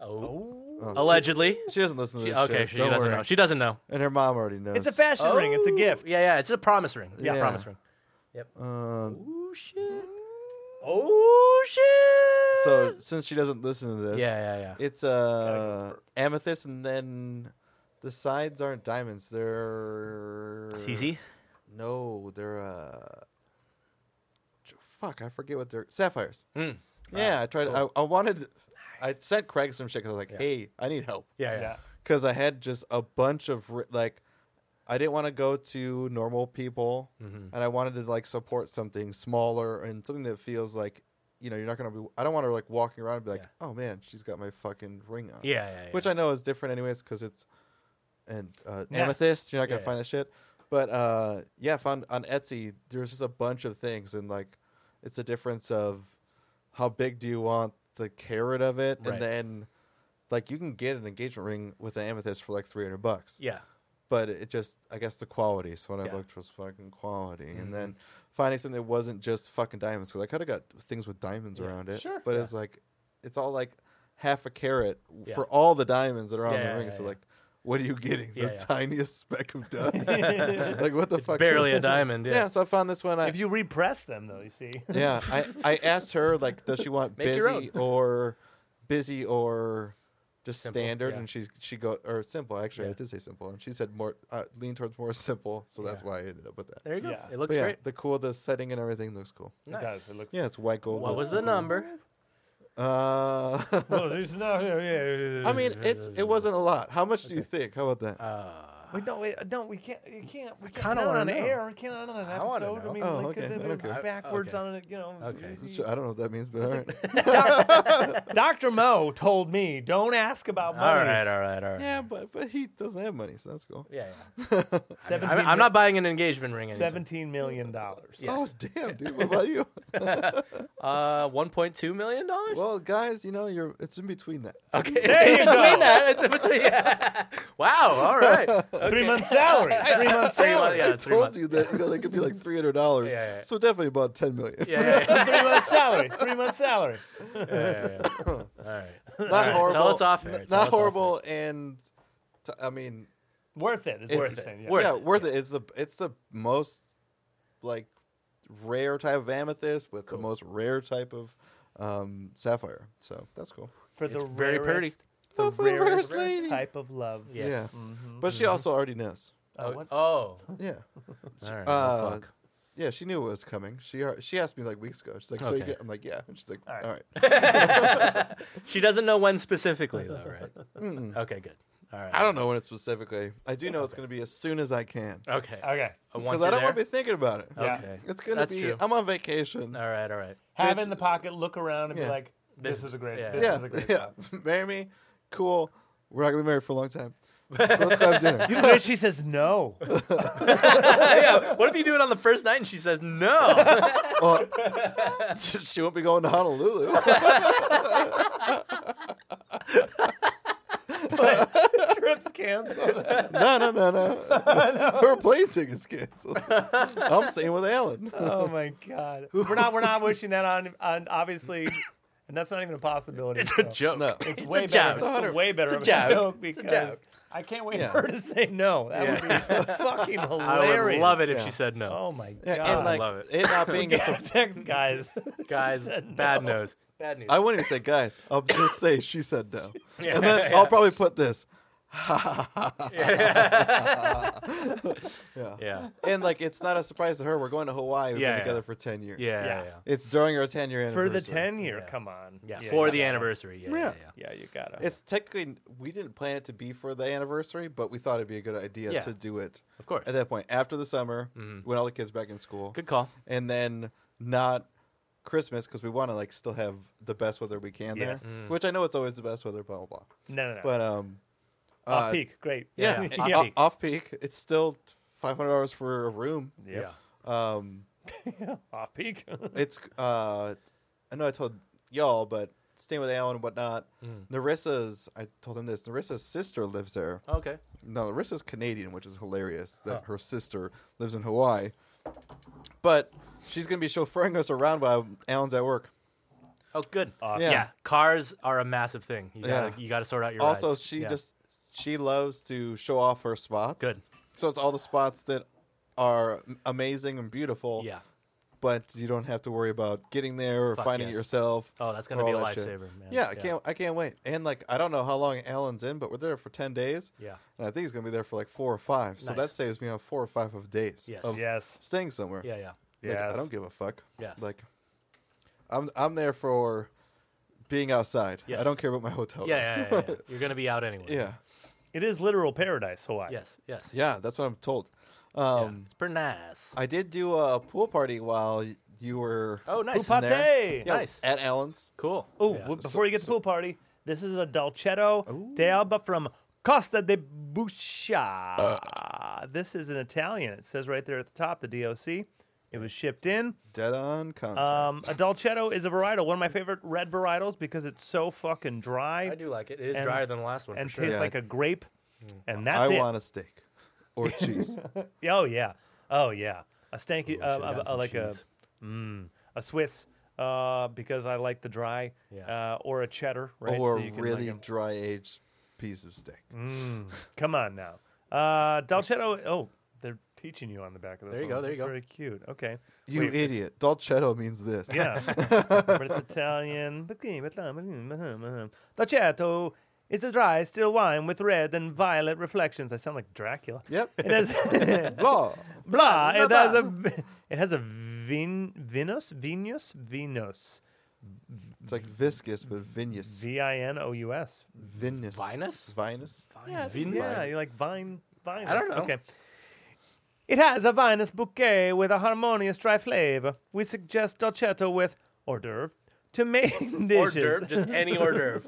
S1: oh.
S3: Oh,
S1: Allegedly.
S3: She, she doesn't listen to
S1: She-
S3: this.
S1: okay,
S3: shit.
S1: she
S3: Don't
S1: doesn't
S3: worry.
S1: know. She doesn't know.
S3: and her mom already knows.
S4: it's a fashion ring. It's a
S1: Oh,
S4: gift.
S1: Yeah, yeah. It's a promise ring. Yeah,
S3: Yeah.
S1: promise ring.
S3: Um,
S1: Oh shit. Oh shit.
S3: so since she doesn't listen to this,
S1: yeah, yeah, yeah.
S3: it's uh, amethyst, and then the sides aren't diamonds. They're
S1: CZ.
S3: No, they're uh, j- fuck, I forget what they're sapphires.
S1: Mm.
S3: Yeah, I tried. I, I wanted. I sent Craig some shit because I was like, "Hey, I need help."
S1: Yeah, yeah.
S4: Yeah.
S3: because I had just a bunch of ri- like, I didn't want to go to normal people,
S1: Mm-hmm.
S3: and I wanted to like support something smaller and something that feels like, you know, you're not gonna be. I don't want to like walking around and be like,
S1: Yeah.
S3: oh man, she's got my fucking ring on.
S1: Yeah, yeah, yeah.
S3: which I know is different anyways because it's and uh,
S4: Yeah.
S3: amethyst. You're not gonna
S1: Yeah,
S3: find that shit. But uh, yeah, I found on Etsy there's just a bunch of things and like, it's a difference of how big do you want the carat of it,
S1: Right.
S3: and then like you can get an engagement ring with an amethyst for like 300 bucks
S1: yeah.
S3: but it just i guess the quality so what
S1: Yeah. Mm-hmm.
S3: i looked was fucking quality and then finding something that wasn't just fucking diamonds because i could have got things with diamonds around it
S4: Sure.
S3: but
S4: Yeah.
S3: it's like it's all like half a carat w-
S1: Yeah.
S3: for all the diamonds that are on
S1: Yeah,
S3: the ring
S1: yeah,
S3: so
S1: yeah.
S3: like what are you getting
S1: Yeah,
S3: the
S1: yeah.
S3: tiniest speck of dust like what the fuck
S1: Barely a diamond. Yeah.
S3: yeah so i found this one I,
S4: If you repress them, though, you see.
S3: yeah I, I asked her like does she want
S1: Make your
S3: busy or busy or just
S1: Simple,
S3: standard
S1: yeah.
S3: and she's she go or simple actually
S1: Yeah.
S3: i did say simple and she said more uh, lean towards more simple so that's
S1: Yeah.
S3: why i ended up with that
S1: There you go.
S4: Yeah.
S1: It
S3: But
S1: looks
S3: yeah
S1: great.
S3: the cool the setting and everything looks cool
S1: Nice.
S4: It does. It looks.
S3: yeah it's white gold
S1: What
S3: with-
S1: was the number?
S3: uh
S4: Well, there's no. yeah, yeah,
S3: i mean it's it wasn't a lot how much do you think how about that
S1: Uh,
S4: Wait, no, wait, no, we can't. You can't. We can't.
S1: kinda
S4: Not
S1: wanna
S4: on
S1: know.
S4: air. We can't not on an
S1: I wanna
S4: episode.
S1: know.
S4: I mean,
S3: Oh,
S4: like,
S3: okay,
S4: then
S3: I don't
S4: we're
S3: care.
S4: backwards
S1: Okay.
S4: on it. You know.
S1: Okay.
S3: Sure, i don't know what that means but all right
S4: Doctor Mo told me, don't ask about money.
S1: all right, all right, all right.
S3: yeah but but he doesn't have money so that's cool
S1: Yeah, yeah. I'm,
S4: 17
S1: I'm
S4: mil-
S1: not buying an engagement ring. Anytime.
S4: Seventeen million dollars.
S3: oh damn dude what about you
S1: Uh, 1.2 million dollars.
S3: well guys you know you're it's in between that
S1: Okay, it's
S4: There
S1: in
S4: you
S1: between
S4: go.
S1: that. It's in between. Yeah. Wow. All right.
S4: Three months salary. Three months
S1: Three months.
S4: salary.
S1: Yeah, three
S3: told
S1: months.
S3: you that you know they could be like three hundred dollars.
S1: Yeah, yeah.
S3: So definitely about ten million.
S1: Yeah, yeah, yeah.
S4: Three months salary. Three months salary.
S1: yeah, yeah, yeah. All right.
S3: Not
S1: right,
S3: horrible.
S1: tell us off air,
S3: n-
S1: tell us
S3: Not
S1: off
S3: horrible, and t- I mean,
S4: Worth it. Is
S3: It's
S4: worth
S1: it.
S4: it. Yeah.
S1: Worth
S3: yeah,
S1: it,
S3: worth it. It's the it's the most like rare type of amethyst with the most rare type of um, sapphire. So that's cool.
S4: For
S1: It's
S4: the
S1: very pretty.
S4: rarest, the
S3: Well, for the
S4: rarest
S3: rarest lady.
S4: type of love.
S1: Yes. Mm-hmm.
S3: Yeah, but she also already knows.
S4: Oh, what?
S1: Oh.
S3: Yeah,
S1: All right.
S3: Uh,
S1: well, fuck.
S3: Yeah, she knew what was coming. She uh, she asked me like weeks ago. She's like, "So you
S1: Okay.
S3: get?" I'm like, "Yeah." And she's like, "All
S4: right.
S3: right."
S1: She doesn't know when specifically, though, right? Okay, good. All right.
S3: I don't know when it's specifically. I do know it's going to be as soon as I can
S1: Okay. Uh,
S4: Okay.
S3: because I don't want to be thinking about it.
S4: Yeah.
S1: Okay.
S3: It's going to
S1: That's
S3: be.
S1: true.
S3: I'm on vacation.
S1: All right. All right.
S4: Have
S3: Bitch-
S4: in the pocket, look around, and
S3: Yeah.
S4: be like, "This,
S1: This-
S4: is a great.
S1: yeah.
S4: This
S3: yeah,
S4: is a great."
S3: yeah. Marry me. Cool. We're not going to be married for a long time. So let's go have dinner.
S4: You bitch, she says no.
S1: yeah. What if you do it on the first night and she says no?
S3: Well, she won't be going to Honolulu.
S4: Trips canceled.
S3: no, no, no, no. Her plane ticket's canceled. I'm staying with Alan.
S4: Oh my god. We're not. We're not wishing that on. on obviously, and that's not even a possibility.
S1: it's
S4: so.
S1: a joke.
S3: No.
S4: It's,
S1: It's
S4: way
S1: a
S4: better.
S1: joke.
S4: It's,
S1: It's a
S4: a
S3: hundred-
S4: way better
S1: it's a
S4: of a
S1: joke.
S4: joke
S1: It's a
S4: because
S1: joke.
S4: I can't wait
S3: Yeah.
S4: for her to say no. That would be fucking hilarious.
S1: I would love it if
S3: Yeah.
S1: she said no.
S4: Oh my
S3: Yeah,
S4: god.
S3: and like
S1: love it.
S3: not being a sur-
S4: text guys.
S1: Guys,
S4: said
S1: bad news. Bad news.
S3: I wouldn't even say guys. I'll just say she said no.
S1: Yeah.
S3: And then I'll probably put this. yeah.
S1: yeah.
S3: And like it's not a surprise to her. We're going to Hawaii. We've
S1: Yeah,
S3: been
S1: yeah.
S3: together for ten years.
S1: Yeah. Yeah.
S4: Yeah.
S1: yeah.
S3: It's during our ten year
S4: for
S3: anniversary.
S4: the ten year.
S1: Yeah.
S4: Come on.
S1: Yeah, for
S4: you
S1: the
S4: gotta-
S1: anniversary. Yeah, yeah,
S3: Yeah.
S1: yeah.
S4: Yeah, you gotta.
S3: It's technically we didn't plan it to be for the anniversary, but we thought it'd be a good idea
S1: Yeah.
S3: to do it
S1: Of course.
S3: at that point after the summer when all the kids back in school.
S1: Good call.
S3: and then not Christmas because we want to like still have the best weather we can
S4: Yes.
S3: there,
S4: Mm.
S3: which I know it's always the best weather, blah blah blah.
S4: no, no, no.
S3: But um,
S4: off
S3: uh,
S4: peak. Great.
S3: yeah,
S1: Yeah,
S3: o-
S1: yeah.
S3: o- off peak. It's still five hundred dollars for a room.
S4: Yep.
S3: Um,
S4: off peak.
S3: it's uh, I know I told y'all, but staying with Alan and whatnot. Narissa's, I told him this. Narissa's sister lives there.
S1: Yeah. Okay.
S3: No, Larissa's Canadian, which is hilarious
S1: Oh.
S3: that her sister lives in Hawaii. But she's gonna be chauffeuring us around while Alan's at work.
S1: Oh, good.
S4: Awesome.
S1: yeah.
S3: Yeah.
S1: Cars are a massive thing. You gotta,
S3: Yeah.
S1: you gotta sort out your.
S3: also
S1: rides.
S3: she
S1: Yeah.
S3: just she loves to show off her spots
S1: Good.
S3: so it's all the spots that are m- amazing and beautiful
S1: Yeah.
S3: but you don't have to worry about getting there or
S1: Fuck
S3: finding
S1: yes.
S3: it yourself
S1: Oh, that's
S3: or
S1: gonna be
S3: all
S1: a
S3: that shit.
S1: lifesaver, man.
S3: yeah
S1: Yeah.
S3: i can't i can't wait and like i don't know how long alan's in but we're there for 10 days
S1: Yeah.
S3: and i think he's gonna be there for like four or five so that
S1: Nice.
S3: saves me on four or five of days
S1: Yes.
S3: of
S4: yes.
S3: staying somewhere
S1: Yeah. Yeah.
S3: Like,
S4: Yes.
S3: i don't give a fuck
S1: Yes.
S3: like i'm i'm there for being outside i
S1: Yes.
S3: don't care about my hotel
S1: Yeah.
S3: room.
S1: Yeah. yeah, yeah. You're gonna be out anyway.
S3: yeah
S4: It is literal paradise, Hawaii.
S1: Yes. Yes.
S3: Yeah, that's what I'm told.
S1: Yeah.
S3: Um,
S1: it's pretty nice.
S3: I did do a pool party while y- you were.
S1: oh, nice.
S4: Pupate.
S3: there. Yeah,
S1: Nice.
S3: At Allen's.
S1: Cool.
S4: Oh,
S1: Yeah.
S4: well, before you get to pool party, this is a Dolcetto d'Alba from Costa de Buccia.
S3: Uh.
S4: This is an Italian. It says right there at the top, the DOC. It was shipped in.
S3: Dead on contact.
S4: Um, a Dolcetto is a varietal, one of my favorite red varietals because it's so fucking
S1: I
S4: dry
S1: do like it. It is
S4: And-
S1: drier than the last one.
S4: and
S1: for sure. Mm.
S4: tastes
S3: Yeah.
S4: like a grape. And
S3: I
S4: that's it.
S3: want a steak or cheese.
S4: Oh yeah. Oh yeah. A stanky, uh,
S1: should've gotten
S4: uh, uh,
S1: some
S4: like
S1: cheese.
S4: a, mm, a Swiss, uh, because I like the dry,
S1: Yeah.
S4: uh, or a cheddar, right?
S3: or
S4: So you
S3: a
S4: can, like, Mm,
S3: really
S4: a-
S3: dry aged piece of steak.
S4: Come on now. Uh, Dolcetto. Oh, they're teaching you on the back of this.
S1: There you
S4: one.
S1: go, there you
S4: That's
S1: go.
S4: Very cute. Okay.
S3: You
S4: Wait,
S3: idiot. Dolcetto means this.
S4: Yeah. but it's Italian. Dolcetto is a dry, still wine with red and violet reflections. I sound like Dracula.
S3: Yep.
S4: It has
S3: Blah.
S4: blah. It has a it has a vin vinous vinous vinous
S3: It's like viscous, but vinous.
S4: v i n o u s.
S3: Vinous.
S1: Vinous?
S3: Vinous.
S1: Yeah,
S4: Yeah, you like vine vine.
S1: I don't know.
S4: Okay. It has a vinous bouquet with a harmonious dry flavor. We suggest dolcetto with hors d'oeuvre to main
S1: hors
S4: dishes.
S1: d'oeuvre, just any hors d'oeuvre.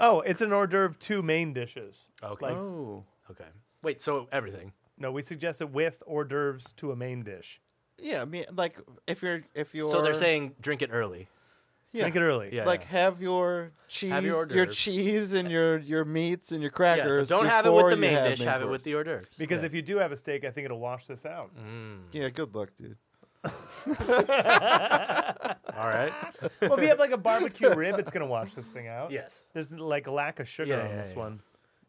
S4: Oh, it's an hors d'oeuvre to main dishes.
S1: Okay.
S4: Like-
S3: Oh.
S1: okay. Wait. So everything.
S4: No, we suggest it with hors d'oeuvres to a main dish.
S3: Yeah, I mean, like, if you're. if you're
S1: So they're saying drink it early.
S3: Yeah.
S4: Drink it early.
S1: Yeah.
S3: Like have your cheese,
S1: Have your hors
S3: your,
S1: d'oeuvres.
S3: cheese, and your your meats and your
S1: Yeah,
S3: crackers.
S1: so don't have it with
S3: before
S1: the
S3: you
S1: main dish. Have it
S3: course.
S1: with the hors d'oeuvres.
S4: Because if you do have a steak, I think it'll wash this out.
S1: Mm.
S3: Yeah, good luck, dude.
S1: all right.
S4: well, if you have like a barbecue rib, it's gonna wash this thing out.
S1: Yes.
S4: There's like a lack of sugar
S1: Yeah,
S4: on
S1: yeah,
S4: this
S1: yeah.
S4: one.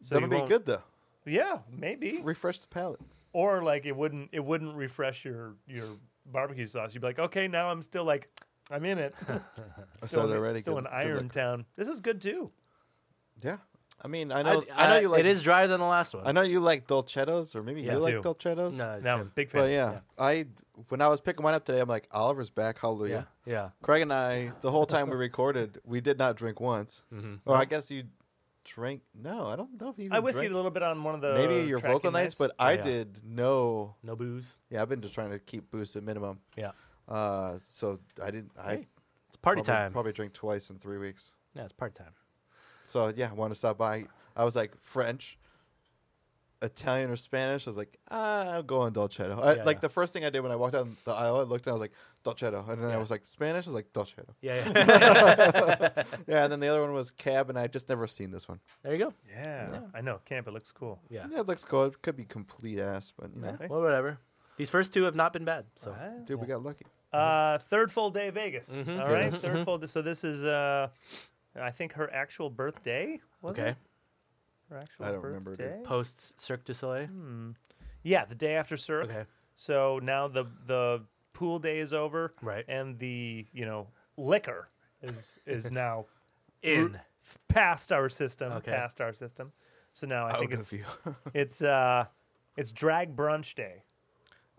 S4: So
S3: That'll
S4: you
S3: be
S4: won't-
S3: good though.
S4: Yeah, maybe.
S3: Refresh the palate.
S4: Or like it wouldn't it wouldn't refresh your your barbecue sauce. You'd be like, okay, now I'm still like I'm in it.
S3: I
S4: still
S3: said it
S4: in-
S3: already.
S4: Still
S3: good,
S4: in
S3: good
S4: Iron
S3: luck.
S4: Town. This is good too.
S3: Yeah. I mean, I know,
S1: I-
S3: I, know
S1: I-
S3: you like.
S1: It is drier than the last one.
S3: I know you like dolcettos, or maybe
S1: Yeah.
S3: you
S4: Do.
S3: like dolcettos.
S1: No, it's
S4: No,
S1: him.
S4: big fan.
S3: but yeah, I when I was picking mine up today, I'm like, Oliver's back, hallelujah.
S1: yeah, yeah.
S3: Craig and I, the whole time we recorded, we did not drink once. Or I guess you drank. No, I don't know if you. Even
S4: I whiskeyed
S3: drank.
S4: a little bit on one of the
S1: uh,
S3: Maybe your
S4: tracking
S3: vocal nights, but
S1: Oh,
S3: I
S1: yeah.
S3: did no.
S1: No booze.
S3: Yeah, I've been just trying to keep boost at minimum.
S1: Yeah,
S3: Uh, so I didn't. I
S1: Hey, it's party
S3: probably,
S1: time.
S3: Probably drink twice in three weeks.
S1: Yeah, it's party time.
S3: So yeah, I want to stop by. I was like French, Italian or Spanish. I was like, ah, I'll go on dolcetto. I,
S1: Yeah,
S3: like
S1: yeah.
S3: the first thing I did when I walked down the aisle, I looked and I was like dolcetto, and then
S1: Yeah.
S3: I was like Spanish. I was like dolcetto.
S1: Yeah, yeah.
S3: Yeah, and then the other one was cab, and I just never seen this one.
S1: there you go.
S4: Yeah, I know. Camp. It looks cool.
S1: Yeah.
S3: Yeah, it looks cool. It could be complete ass, but you know,
S1: Eh, Well, whatever. These first two have not been bad. So
S3: dude, we got lucky.
S4: Uh, third full day Vegas.
S3: Mm-hmm.
S4: All right,
S3: Yes.
S4: third full. Day. So this is, uh, I think her actual birthday was
S1: okay.
S4: it? Her actual
S3: I don't remember, dude.
S4: birthday?
S1: Post Cirque du Soleil.
S4: Yeah, the day after Mm. Cirque.
S1: Okay.
S4: So now the the pool day is over.
S1: Right.
S4: And the you know liquor is is now
S1: In.
S4: past our system.
S1: Okay. Oh,
S4: Past our system. So now I think
S3: Out
S4: it's
S3: of you.
S4: it's uh it's drag brunch day.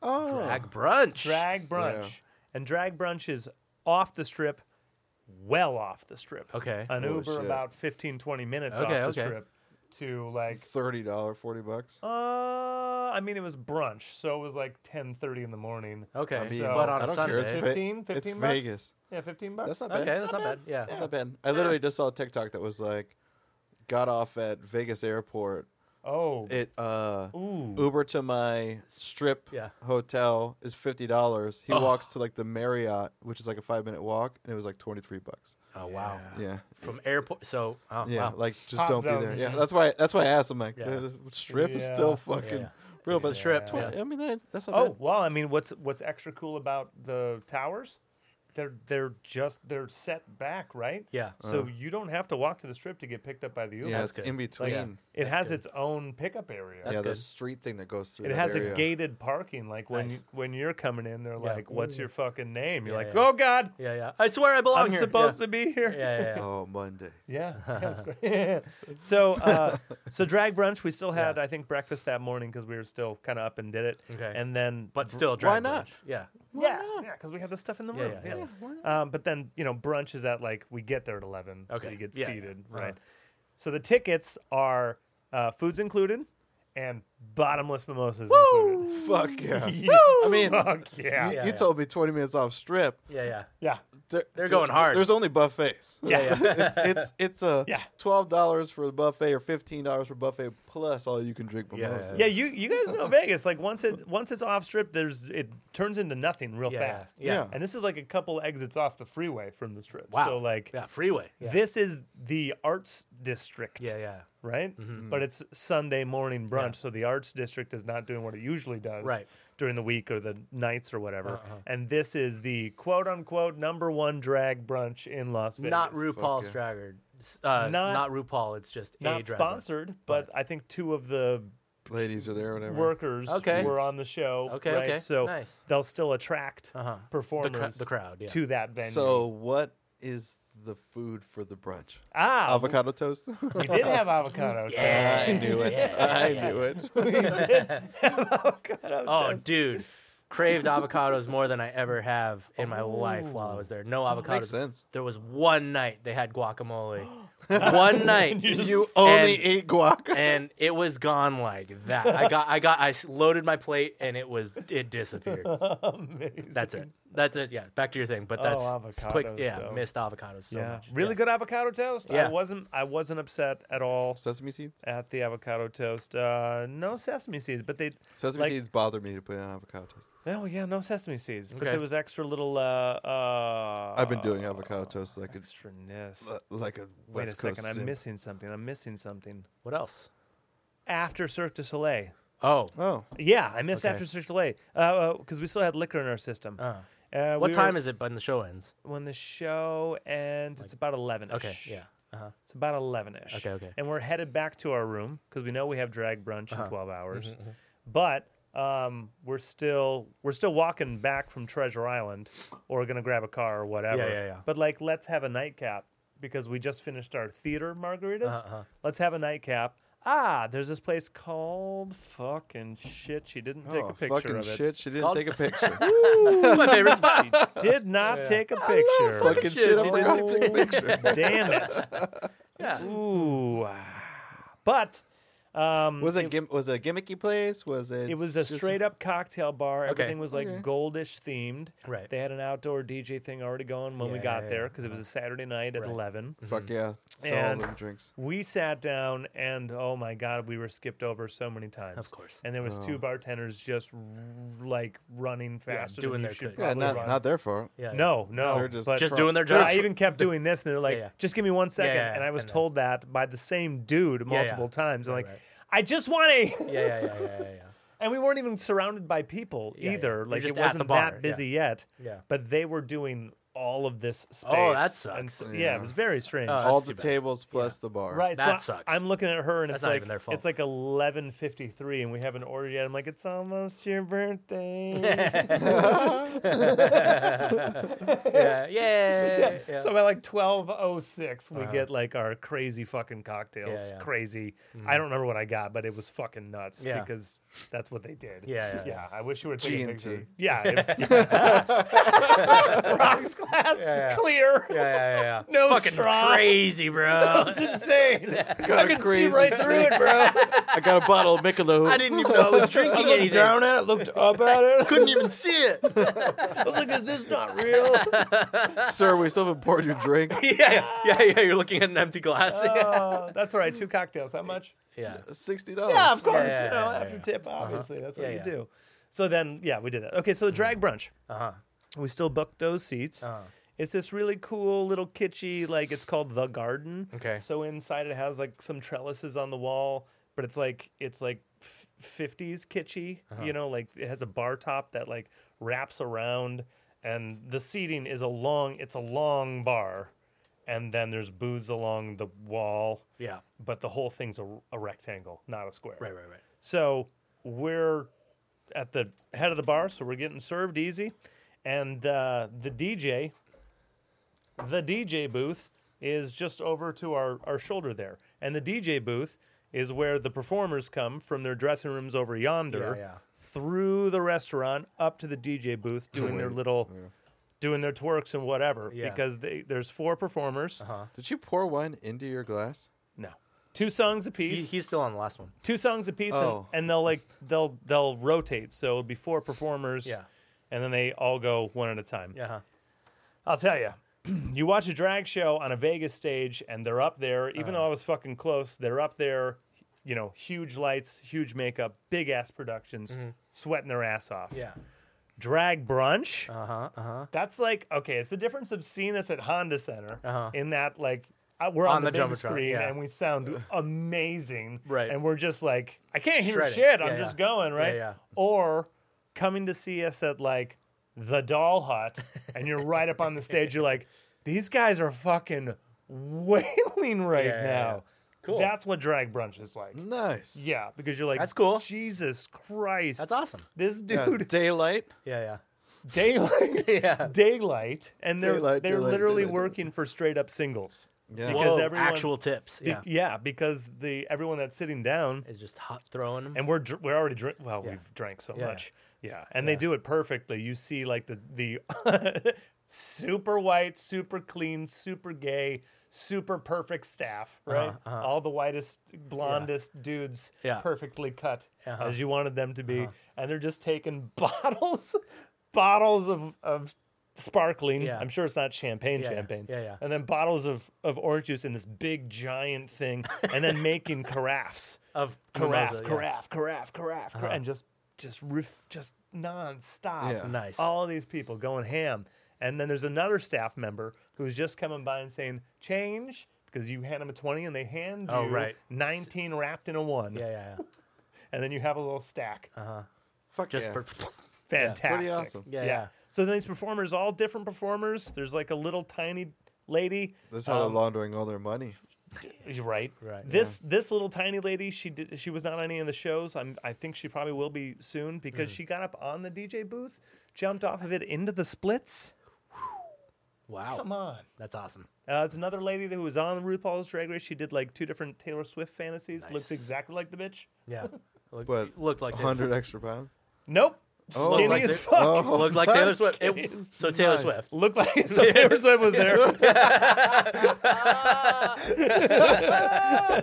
S3: oh,
S1: Drag brunch.
S4: Drag brunch.
S3: Yeah.
S4: And drag brunch is off the strip, well off the strip.
S1: Okay.
S4: An
S3: Holy
S4: Uber
S3: shit.
S4: about 15, 20 minutes
S1: Okay,
S4: off the
S1: okay.
S4: strip to like
S3: thirty dollar, forty bucks.
S4: uh I mean it was brunch, so it was like ten thirty in the morning.
S1: Okay.
S3: I mean,
S4: so-
S1: but on
S3: I
S1: a
S3: don't care.
S1: Sunday.
S3: It's, Ve-
S4: 15, 15
S3: it's
S4: bucks?
S3: Vegas.
S4: Yeah, fifteen bucks.
S3: That's not bad.
S1: okay, that's not bad. Yeah.
S3: That's not bad. I literally just saw a TikTok that was like, got off at Vegas airport.
S4: oh.
S3: It uh,
S4: Ooh.
S3: Uber to my strip
S1: Yeah.
S3: hotel is fifty dollars. He walks to like the Marriott, which is like a five minute walk, and it was like twenty three bucks.
S1: Oh wow.
S3: Yeah,
S1: From airport. So. Oh,
S3: yeah,
S1: Wow.
S3: like just
S4: Hot
S3: don't be there.
S4: zones.
S3: Yeah, that's why. That's why I asked him. Like,
S1: Yeah.
S3: the strip is
S4: Yeah.
S3: still fucking
S1: Yeah.
S3: real, but
S1: the strip,
S3: twen-
S1: yeah.
S3: I mean, that, ain't- that's not
S4: Oh
S3: bad.
S4: well, I mean, what's what's extra cool about the towers? They're they're just they're set back, right?
S1: Yeah.
S4: So you don't have to walk to the strip to get picked up by the Uber.
S3: Yeah,
S1: that's
S3: it's in
S4: Like,
S3: between.
S4: it
S1: That's
S4: has
S1: good.
S4: its own pickup area.
S3: yeah,
S1: That's
S3: there's
S1: good.
S3: a street thing that goes through.
S4: it
S3: that
S4: has
S3: area.
S4: a gated parking. Like when
S1: Nice.
S4: you, when you're coming in, they're
S1: Yeah.
S4: like, "What's your fucking name?" You're
S1: Yeah,
S4: like,
S1: yeah.
S4: "Oh God,
S1: Yeah. Yeah. I swear I belong
S4: I'm
S1: here.
S4: supposed
S1: yeah.
S4: to be here."
S1: Yeah. Yeah. yeah.
S3: Oh, Monday.
S4: Yeah. yes. so uh, so drag brunch. We still had
S1: Yeah.
S4: I think breakfast that morning because we were still kind of up and did it.
S1: Okay.
S4: And then
S1: But
S4: br-
S1: still, drag
S3: not?
S1: brunch. Yeah.
S4: yeah yeah because we had the stuff in the
S1: Yeah,
S4: room.
S1: yeah, yeah.
S4: Um, but then you know brunch is at like we get there at eleven, so
S1: Okay.
S4: you get
S1: Yeah, yeah.
S4: seated
S1: Uh-huh.
S4: right. So the tickets are uh, foods included and bottomless mimosas included.
S3: Fuck yeah.
S4: Yeah,
S3: I mean, it's-
S4: fuck yeah.
S3: you,
S4: yeah.
S3: you
S1: yeah.
S3: told me 20 minutes off strip.
S1: Yeah. Yeah.
S3: There-
S1: They're
S3: there-
S1: going hard.
S3: There's only buffets.
S4: Yeah.
S3: it's, it's it's a
S4: Yeah.
S3: twelve dollars for the buffet or fifteen dollars for buffet plus all you can drink
S1: Yeah,
S3: mimosas.
S1: yeah,
S4: you you guys know Vegas. Like once it once it's off strip, there's it turns into nothing real
S1: Yeah,
S4: fast.
S1: yeah.
S3: Yeah.
S4: And this is like a couple exits off the freeway from the strip.
S1: Wow.
S4: So like
S1: Yeah. Freeway. Yeah.
S4: this is the arts district.
S1: Yeah. Yeah.
S4: Right?
S1: Mm-hmm.
S4: But it's Sunday morning brunch, so the arts district is not doing what it usually does
S1: Right. Uh-huh.
S4: during the week or the nights or whatever. And this is the quote unquote number one drag brunch in Las Vegas.
S1: Not RuPaul's
S3: yeah.
S1: drag or uh,
S4: Not-
S1: not, RuPaul. It's just a
S4: not
S1: drag.
S4: sponsored, but, I think two of the
S3: Ladies are there, whatever.
S4: workers
S1: Okay.
S4: were on the show.
S1: Okay,
S4: right?
S1: okay.
S4: So
S1: Nice.
S4: they'll still attract
S1: Uh huh. The,
S4: performers
S1: cra- the crowd. Yeah.
S4: to that venue.
S3: So what is the food for the brunch?
S4: ah,
S3: Avocado toast.
S4: we did have avocado. Yeah.
S3: I knew it. I knew it.
S1: Oh, dude. Craved avocados more than I ever have in my life while I was there. No avocados.
S3: Makes sense.
S1: There was one night they had guacamole. one night.
S3: You only
S1: And-
S3: ate guac.
S1: and it was gone like that. I got, I got, I s- loaded my plate and it was, it disappeared. That's it. That's it. Yeah. Back to your thing. But that's it's quick.
S4: avocados,
S1: Yeah.
S4: though.
S1: Missed avocados so
S4: yeah,
S1: much.
S4: really good avocado toast. I
S1: Yeah.
S4: wasn't. I wasn't upset at all
S3: Sesame seeds.
S4: at the avocado toast. Uh, no sesame seeds, but they.
S3: Sesame
S4: like-
S3: seeds bother me to put on avocado toast.
S4: Oh yeah, no sesame seeds. But
S1: Okay.
S4: there was extra little. Uh, uh,
S3: I've been doing avocado toast like a
S4: extra ness.
S1: Uh,
S3: like a
S4: Wait
S3: West
S4: a second,
S3: Coast
S4: I'm
S3: simp.
S4: missing something. I'm missing something.
S1: What else?
S4: After Cirque du Soleil.
S1: Oh,
S3: Oh,
S4: Yeah, I missed
S1: Okay.
S4: after Cirque du Soleil because we still had liquor in our system.
S1: uh,
S4: Uh,
S1: what time is it? When the show ends?
S4: when the show ends? It's about eleven.
S1: Okay. Yeah. Uh-huh.
S4: It's about 11 ish.
S1: Okay, okay. Uh-huh.
S4: And we're headed back to our room because we know we have drag brunch in 12 hours.
S1: Mm-hmm,
S4: But um, we're still we're still walking back from Treasure Island or going to grab a car or whatever.
S1: yeah, yeah.
S4: But like, let's have a nightcap because we just finished our theater margaritas.
S1: Uh-huh,
S4: Let's have a nightcap. Ah, there's this place called fucking shit. She didn't take
S3: oh,
S4: a picture
S3: fucking
S4: of it.
S3: shit! She didn't
S1: called-
S3: take a picture.
S1: my favorite spot.
S4: Did not take a picture.
S3: fucking shit! I
S4: She
S3: forgot
S4: didn't-
S3: to take a picture.
S4: Damn it.
S1: Yeah.
S4: Ooh. But um,
S3: Was it gim- was it a gimmicky place? Was it?
S4: It was a
S3: just-
S4: straight up cocktail bar. Everything was like
S3: Okay.
S4: goldish themed.
S1: Right.
S4: They had an outdoor DJ thing already going when we
S1: Yeah,
S4: got
S1: yeah,
S4: there
S1: yeah.
S4: because it was a Saturday night at 11.
S3: Fuck yeah! Sell all
S4: Mm-hmm. And-
S3: them drinks.
S4: We sat down and oh my god, we were skipped over so many times.
S1: Of course.
S4: And there was
S3: Oh.
S4: two bartenders just r- like running faster
S1: doing
S4: than you
S1: their
S4: should
S1: good.
S3: Yeah,
S4: probably
S3: not
S4: run.
S3: not there for.
S1: Yeah.
S4: no, no.
S3: They're just
S4: but
S1: Just
S3: Trump.
S1: doing their
S4: I
S1: job.
S4: even kept doing this, and they're like,
S1: yeah.
S4: "Just give me one second.
S1: yeah,
S4: and I was
S1: and then-
S4: told that by the same dude
S1: yeah.
S4: multiple times. I'm
S1: Right,
S4: like,
S1: right.
S4: "I just want a."
S1: Yeah, yeah, yeah, yeah, yeah, yeah.
S4: and we weren't even surrounded by people
S1: Yeah, yeah.
S4: either.
S1: You're
S4: Like
S1: just
S4: it
S1: at the
S4: wasn't
S1: bar,
S4: that
S1: yeah.
S4: busy yet.
S1: Yeah.
S4: But they were doing all of this space.
S1: Oh, that
S4: and
S1: sucks.
S4: so- yeah. it was very strange.
S1: Uh,
S3: all
S1: that's
S3: the
S1: too bad.
S3: tables plus the bar.
S4: right.
S1: that
S4: so I-
S1: sucks.
S4: I'm looking at her and
S1: That's
S4: it's
S1: not
S4: like
S1: even their fault.
S4: it's like 11:53 and we haven't ordered yet. I'm like, it's almost your birthday.
S1: Yeah, yeah, yeah, yeah.
S4: So by like 12:06 we
S1: Uh-huh.
S4: get like our crazy fucking cocktails.
S1: Yeah, yeah.
S4: Crazy. I don't remember what I got, but it was fucking nuts
S1: Yeah.
S4: because that's what they did.
S1: Yeah, yeah, yeah.
S4: I wish you would taken a
S3: G&T.
S4: picture. Yeah. it- rocks glass
S1: Yeah, yeah.
S4: clear.
S1: yeah, yeah, yeah. yeah.
S4: No
S1: fucking
S4: straw.
S1: crazy, bro.
S4: It's insane.
S3: Got
S4: I
S3: a
S4: can see
S3: crazy
S4: right through it, bro.
S3: I got a bottle of Michelob.
S1: I didn't even know I was
S4: I
S1: drinking
S4: looked
S1: anything.
S4: down at it, looked up at it.
S1: Couldn't even see it.
S4: I was like, is this not real?
S3: Sir, we still haven't poured your drink.
S1: yeah, yeah, yeah. You're looking at an empty glass.
S4: Oh, that's all right. Two cocktails. How much?
S1: yeah.
S3: Sixty dollars.
S4: Yeah, of course.
S1: Oh, yeah,
S4: you know,
S1: yeah,
S4: after
S1: yeah. Uh-huh.
S4: tip, obviously, that's what
S1: Yeah,
S4: you
S1: yeah.
S4: do. So then, yeah, we did that. Okay, so the drag brunch.
S1: Uh huh.
S4: We still booked those seats.
S1: Uh-huh.
S4: It's this really cool little kitschy, like it's called the garden.
S1: Okay.
S4: So inside it has like some trellises on the wall, but it's like it's like fifties kitschy.
S1: Uh-huh.
S4: You know, like it has a bar top that like wraps around, and the seating is a long. It's a long bar, and then there's booths along the wall.
S1: Yeah.
S4: But the whole thing's a, a rectangle, not a square.
S1: Right, right, right.
S4: So we're at the head of the bar, so we're getting served easy. And uh, the DJ, the DJ booth is just over to our, our shoulder there. And the DJ booth is where the performers come from their dressing rooms over yonder
S1: Yeah, yeah.
S4: through the restaurant up to the DJ booth doing their little. Doing their twerks and whatever
S1: Yeah. Uh-huh.
S4: because they, there's four performers.
S3: Did you pour wine into your glass?
S4: No, two songs apiece.
S1: He, he's still on the last one.
S4: two songs a piece
S3: Oh.
S4: and, and they'll like they'll they'll rotate so it'll be four performers
S1: Yeah.
S4: and then they all go one at a time
S1: Yeah. huh.
S4: i'll tell you you watch a drag show on a vegas stage and they're up there
S1: Uh-huh.
S4: even though i was fucking close they're up there you know huge lights huge makeup big ass productions sweating their ass off
S1: Mm-hmm. Yeah.
S4: drag brunch
S1: Uh huh. Uh huh.
S4: that's like okay it's the difference of seeing us at honda center
S1: Uh-huh.
S4: in that like uh, we're on,
S1: On
S4: the,
S1: the
S4: big
S1: Jumbotron,
S4: screen
S1: yeah.
S4: and we sound amazing
S1: Right.
S4: and we're just like i can't hear
S1: Shredding.
S4: shit i'm
S1: Yeah,
S4: just
S1: yeah.
S4: going right
S1: yeah.
S4: or coming to see us at like the doll hut and you're right up on the stage you're like these guys are fucking wailing right
S1: Yeah, yeah,
S4: now
S1: yeah. Cool.
S4: that's what drag brunch is like
S3: Nice.
S4: yeah because you're like
S1: That's cool.
S4: jesus christ
S1: That's awesome.
S4: this
S3: Yeah,
S4: dude
S3: daylight.
S1: Yeah,
S4: daylight
S1: yeah. Yeah.
S4: daylight and they're
S3: Daylight,
S4: they're
S3: daylight,
S4: literally
S3: daylight.
S4: working for straight up singles
S3: Yeah.
S4: Because
S1: Whoa,
S4: everyone-
S1: actual tips.
S4: Be-
S1: Yeah.
S4: because the everyone that's sitting down
S1: It's just hot throwing them.
S4: and we're dr- we're already drink well
S1: Mm-hmm. Yeah.
S4: we've drank so
S1: Yeah.
S4: much yeah and they do it perfectly you see like the the super white super clean super gay super perfect staff right
S1: Uh-huh, uh-huh.
S4: all the whitest blondest dudes
S1: Yeah.
S4: perfectly cut
S1: Uh-huh.
S4: as you wanted them to be and they're just taking bottles bottles of of sparkling
S1: Yeah.
S4: i'm sure it's not champagne
S1: Yeah, yeah.
S4: champagne
S1: Yeah, yeah.
S4: and then bottles of of orange juice in this big giant thing and then making carafes
S1: of
S4: carafe,
S1: mimosa, yeah.
S4: carafe, carafe, carafe, carafe, and just just riff, just nonstop.
S3: Uh-huh. Yeah.
S1: Nice.
S4: All these people going ham, and then there's another staff member who's just coming by and saying change because you hand them a twenty and they hand
S1: Oh,
S4: you
S1: right.
S4: 19 wrapped in a one,
S1: Yeah, yeah, yeah.
S4: and then you have a little stack.
S3: Fuck
S1: Just
S3: yeah.
S1: for.
S4: Fantastic.
S3: Pretty awesome.
S1: Yeah,
S4: yeah.
S1: yeah.
S4: So then these performers, all different performers. There's like a little tiny lady.
S3: That's how
S1: Um,
S3: they're laundering all their money.
S4: You're right.
S1: Right.
S4: This this little tiny lady, she did she was not on any of the shows. I'm I think she probably will be soon because she got up on the DJ booth, jumped off of it into the splits.
S1: Wow.
S4: Come on.
S1: That's awesome.
S4: Uh, it's another lady that was on RuPaul's Drag Race. She did like two different Taylor Swift fantasies. Looks exactly like the bitch.
S1: Yeah. Look,
S3: But
S1: looked like Taylor
S3: hundred
S1: Swift.
S3: extra pounds.
S4: Nope.
S3: Oh,
S4: Skinny
S1: like
S4: as
S1: they-
S4: fuck.
S3: oh.
S1: Looked like Taylor
S3: That's
S1: Swift. It-
S4: crazy.
S1: so Taylor
S3: Nice.
S1: Swift.
S4: Looked like so Taylor Swift was there.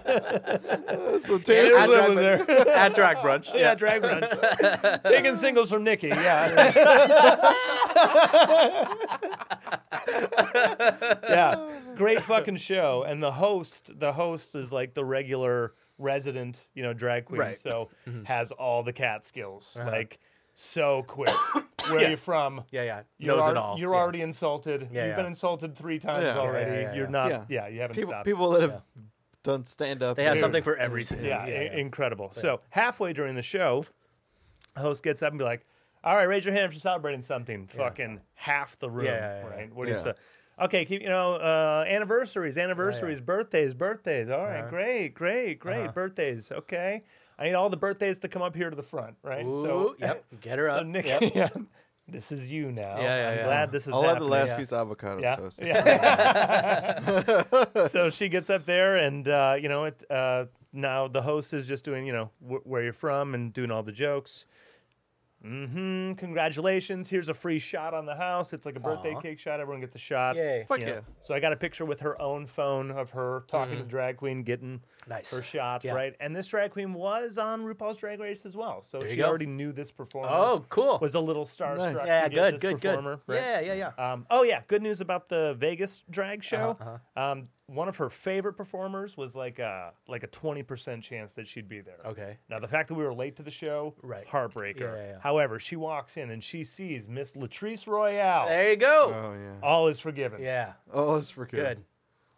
S3: So
S1: I-
S3: Taylor,
S4: Taylor Swift
S1: drag
S4: was there.
S1: At drag brunch.
S4: Oh, yeah, drag run. Taking singles from Nikki. Yeah. yeah. Great fucking show. And the host, the host is like the regular resident, you know, drag queen.
S1: Right. Mm-hmm. Uh-huh.
S4: So has all the cat skills. Like so quick. Where
S1: Yeah.
S4: are you from?
S1: Yeah, yeah.
S4: You're,
S1: Knows
S4: al-
S1: it all.
S4: you're
S1: Yeah.
S4: already insulted.
S1: Yeah,
S4: You've been
S1: yeah.
S4: insulted three times
S3: Yeah. Yeah,
S4: already.
S1: yeah, yeah,
S4: You're
S1: Uh, yeah.
S4: not.
S3: Yeah.
S4: Yeah, you haven't
S3: people,
S4: stopped.
S3: people that have done stand up.
S1: They have
S4: Dude.
S1: something for everything.
S4: yeah, i- incredible. So halfway during the show, the host gets up and be like, "All right, raise your hand if you're celebrating something." Fucking half the room,
S1: Yeah, yeah, yeah.
S4: right? What do you
S3: Yeah.
S4: say? Okay, keep you know uh, anniversaries, anniversaries, birthdays, birthdays. All
S1: Uh-huh.
S4: right, great, great, great birthdays. Okay, I need all the birthdays to come up here to the front, right?
S1: Ooh,
S4: so,
S1: yep. Get her
S4: so
S1: up.
S4: Nick, this is you now.
S1: Yeah, yeah,
S4: I'm
S1: yeah.
S4: glad this is.
S3: I'll have the
S4: happening.
S3: last
S1: yeah.
S3: piece of avocado
S4: Yeah.
S3: toast.
S4: Yeah. so she gets up there, and uh, you know, it, uh, now the host is just doing, you know, wh- where you're from and doing all the jokes. hmm Congratulations! Here's a free shot on the house. It's like a birthday
S1: Aw.
S4: cake shot. Everyone gets a shot.
S1: Yay.
S3: Fuck
S4: You
S3: yeah.
S4: know, So I got a picture with her own phone of her talking to drag queen, getting
S1: Nice.
S4: her shot
S1: Mm. Yeah.
S4: right. And this drag queen was on RuPaul's Drag Race as well, so
S1: There you
S4: she
S1: go.
S4: already knew this performer.
S1: Oh, cool.
S4: was a little starstruck. to
S1: yeah,
S4: get
S1: good,
S4: this
S1: good, good.
S4: performer, right?
S1: Yeah, yeah, yeah.
S4: Um, oh yeah, good news about the Vegas drag show.
S1: Uh-huh,
S4: Um, one of her favorite performers was like a like a twenty percent chance that she'd be there.
S1: Okay.
S4: Now the fact that we were late to the show,
S1: Right.
S4: heartbreaker.
S1: Yeah, yeah, yeah.
S4: However, she walks in and she sees Miss Latrice Royale.
S1: There you go.
S3: Oh yeah.
S4: All is forgiven.
S1: yeah.
S3: Oh, it's for good.
S1: Good.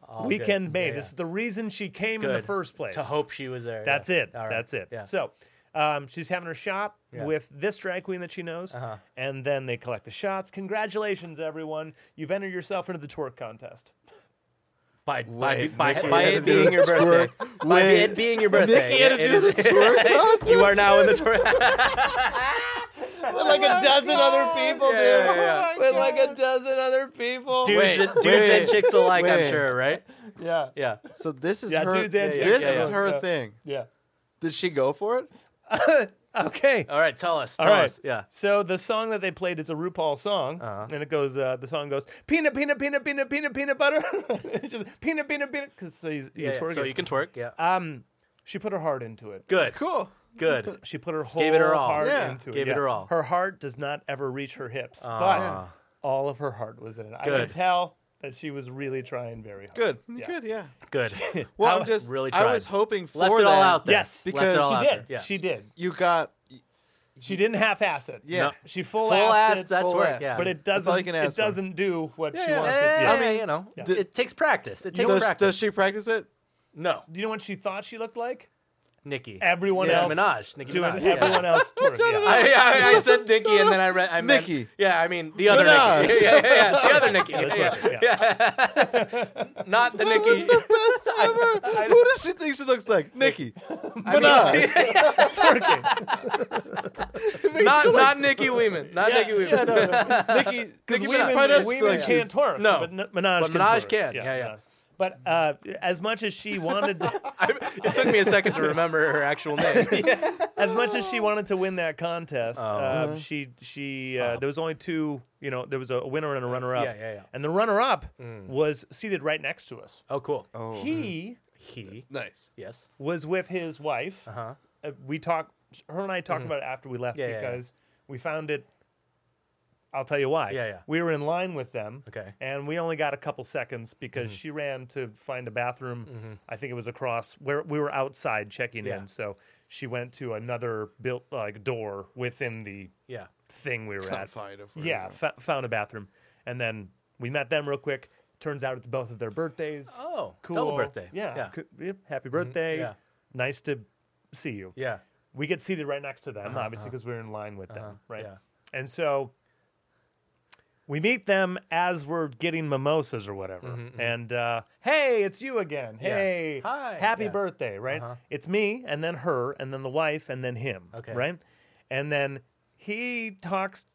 S1: All good.
S4: Weekend Bay.
S1: Yeah,
S4: This
S1: yeah.
S4: is the reason she came in the
S1: Good.
S4: first place.
S1: To hope she was there.
S4: That's
S1: yeah.
S4: it.
S1: All right.
S4: That's it.
S1: Yeah.
S4: So um, she's having her shot
S1: Yeah.
S4: with this drag queen that she knows,
S1: Uh-huh.
S4: and then they collect the shots. Congratulations, everyone! You've entered yourself into the twerk contest.
S1: by by,
S3: Wait,
S1: by,
S3: Nikki
S1: by
S3: had
S1: it
S3: to do
S1: being your
S3: the
S1: birthday.
S3: twerk.
S1: By
S3: Wait.
S1: it being your birthday.
S3: Nikki had to
S1: it
S3: do
S1: is-
S3: the twerk contest?
S1: You are now in the twerk.
S4: With like a dozen other people,
S1: Yeah, yeah,
S4: dude.
S1: yeah.
S4: With like a dozen other people.
S1: Dudes,
S3: Wait,
S1: and, dudes
S3: wait,
S1: and chicks alike, I'm
S3: wait.
S1: sure, right?
S4: Yeah,
S1: Yeah.
S3: So this is
S4: Yeah,
S3: her.
S4: dudes and
S1: Yeah, yeah,
S3: this
S1: yeah,
S3: is
S1: yeah.
S3: her
S4: Yeah.
S3: thing.
S4: yeah.
S3: Did she go for it?
S4: Okay.
S1: All right, tell us. Tell
S4: All right.
S1: us. Yeah.
S4: So the song that they played is a RuPaul song,
S1: Uh-huh.
S4: and it goes. Uh, the song goes peanut, peanut, peanut, peanut, peanut, peanut butter. It's just peanut, peanut, peanut. Because so he's
S1: Yeah, yeah.
S4: twerking.
S1: So you can twerk. Yeah.
S4: Um, she put her heart into it.
S1: Good.
S3: Cool.
S1: Good.
S4: She put her whole
S1: Gave it her all.
S4: heart
S3: Yeah.
S4: into it.
S1: Gave it
S4: yeah.
S1: her all.
S4: Her heart does not ever reach her hips,
S1: Ah.
S4: but all of her heart was in it. I
S1: Good.
S4: could tell that she she was really trying very hard.
S3: Good. Good. Yeah.
S1: Good.
S3: Well,
S4: How-
S3: I'm just.
S1: really
S3: I
S1: tried.
S3: was hoping for
S1: Left it all
S3: that.
S1: out there. Left
S4: Yes,
S3: because-
S1: it all
S3: She
S1: out
S4: She
S1: there.
S4: did.
S1: Yeah.
S4: She did.
S3: You got.
S4: She didn't half ass it.
S3: Yeah.
S1: No.
S4: She full,
S1: Full ass.
S4: assed it,
S1: That's
S3: full
S1: work.
S3: ass.
S1: Yeah.
S4: but it
S3: That's all
S4: doesn't.
S3: you can
S4: It
S3: ask for.
S4: doesn't do what
S3: Yeah,
S4: she
S3: yeah.
S4: wants it to
S1: Yeah,
S4: do.
S1: I mean, you know,
S4: Yeah.
S1: it takes practice. It takes
S3: Does,
S1: practice.
S3: does she practice it?
S1: no,
S4: Do you know what she thought she looked like?
S1: Nikki.
S4: Everyone
S3: Yeah.
S4: else
S1: Minaj. Nicki
S4: doing
S1: Minaj.
S4: everyone else. Twerk. Yeah.
S1: I, I, I said Nikki, and then I read. I meant,
S3: Nikki.
S1: Yeah, I mean the other
S3: Minaj.
S1: Nikki. Yeah, yeah, yeah, the other Nikki. Yeah,
S4: that's
S1: yeah.
S4: right, yeah.
S1: Not the
S3: That was
S1: Nikki.
S3: the best ever. Who does she think she looks like? uh, Nikki. Minaj.
S4: Twerking.
S1: Not not Nikki Weeman. Not Nikki Weeman.
S3: Yeah, no, no. Nikki. Nikki
S1: Minaj.
S3: Minaj probably does
S4: women
S3: feel like she's-
S4: can't twerk.
S1: No.
S4: but N- Minaj
S1: But
S4: can.
S1: Minaj
S4: twerk.
S1: can. Yeah, yeah.
S4: Minaj. But uh, as much as she wanted, to,
S1: I, it took me a second to remember her actual name. Yeah.
S4: as much as she wanted to win that
S1: Oh.
S4: contest, uh, she she uh, there was only two. You know, there was a winner and a runner up.
S1: Uh-huh. Yeah, yeah, Mm. yeah.
S4: And the runner up was seated right next to us.
S1: Oh, cool.
S3: Oh,
S1: Mm-hmm.
S4: He
S1: He.
S3: nice.
S1: Yes.
S4: was with his wife. Uh-huh. we talked. Her and I talked about it after we left
S1: Mm-hmm. Yeah, yeah, yeah.
S4: because we found it. I'll tell you why.
S1: Yeah, yeah.
S4: We were in line with them.
S1: Okay. Mm-hmm.
S4: And we only got a couple seconds because she ran to find a bathroom. I think it was across where we were outside checking
S1: Yeah.
S4: in. So she went to another built like door within the
S1: Yeah.
S4: thing we were at.
S3: Find if we're-
S4: Yeah, fo found a bathroom, and then we met them real quick. Turns out it's both of their birthdays.
S1: Oh, double birthday.
S4: Yeah,
S1: Yeah. Mm-hmm.
S4: coo- yep, happy birthday.
S1: yeah.
S4: nice to see you.
S1: Yeah. Uh-huh,
S4: We get seated right next to them, obviously, because we're in line with them, right?
S1: yeah.
S4: And so we meet them as we're getting mimosas or whatever, and uh, hey, it's you again.
S1: Mm-hmm, Yeah.
S4: Hey,
S1: Hi.
S4: happy
S1: Yeah.
S4: birthday, right? It's me, and then her, and then the wife, and then him,
S1: Uh-huh. Okay.
S4: right? And then he talks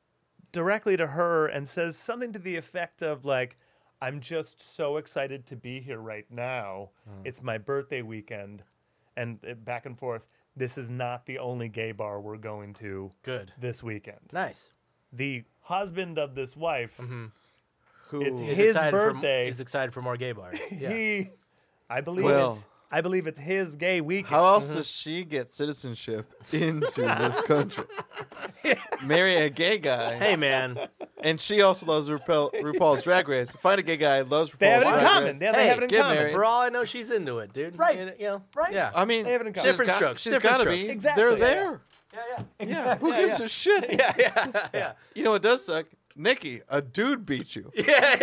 S4: directly to her and says something to the effect of like I'm just so excited to be here right now.
S1: Hmm.
S4: It's my birthday weekend, and uh, back and forth. This is not the only gay bar we're going to
S1: Good.
S4: this weekend.
S1: Nice.
S4: The husband of this wife,
S1: Mm-hmm.
S3: Who
S4: It's
S1: He's
S4: His
S1: excited
S4: birthday.
S1: For, he's excited for more gay bars. Yeah.
S4: he, I believe,
S3: Well.
S4: it's, I believe it's his gay weekend.
S3: How else does she get citizenship into this country? Marry a gay guy,
S1: hey man.
S3: and she also loves RuPaul, RuPaul's Drag Race. Find a gay guy, loves RuPaul's
S4: they have it in
S3: Drag
S4: common.
S3: Race.
S4: Yeah, they
S1: Hey,
S4: have it in
S3: get
S4: common.
S3: married.
S1: For all I know, she's into it, dude.
S4: Right.
S1: You know.
S4: Right.
S1: Yeah.
S3: I mean,
S4: They have it in
S3: she's
S4: common.
S1: Different
S3: got-
S1: strokes,
S3: She's
S1: different
S3: gotta
S1: strokes.
S3: be.
S4: Exactly.
S3: They're there.
S1: yeah. Yeah.
S3: Yeah, who gives a shit?
S1: Yeah. Yeah. Yeah.
S3: You know what does suck? Nikki, a dude beat you.
S1: Yeah.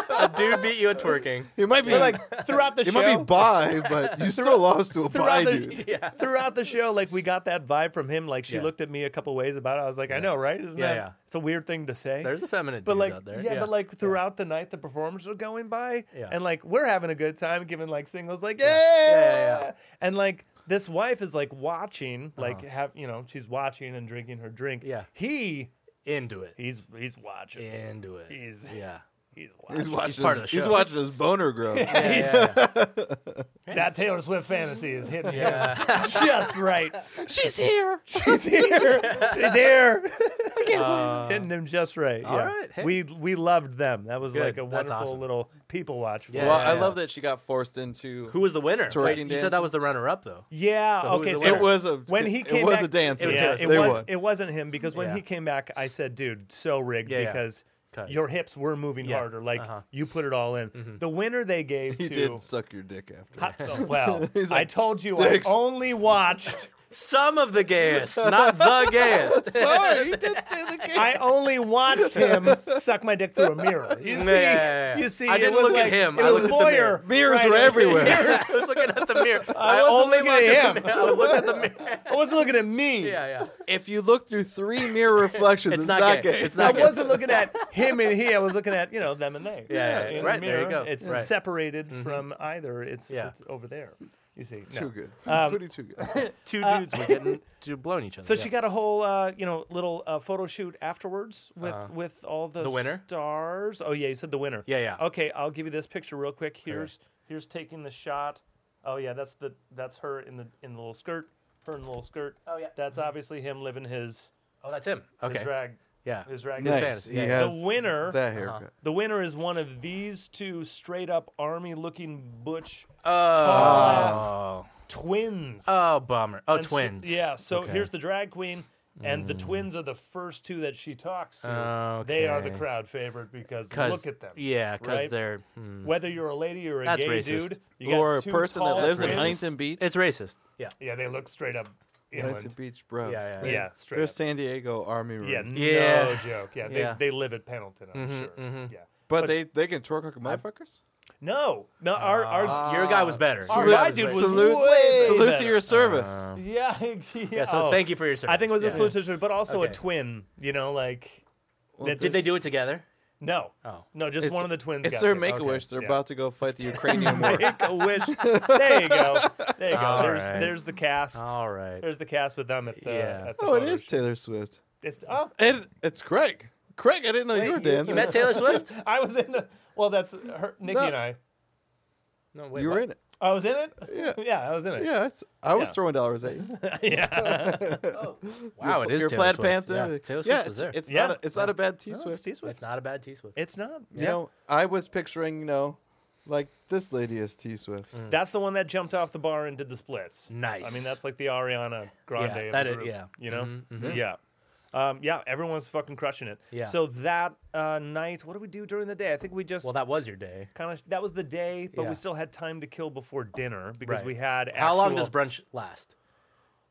S1: a dude beat you at twerking.
S3: It might be
S4: But, like throughout the
S3: it
S4: show,
S3: might be bi, but you still lost to a bi
S4: throughout the-
S3: dude.
S1: Yeah.
S4: throughout the show, like we got that vibe from him. Like she
S1: Yeah.
S4: looked at me a couple ways about it. I was like, I know, right? Isn't
S1: Yeah,
S4: that?
S1: yeah.
S4: It's a weird thing to say.
S1: There's effeminate
S4: but
S1: dudes
S4: like,
S1: out there.
S4: yeah, but like throughout the night, the performers are going by,
S1: Yeah.
S4: and like we're having a good time, giving like singles, like yeah,
S1: Yeah, yeah, yeah.
S4: and like this wife is like watching, like have you know, she's watching and drinking her drink.
S1: Yeah.
S4: he
S1: into it.
S4: he's he's watching.
S1: Into it.
S4: He's
S1: Yeah.
S4: he's
S3: He's
S4: watching.
S3: watching.
S1: part
S3: us-
S1: of the
S3: He's
S1: show.
S3: watching his boner grow.
S1: Yeah. yeah,
S4: That Taylor Swift fantasy is hitting you
S1: yeah.
S4: just right.
S3: She's here.
S4: She's here. She's here.
S3: Can't
S4: Hitting them just right.
S1: all
S4: yeah.
S1: right, hey.
S4: We we loved them. That was
S1: Good,
S4: like a
S1: that's
S4: wonderful
S1: awesome.
S4: little people watch. For
S1: Yeah.
S3: Well,
S4: us.
S3: I love that she got forced into.
S1: Who was the winner?
S3: Twerking
S1: Wait, you said
S3: dancing.
S1: that was the runner-up, though.
S4: Yeah.
S1: So who was
S4: okay.
S1: the
S4: so
S1: winner?
S3: It was a.
S4: when he came
S3: it was
S4: back,
S3: a dancer.
S1: was
S4: yeah,
S1: Taylor
S4: it,
S1: Swift.
S3: they
S4: was,
S3: won.
S4: it wasn't him because when
S1: Yeah.
S4: he came back, I said, "Dude, so rigged
S1: Yeah, yeah.
S4: because
S1: 'Cause-
S4: your hips were moving
S1: Yeah,
S4: harder. Like
S1: uh-huh. Mm-hmm.
S4: you put it all in." The winner they gave
S3: he
S4: to
S3: did suck your dick after.
S4: Hot- oh, well,
S3: He's
S4: I
S3: like,
S4: told you
S3: "Dicks."
S4: I only watched.
S1: Some of the gayest, not the gayest.
S3: Sorry, he did say the gay.
S4: I only watched him suck my dick through a mirror. You
S1: Yeah,
S4: see,
S1: yeah, yeah, yeah.
S4: you see.
S1: I
S4: it
S1: didn't
S4: was
S1: look at
S4: like-
S1: him,
S4: It
S1: I
S4: was
S1: looked at the mirror.
S4: voyeur.
S3: Mirrors were
S4: Right.
S3: everywhere.
S1: I was looking at the mirror. I,
S4: wasn't
S1: only
S4: looking
S1: looked
S4: at
S1: at
S4: him.
S1: the mirror. I looked at the mirror.
S4: I wasn't looking at me.
S1: Yeah, yeah.
S3: if you look through three mirror reflections,
S1: It's
S3: it's,
S1: not
S3: not
S1: gay.
S3: gay.
S1: It's
S4: I
S1: not gay.
S4: wasn't looking at him and he. I was looking at you know them and they.
S1: Yeah, yeah,
S4: In
S1: yeah.
S4: the
S1: Right, there you
S4: mirror,
S1: go.
S4: It's
S1: Right. Mm-hmm.
S4: separated from either. It's,
S1: Yeah.
S4: it's over there. You see.
S3: too
S4: no.
S3: good.
S4: Um,
S3: Pretty too good.
S1: Two dudes were getting to blowing each other.
S4: Uh, So
S1: yeah.
S4: she got a whole uh, you know little uh, photo shoot afterwards with with all the,
S1: Uh-huh. The winner?
S4: stars. Oh yeah, you said the winner.
S1: Yeah, yeah.
S4: Okay, I'll give you this picture real quick. Here's here's taking the shot. Oh yeah, that's the that's her in the in the little skirt. Her in the little skirt.
S1: Oh, yeah.
S4: That's obviously him living his
S1: Oh, that's him. Okay.
S4: his rag
S1: Yeah.
S4: his rag.
S1: Nice.
S4: life.
S1: Yeah,
S3: He
S1: yeah.
S3: has
S4: The winner
S3: that haircut.
S4: The winner is one of these two straight up army looking butch
S1: Oh.
S4: twins.
S1: Oh, bummer. Oh,
S4: And so-
S1: twins.
S4: yeah, so
S1: Okay. Mm.
S4: here's the drag queen, and the twins are the first two that she talks to. They are the
S1: Okay.
S4: crowd favorite because
S1: 'Cause-
S4: look at them.
S1: Yeah, because
S4: right?
S1: they're. hmm.
S4: Whether you're a lady or a
S1: That's
S4: gay
S1: racist.
S4: dude, you got
S3: Or a
S4: two
S3: person
S4: tall
S3: that lives in
S4: twins.
S3: Huntington Beach.
S1: It's racist. Yeah.
S4: Yeah, they look straight up
S3: Huntington
S4: inland.
S3: Beach, bro.
S1: Yeah, yeah,
S3: They-
S4: Yeah, straight
S3: They're
S4: up.
S3: San Diego Army.
S4: Yeah,
S3: Rooms.
S4: no
S1: Yeah.
S4: joke.
S1: Yeah.
S4: Yeah,
S1: Mm-hmm,
S4: They, they live at Pendleton, I'm sure. Yeah.
S3: But they they can twerk like motherfuckers.
S4: No, no, our, our
S1: Your guy was better.
S4: Our
S1: Your guy
S4: guy
S1: was
S4: dude
S1: better.
S4: was
S3: salute,
S4: way
S3: salute
S4: better.
S3: to your service.
S4: yeah,
S1: Yeah, so
S4: oh.
S1: thank you for your service.
S4: I think it was
S1: yeah.
S4: a salute to Twitter, but also a
S1: Okay.
S4: twin. You know, like that-
S1: Did they do it together?
S4: No,
S1: Oh.
S4: no, just
S3: It's-
S4: one of the twins.
S3: It's
S4: got
S3: their
S4: there.
S3: make a wish. They're
S4: yeah.
S3: about to go fight the Ukrainian war.
S4: Make a wish. There you go. There you go.
S1: All
S4: There's
S1: right.
S4: there's the cast.
S1: All right.
S4: There's the cast with them at the.
S1: Yeah.
S4: At the
S3: Oh, it
S4: photo
S3: is
S4: shoot.
S3: Taylor Swift.
S4: It's oh,
S3: And it's Craig. Craig, I didn't know you were
S4: you- you
S1: You
S3: dancing.
S1: met Taylor Swift?
S4: I was in the. Well, that's her, Nikki
S3: No.
S4: and I.
S1: No,
S3: you were in it.
S4: I was in it.
S3: Yeah.
S4: yeah, I was in it.
S3: Yeah, it's, I was
S4: Yeah.
S3: throwing dollars at you.
S4: yeah.
S1: Wow, it is
S3: your
S1: Taylor
S3: plaid
S1: Swift.
S3: pants and
S1: yeah.
S3: everything.
S1: Taylor Swift
S3: yeah,
S1: was
S3: it's,
S1: there. Oh,
S3: it's
S4: Yeah.
S3: not a, it's not a bad T
S4: No, it's
S3: Swift.
S4: T Swift.
S1: It's not a bad T Swift.
S4: It's not.
S3: You know, I was picturing you know like this lady is T Swift.
S1: Mm.
S4: That's the one that jumped off the bar and did the splits.
S1: Nice.
S4: I mean, that's like the Ariana Grande.
S1: Yeah,
S4: of
S1: that
S4: the
S1: is-
S4: group,
S1: yeah. Mm-hmm,
S4: You know. Yeah. Um, yeah. Everyone's fucking crushing it.
S1: Yeah.
S4: So that uh, night, what did we do during the day? I think we just
S1: Well, that was your day.
S4: kind of that was the day, but
S1: Yeah.
S4: we still had time to kill before dinner because
S1: Right.
S4: we had. Actual,
S1: How long does brunch last?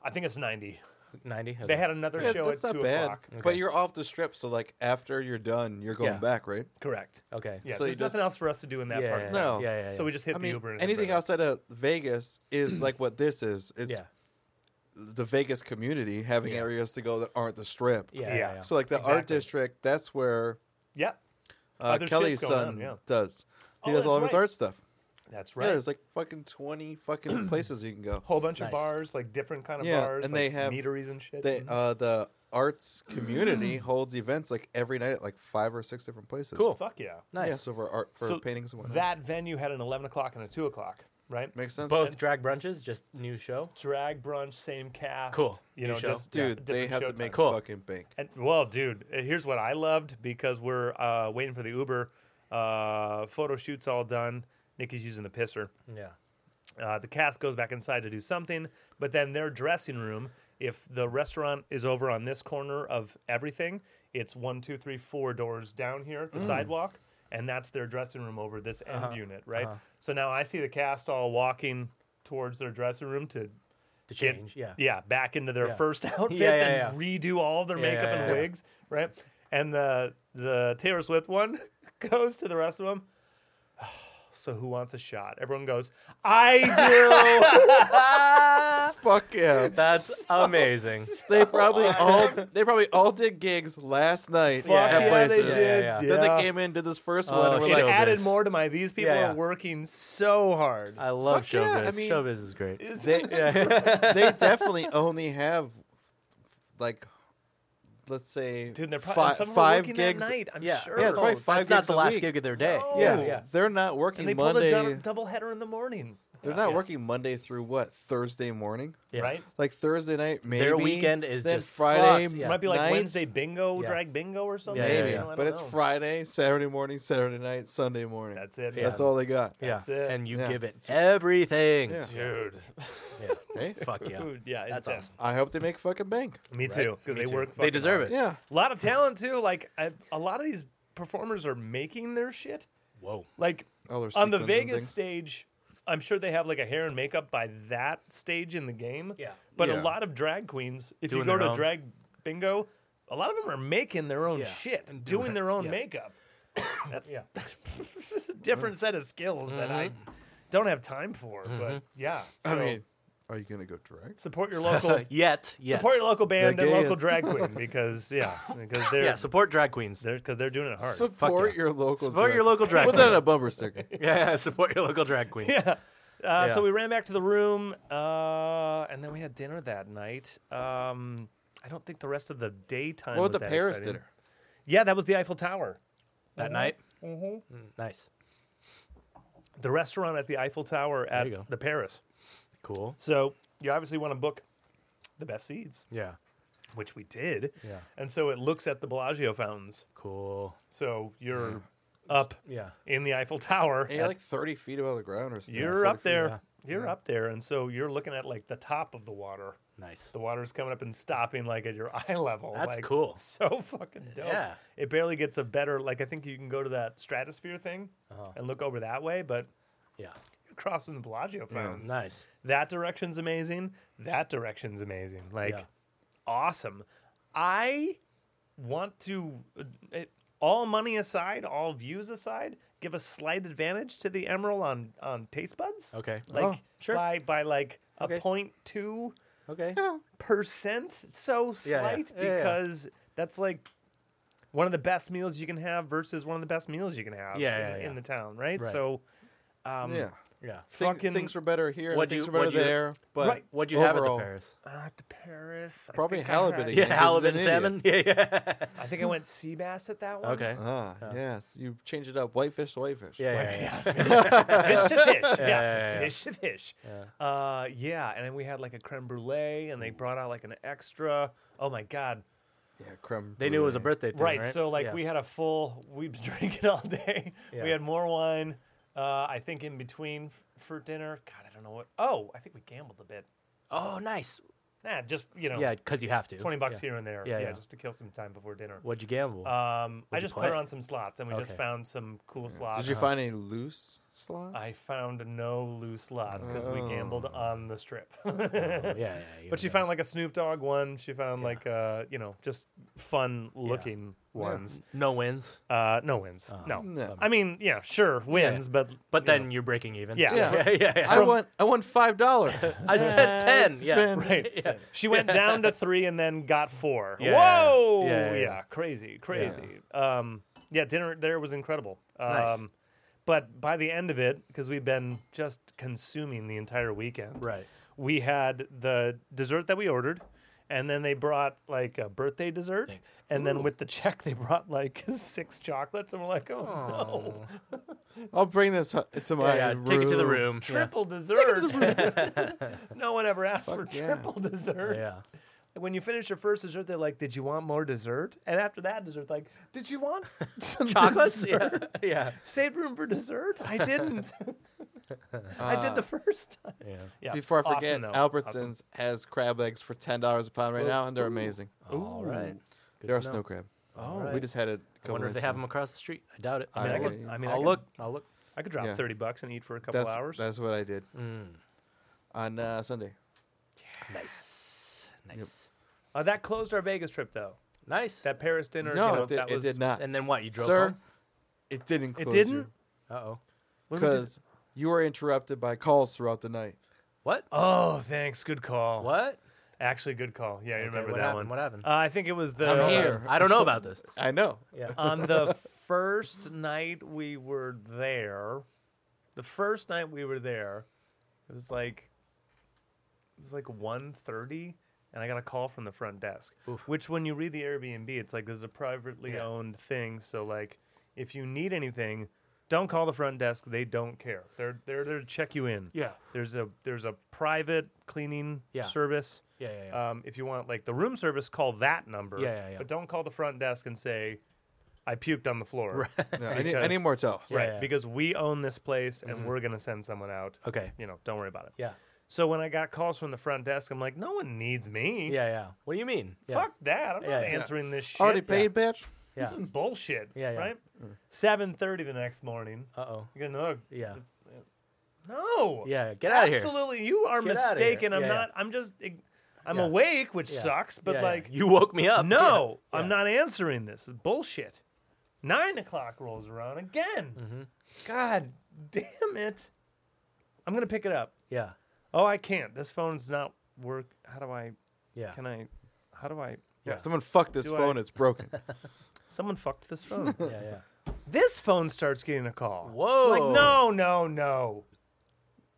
S4: I think it's ninety.
S1: 90?
S4: They had another
S3: Yeah,
S4: show
S3: that's
S4: at
S3: not
S4: two
S3: bad.
S4: o'clock.
S3: But you're off the strip, so like after you're done, you're going
S1: Yeah.
S3: back, right?
S4: Correct.
S1: Okay.
S4: Yeah.
S3: So you
S4: there's nothing
S3: just-
S4: else for us to do in that
S1: Yeah,
S4: part.
S1: yeah,
S4: of
S3: No.
S4: town.
S1: yeah, yeah,
S4: So we just hit
S3: I
S4: the
S3: mean,
S4: Uber. And
S3: anything
S4: Uber.
S3: outside of Vegas is like what this is. It's
S1: Yeah.
S3: the Vegas community having areas to go that aren't the strip.
S1: Yeah. yeah,
S4: Yeah.
S1: yeah.
S3: So like the art
S4: Exactly.
S3: district, that's where
S4: Yeah.
S3: uh,
S4: Other
S3: Kelly's
S4: shit's going
S3: son
S4: on, yeah.
S3: does. He
S4: Oh,
S3: does all of
S4: that's
S3: his
S4: right.
S3: art stuff.
S4: That's
S3: Yeah,
S4: right.
S3: there's like fucking twenty fucking places you can go.
S4: whole bunch
S1: Nice.
S4: of bars, like different kind of
S3: Yeah,
S4: bars,
S3: and
S4: like
S3: they have-
S4: meaderies and shit.
S3: They uh the arts community holds events like every night at like five or six different places.
S4: Cool. Fuck yeah.
S1: Nice.
S3: Yeah, so for art for
S4: So
S3: paintings and whatnot.
S4: That venue had an 11 o'clock and a 2 o'clock, right?
S3: makes sense.
S1: Both drag brunches, just new show.
S4: Drag brunch, same cast.
S1: Cool.
S4: You
S1: New
S4: know,
S1: show.
S4: just
S3: Dude, they
S4: yeah, different
S3: have
S4: show
S3: to make
S4: times.
S1: Cool.
S3: fucking bank.
S4: And, well, dude, uh, here's what I loved because we're uh, waiting for the Uber. Uh, photo shoots all done. Nikki's using the pisser.
S1: Yeah.
S4: Uh, the cast goes back inside to do something, but then their dressing room, if the restaurant is over on this corner of everything, it's one, two, three, four doors down here at the sidewalk, and that's their dressing room over this end unit, right? So now I see the cast all walking towards their dressing room to
S1: The
S4: get-
S1: change. Yeah.
S4: yeah, back into their
S1: Yeah.
S4: first outfits
S1: Yeah, yeah,
S4: and redo all of their
S1: Yeah,
S4: makeup
S1: yeah,
S4: and
S1: yeah.
S4: wigs, right? And the the Taylor Swift one goes to the rest of them. So who wants a shot? Everyone goes, I do.
S3: Fuck yeah.
S1: That's amazing.
S3: They probably all they probably all did gigs last night
S1: Yeah,
S3: at
S1: yeah,
S3: places.
S1: did. Yeah,
S3: Then they came in, did this first one,
S1: Oh,
S3: and we're
S4: It
S1: shit.
S3: like,
S4: added
S1: Showbiz.
S4: more to my. These people
S1: Yeah, Uh, yeah.
S4: are working so hard.
S1: I love
S3: Fuck yeah,
S1: showbiz.
S3: I mean-
S1: showbiz is great.
S3: they, they definitely only have like let's say
S4: Dude, they're
S3: fi-
S4: probably
S3: five,
S4: some of them working
S3: gigs.
S4: that night. I'm
S1: yeah.
S4: sure.
S3: Yeah, it's probably
S1: Oh,
S3: five
S1: That's not
S3: gigs
S1: the
S3: a
S1: last
S3: week.
S1: gig of their day.
S4: No.
S3: Yeah,
S1: Yeah.
S3: they're not working
S4: and they pulled a
S3: Monday.
S4: dou- double header in the morning.
S3: they're not
S4: Yeah.
S3: working Monday through what Thursday morning,
S1: Yeah.
S4: right.
S3: like Thursday night. Maybe
S1: weekend is
S3: then
S1: just
S3: Friday.
S1: fucked, yeah.
S4: Might be like
S3: night,
S4: Wednesday bingo,
S1: Yeah.
S4: drag bingo or something.
S1: Yeah, yeah,
S3: maybe,
S1: yeah.
S4: You know, I
S3: but
S4: don't
S3: it's
S4: know.
S3: Friday, Saturday morning, Saturday night, Sunday morning.
S4: That's it.
S1: Yeah.
S3: That's all they got.
S1: Yeah.
S4: That's it.
S1: And you
S3: Yeah.
S1: give it everything.
S3: Yeah.
S4: dude.
S1: Yeah.
S3: Hey.
S1: Fuck yeah.
S4: Dude, yeah,
S1: That's
S4: intense.
S1: awesome.
S3: I hope they make fucking bank.
S4: Me too, because
S1: Me
S4: they
S1: too.
S4: work.
S1: They deserve it.
S3: Yeah,
S4: A lot of talent too. Like I, a lot of these performers are making their shit.
S1: Whoa.
S4: Like
S3: All their
S4: on the
S3: sequins and
S4: Vegas
S3: things.
S4: stage, I'm sure they have like a hair and makeup by that stage in the game.
S1: Yeah.
S4: But
S3: Yeah.
S4: a lot of drag queens, if
S1: Doing
S4: you go
S1: their
S4: to
S1: own.
S4: drag bingo, a lot of them are making their own
S1: Yeah,
S4: shit
S1: and
S4: and
S1: doing
S4: doing,
S1: it-
S4: their own
S1: yeah.
S4: makeup. That's
S1: Yeah. Mm-hmm.
S4: a different set of skills that I don't have time for. But yeah,
S3: I
S4: so
S3: mean, are you gonna go direct?
S4: support your local
S1: Yet. Yet.
S4: support your local band and
S3: gay
S4: local
S3: is-
S4: drag queen because yeah because they're
S1: yeah. Support drag queens.
S4: they're because they're doing it hard.
S3: Support
S1: yeah.
S3: your local.
S1: Support
S3: drag-
S1: your local drag
S3: Put
S1: queen.
S3: that on a bumper sticker.
S1: Yeah. Support your local drag queen.
S4: yeah. Uh,
S1: Yeah.
S4: So we ran back to the room, uh, and then we had dinner that night. Um, I don't think the rest of the daytime.
S3: What
S4: was
S3: about the
S4: that
S3: Paris
S4: exciting.
S3: dinner?
S4: Yeah, that was the Eiffel Tower.
S1: That night. Mm-hmm. Nice.
S4: The restaurant at the Eiffel Tower
S1: you go.
S4: at the Paris.
S1: Cool.
S4: So you obviously want to book the best seats,
S1: Yeah.
S4: which we did.
S1: Yeah.
S4: And so it looks at the Bellagio fountains.
S1: Cool.
S4: So you're up
S1: Yeah.
S4: in the Eiffel Tower.
S3: Mm-hmm. Yeah,
S4: at-
S3: like thirty feet above the ground or something.
S4: you're up there. You're
S1: Yeah.
S4: up there, and so you're looking at like the top of the water.
S1: Nice.
S4: The water's coming up and stopping like at your eye level.
S1: That's
S4: like,
S1: cool.
S4: So fucking dope.
S1: Yeah.
S4: It barely gets a better like I think you can go to that stratosphere thing
S1: Uh-huh.
S4: and look over that way, but
S1: Yeah.
S4: you're crossing the Bellagio fountains.
S1: Mm, Nice.
S4: That direction's amazing. That direction's amazing. Like
S1: Yeah.
S4: awesome. I want to uh, it, all money aside, all views aside, give a slight advantage to the Emerald on on taste buds.
S1: Okay.
S4: Like
S3: Oh,
S1: sure.
S4: by by like
S1: Okay.
S4: a point two
S1: Okay.
S4: percent so
S1: Yeah, yeah.
S4: slight
S1: Yeah, yeah, yeah.
S4: because that's like one of the best meals you can have versus one of the best meals you can have
S1: Yeah,
S4: in,
S1: yeah,
S4: the-
S1: yeah.
S4: in the town, right?
S1: Right.
S4: So um
S3: Yeah,
S1: Yeah.
S3: Think-
S4: fucking
S3: things were better here.
S1: What'd
S3: things
S1: you-
S3: were better
S1: what'd you-
S3: there. But
S4: Right.
S1: What'd you have at
S3: overall-
S1: the Paris?
S4: uh, at the Paris. I
S3: Probably
S4: think I
S3: halibut
S4: had-
S3: again.
S1: Yeah,
S3: This is
S1: halibut
S3: an
S1: and salmon.
S3: idiot.
S1: Yeah, yeah.
S4: I think I went sea bass at that one.
S1: Okay.
S3: Ah, yes, you changed it up. Whitefish to whitefish.
S1: Yeah, yeah, yeah.
S4: fish to fish. Yeah,
S1: yeah, yeah.
S4: fish to fish. Yeah. Uh, yeah, and then we had like a creme brulee, and they brought out like an extra. Oh my god!
S3: yeah. Creme.
S1: They knew it was a
S3: brulee.
S1: birthday thing, right?
S4: Right, so like
S1: Yeah.
S4: we had a full. We was drinking all day.
S1: Yeah.
S4: We had more wine. Uh, I think in between f- for dinner. God, I don't know what. Oh, I think we gambled a bit.
S1: Oh, nice.
S4: Nah, just you know,
S1: Yeah, because you have to.
S4: twenty bucks
S1: Yeah.
S4: here and there.
S1: Yeah,
S4: Yeah,
S1: yeah.
S4: just to kill some time before dinner.
S1: What'd you gamble?
S4: Um, I
S1: you
S4: just
S1: play?
S4: put on some slots, and we just
S1: Okay. Mm.
S4: found some cool slots.
S3: Did you find any loose slots?
S4: I found no loose lots because we gambled
S1: Oh.
S4: on the strip.
S1: yeah, yeah, yeah.
S4: but she found like a Snoop Dogg one. She found like uh, you know, just fun looking ones.
S1: no wins,
S4: Uh, no wins. no.
S3: No.
S4: I mean, yeah, sure, wins, but
S1: Uh-huh. but
S4: you
S1: then
S4: know.
S1: you're breaking even.
S4: Yeah.
S1: yeah, yeah. yeah,
S3: I won. I won five dollars.
S1: I spent ten. Yeah,
S3: spent-
S4: Right. She went down to three and then got four.
S1: Yeah.
S4: Whoa!
S1: Yeah, yeah, yeah.
S4: crazy, crazy. Yeah. Um, yeah, dinner there was incredible. Um,
S1: Nice.
S4: But by the end of it, because we've been just consuming the entire weekend,
S1: right.
S4: we had the dessert that we ordered and then they brought like a birthday dessert,
S1: Thanks.
S4: and then with the check they brought like six chocolates, and we're like, oh no,
S3: I'll bring this hu- to my
S1: yeah,
S3: room.
S1: take it to the room.
S4: triple dessert. no one ever asked for
S3: Fuck yeah.
S4: triple dessert.
S1: Yeah.
S4: When you finish your first dessert, they're like, "Did you want more dessert?" And after that dessert, like, "Did you want some
S1: Chocolates?
S4: dessert?
S1: Yeah. yeah.
S4: Saved room for dessert? I didn't. I did
S3: Uh,
S4: the first time.
S1: Yeah.
S4: Yeah,
S3: Before I
S4: awesome,
S3: forget,
S4: though. Awesome.
S3: Albertsons has crab legs for ten dollars a
S1: Oh,
S3: pound right now, and they're amazing.
S1: All right.
S3: They're a snow crab.
S1: Oh,
S3: We just had it. a
S1: I
S3: couple
S1: wonder if they
S3: nights
S1: have
S3: ago.
S1: them across the street. I doubt it. I
S4: I,
S1: mean, I,
S3: don't
S1: could,
S3: know.
S4: could, I mean,
S1: I'll
S4: I could,
S1: look. I'll look.
S4: I could drop
S3: Yeah.
S4: thirty bucks and eat for a couple
S3: That's,
S4: hours.
S3: that's what I did
S1: Mm.
S3: on uh, Sunday.
S1: Nice. Nice.
S4: Uh, that closed our Vegas trip, though.
S1: Nice.
S4: That Paris dinner. you
S3: No,
S4: know,
S3: it did,
S4: that was,
S3: it did not,
S1: and then what? You drove
S3: sir.
S1: home?
S3: It didn't. Close
S4: didn't?
S1: Uh oh.
S4: What did we do?
S3: because you were interrupted by calls throughout the night.
S1: What?
S4: Oh, thanks. Good call.
S1: What?
S4: Actually, good call. Yeah, you remember
S1: what
S4: that
S1: happened?
S4: one.
S1: What happened?
S4: Uh, I think it was the.
S3: I'm here.
S1: I don't know about this. Uh,
S3: I know.
S1: Yeah.
S4: on the first night we were there, the first night we were there, it was like it was like 1.30 and I got a call from the front desk. Which when you read the Airbnb, it's like this is a privately
S1: Yeah.
S4: owned thing, so like if you need anything, don't call the front desk. They don't care. They're they're there to check you in.
S1: Yeah.
S4: There's a there's a private cleaning
S1: Yeah.
S4: service.
S1: Yeah, yeah, yeah.
S4: Um, if you want like the room service, call that number.
S1: Yeah, yeah, yeah.
S4: But don't call the front desk and say, "I puked on the floor." Right.
S3: No, I, need, I
S4: Because-
S3: need more towels.
S1: Yeah, yeah. Mm-hmm.
S4: Because we own this place and we're gonna send someone out.
S1: Okay.
S4: You know, don't worry about it.
S1: Yeah.
S4: So when I got calls from the front desk, I'm like, "No one needs me.
S1: Yeah, yeah. What do you mean? Yeah.
S4: Fuck that. I'm
S1: Yeah,
S4: not
S1: yeah.
S4: answering this shit.
S3: Already paid, Mm. bitch.
S1: Yeah.
S4: Bullshit.
S1: Yeah, yeah.
S4: Right. Seven thirty the next morning.
S1: Uh oh.
S4: You get another.
S1: Yeah.
S4: No.
S1: Yeah. Get out of here.
S4: Absolutely, you are
S1: Get outta here.
S4: mistaken. I'm
S1: Yeah, yeah.
S4: not. I'm just. I'm
S1: Yeah.
S4: awake, which
S1: Yeah.
S4: sucks, but
S1: Yeah, yeah.
S4: like
S1: you woke me up.
S4: No,
S1: Yeah.
S4: I'm not answering this. It's bullshit. Nine o'clock rolls around again.
S1: Mm-hmm.
S4: God damn it. I'm going to pick it up.
S1: Yeah.
S4: Oh, I can't. This phone's not work. How do I,
S1: Yeah.
S4: can I, how do I,
S3: Yeah, someone fucked this
S4: Do
S3: phone.
S4: I-
S3: It's broken.
S4: someone fucked this phone.
S1: Yeah. Yeah.
S4: this phone starts getting a call.
S1: Whoa.
S4: Like, no, no, no.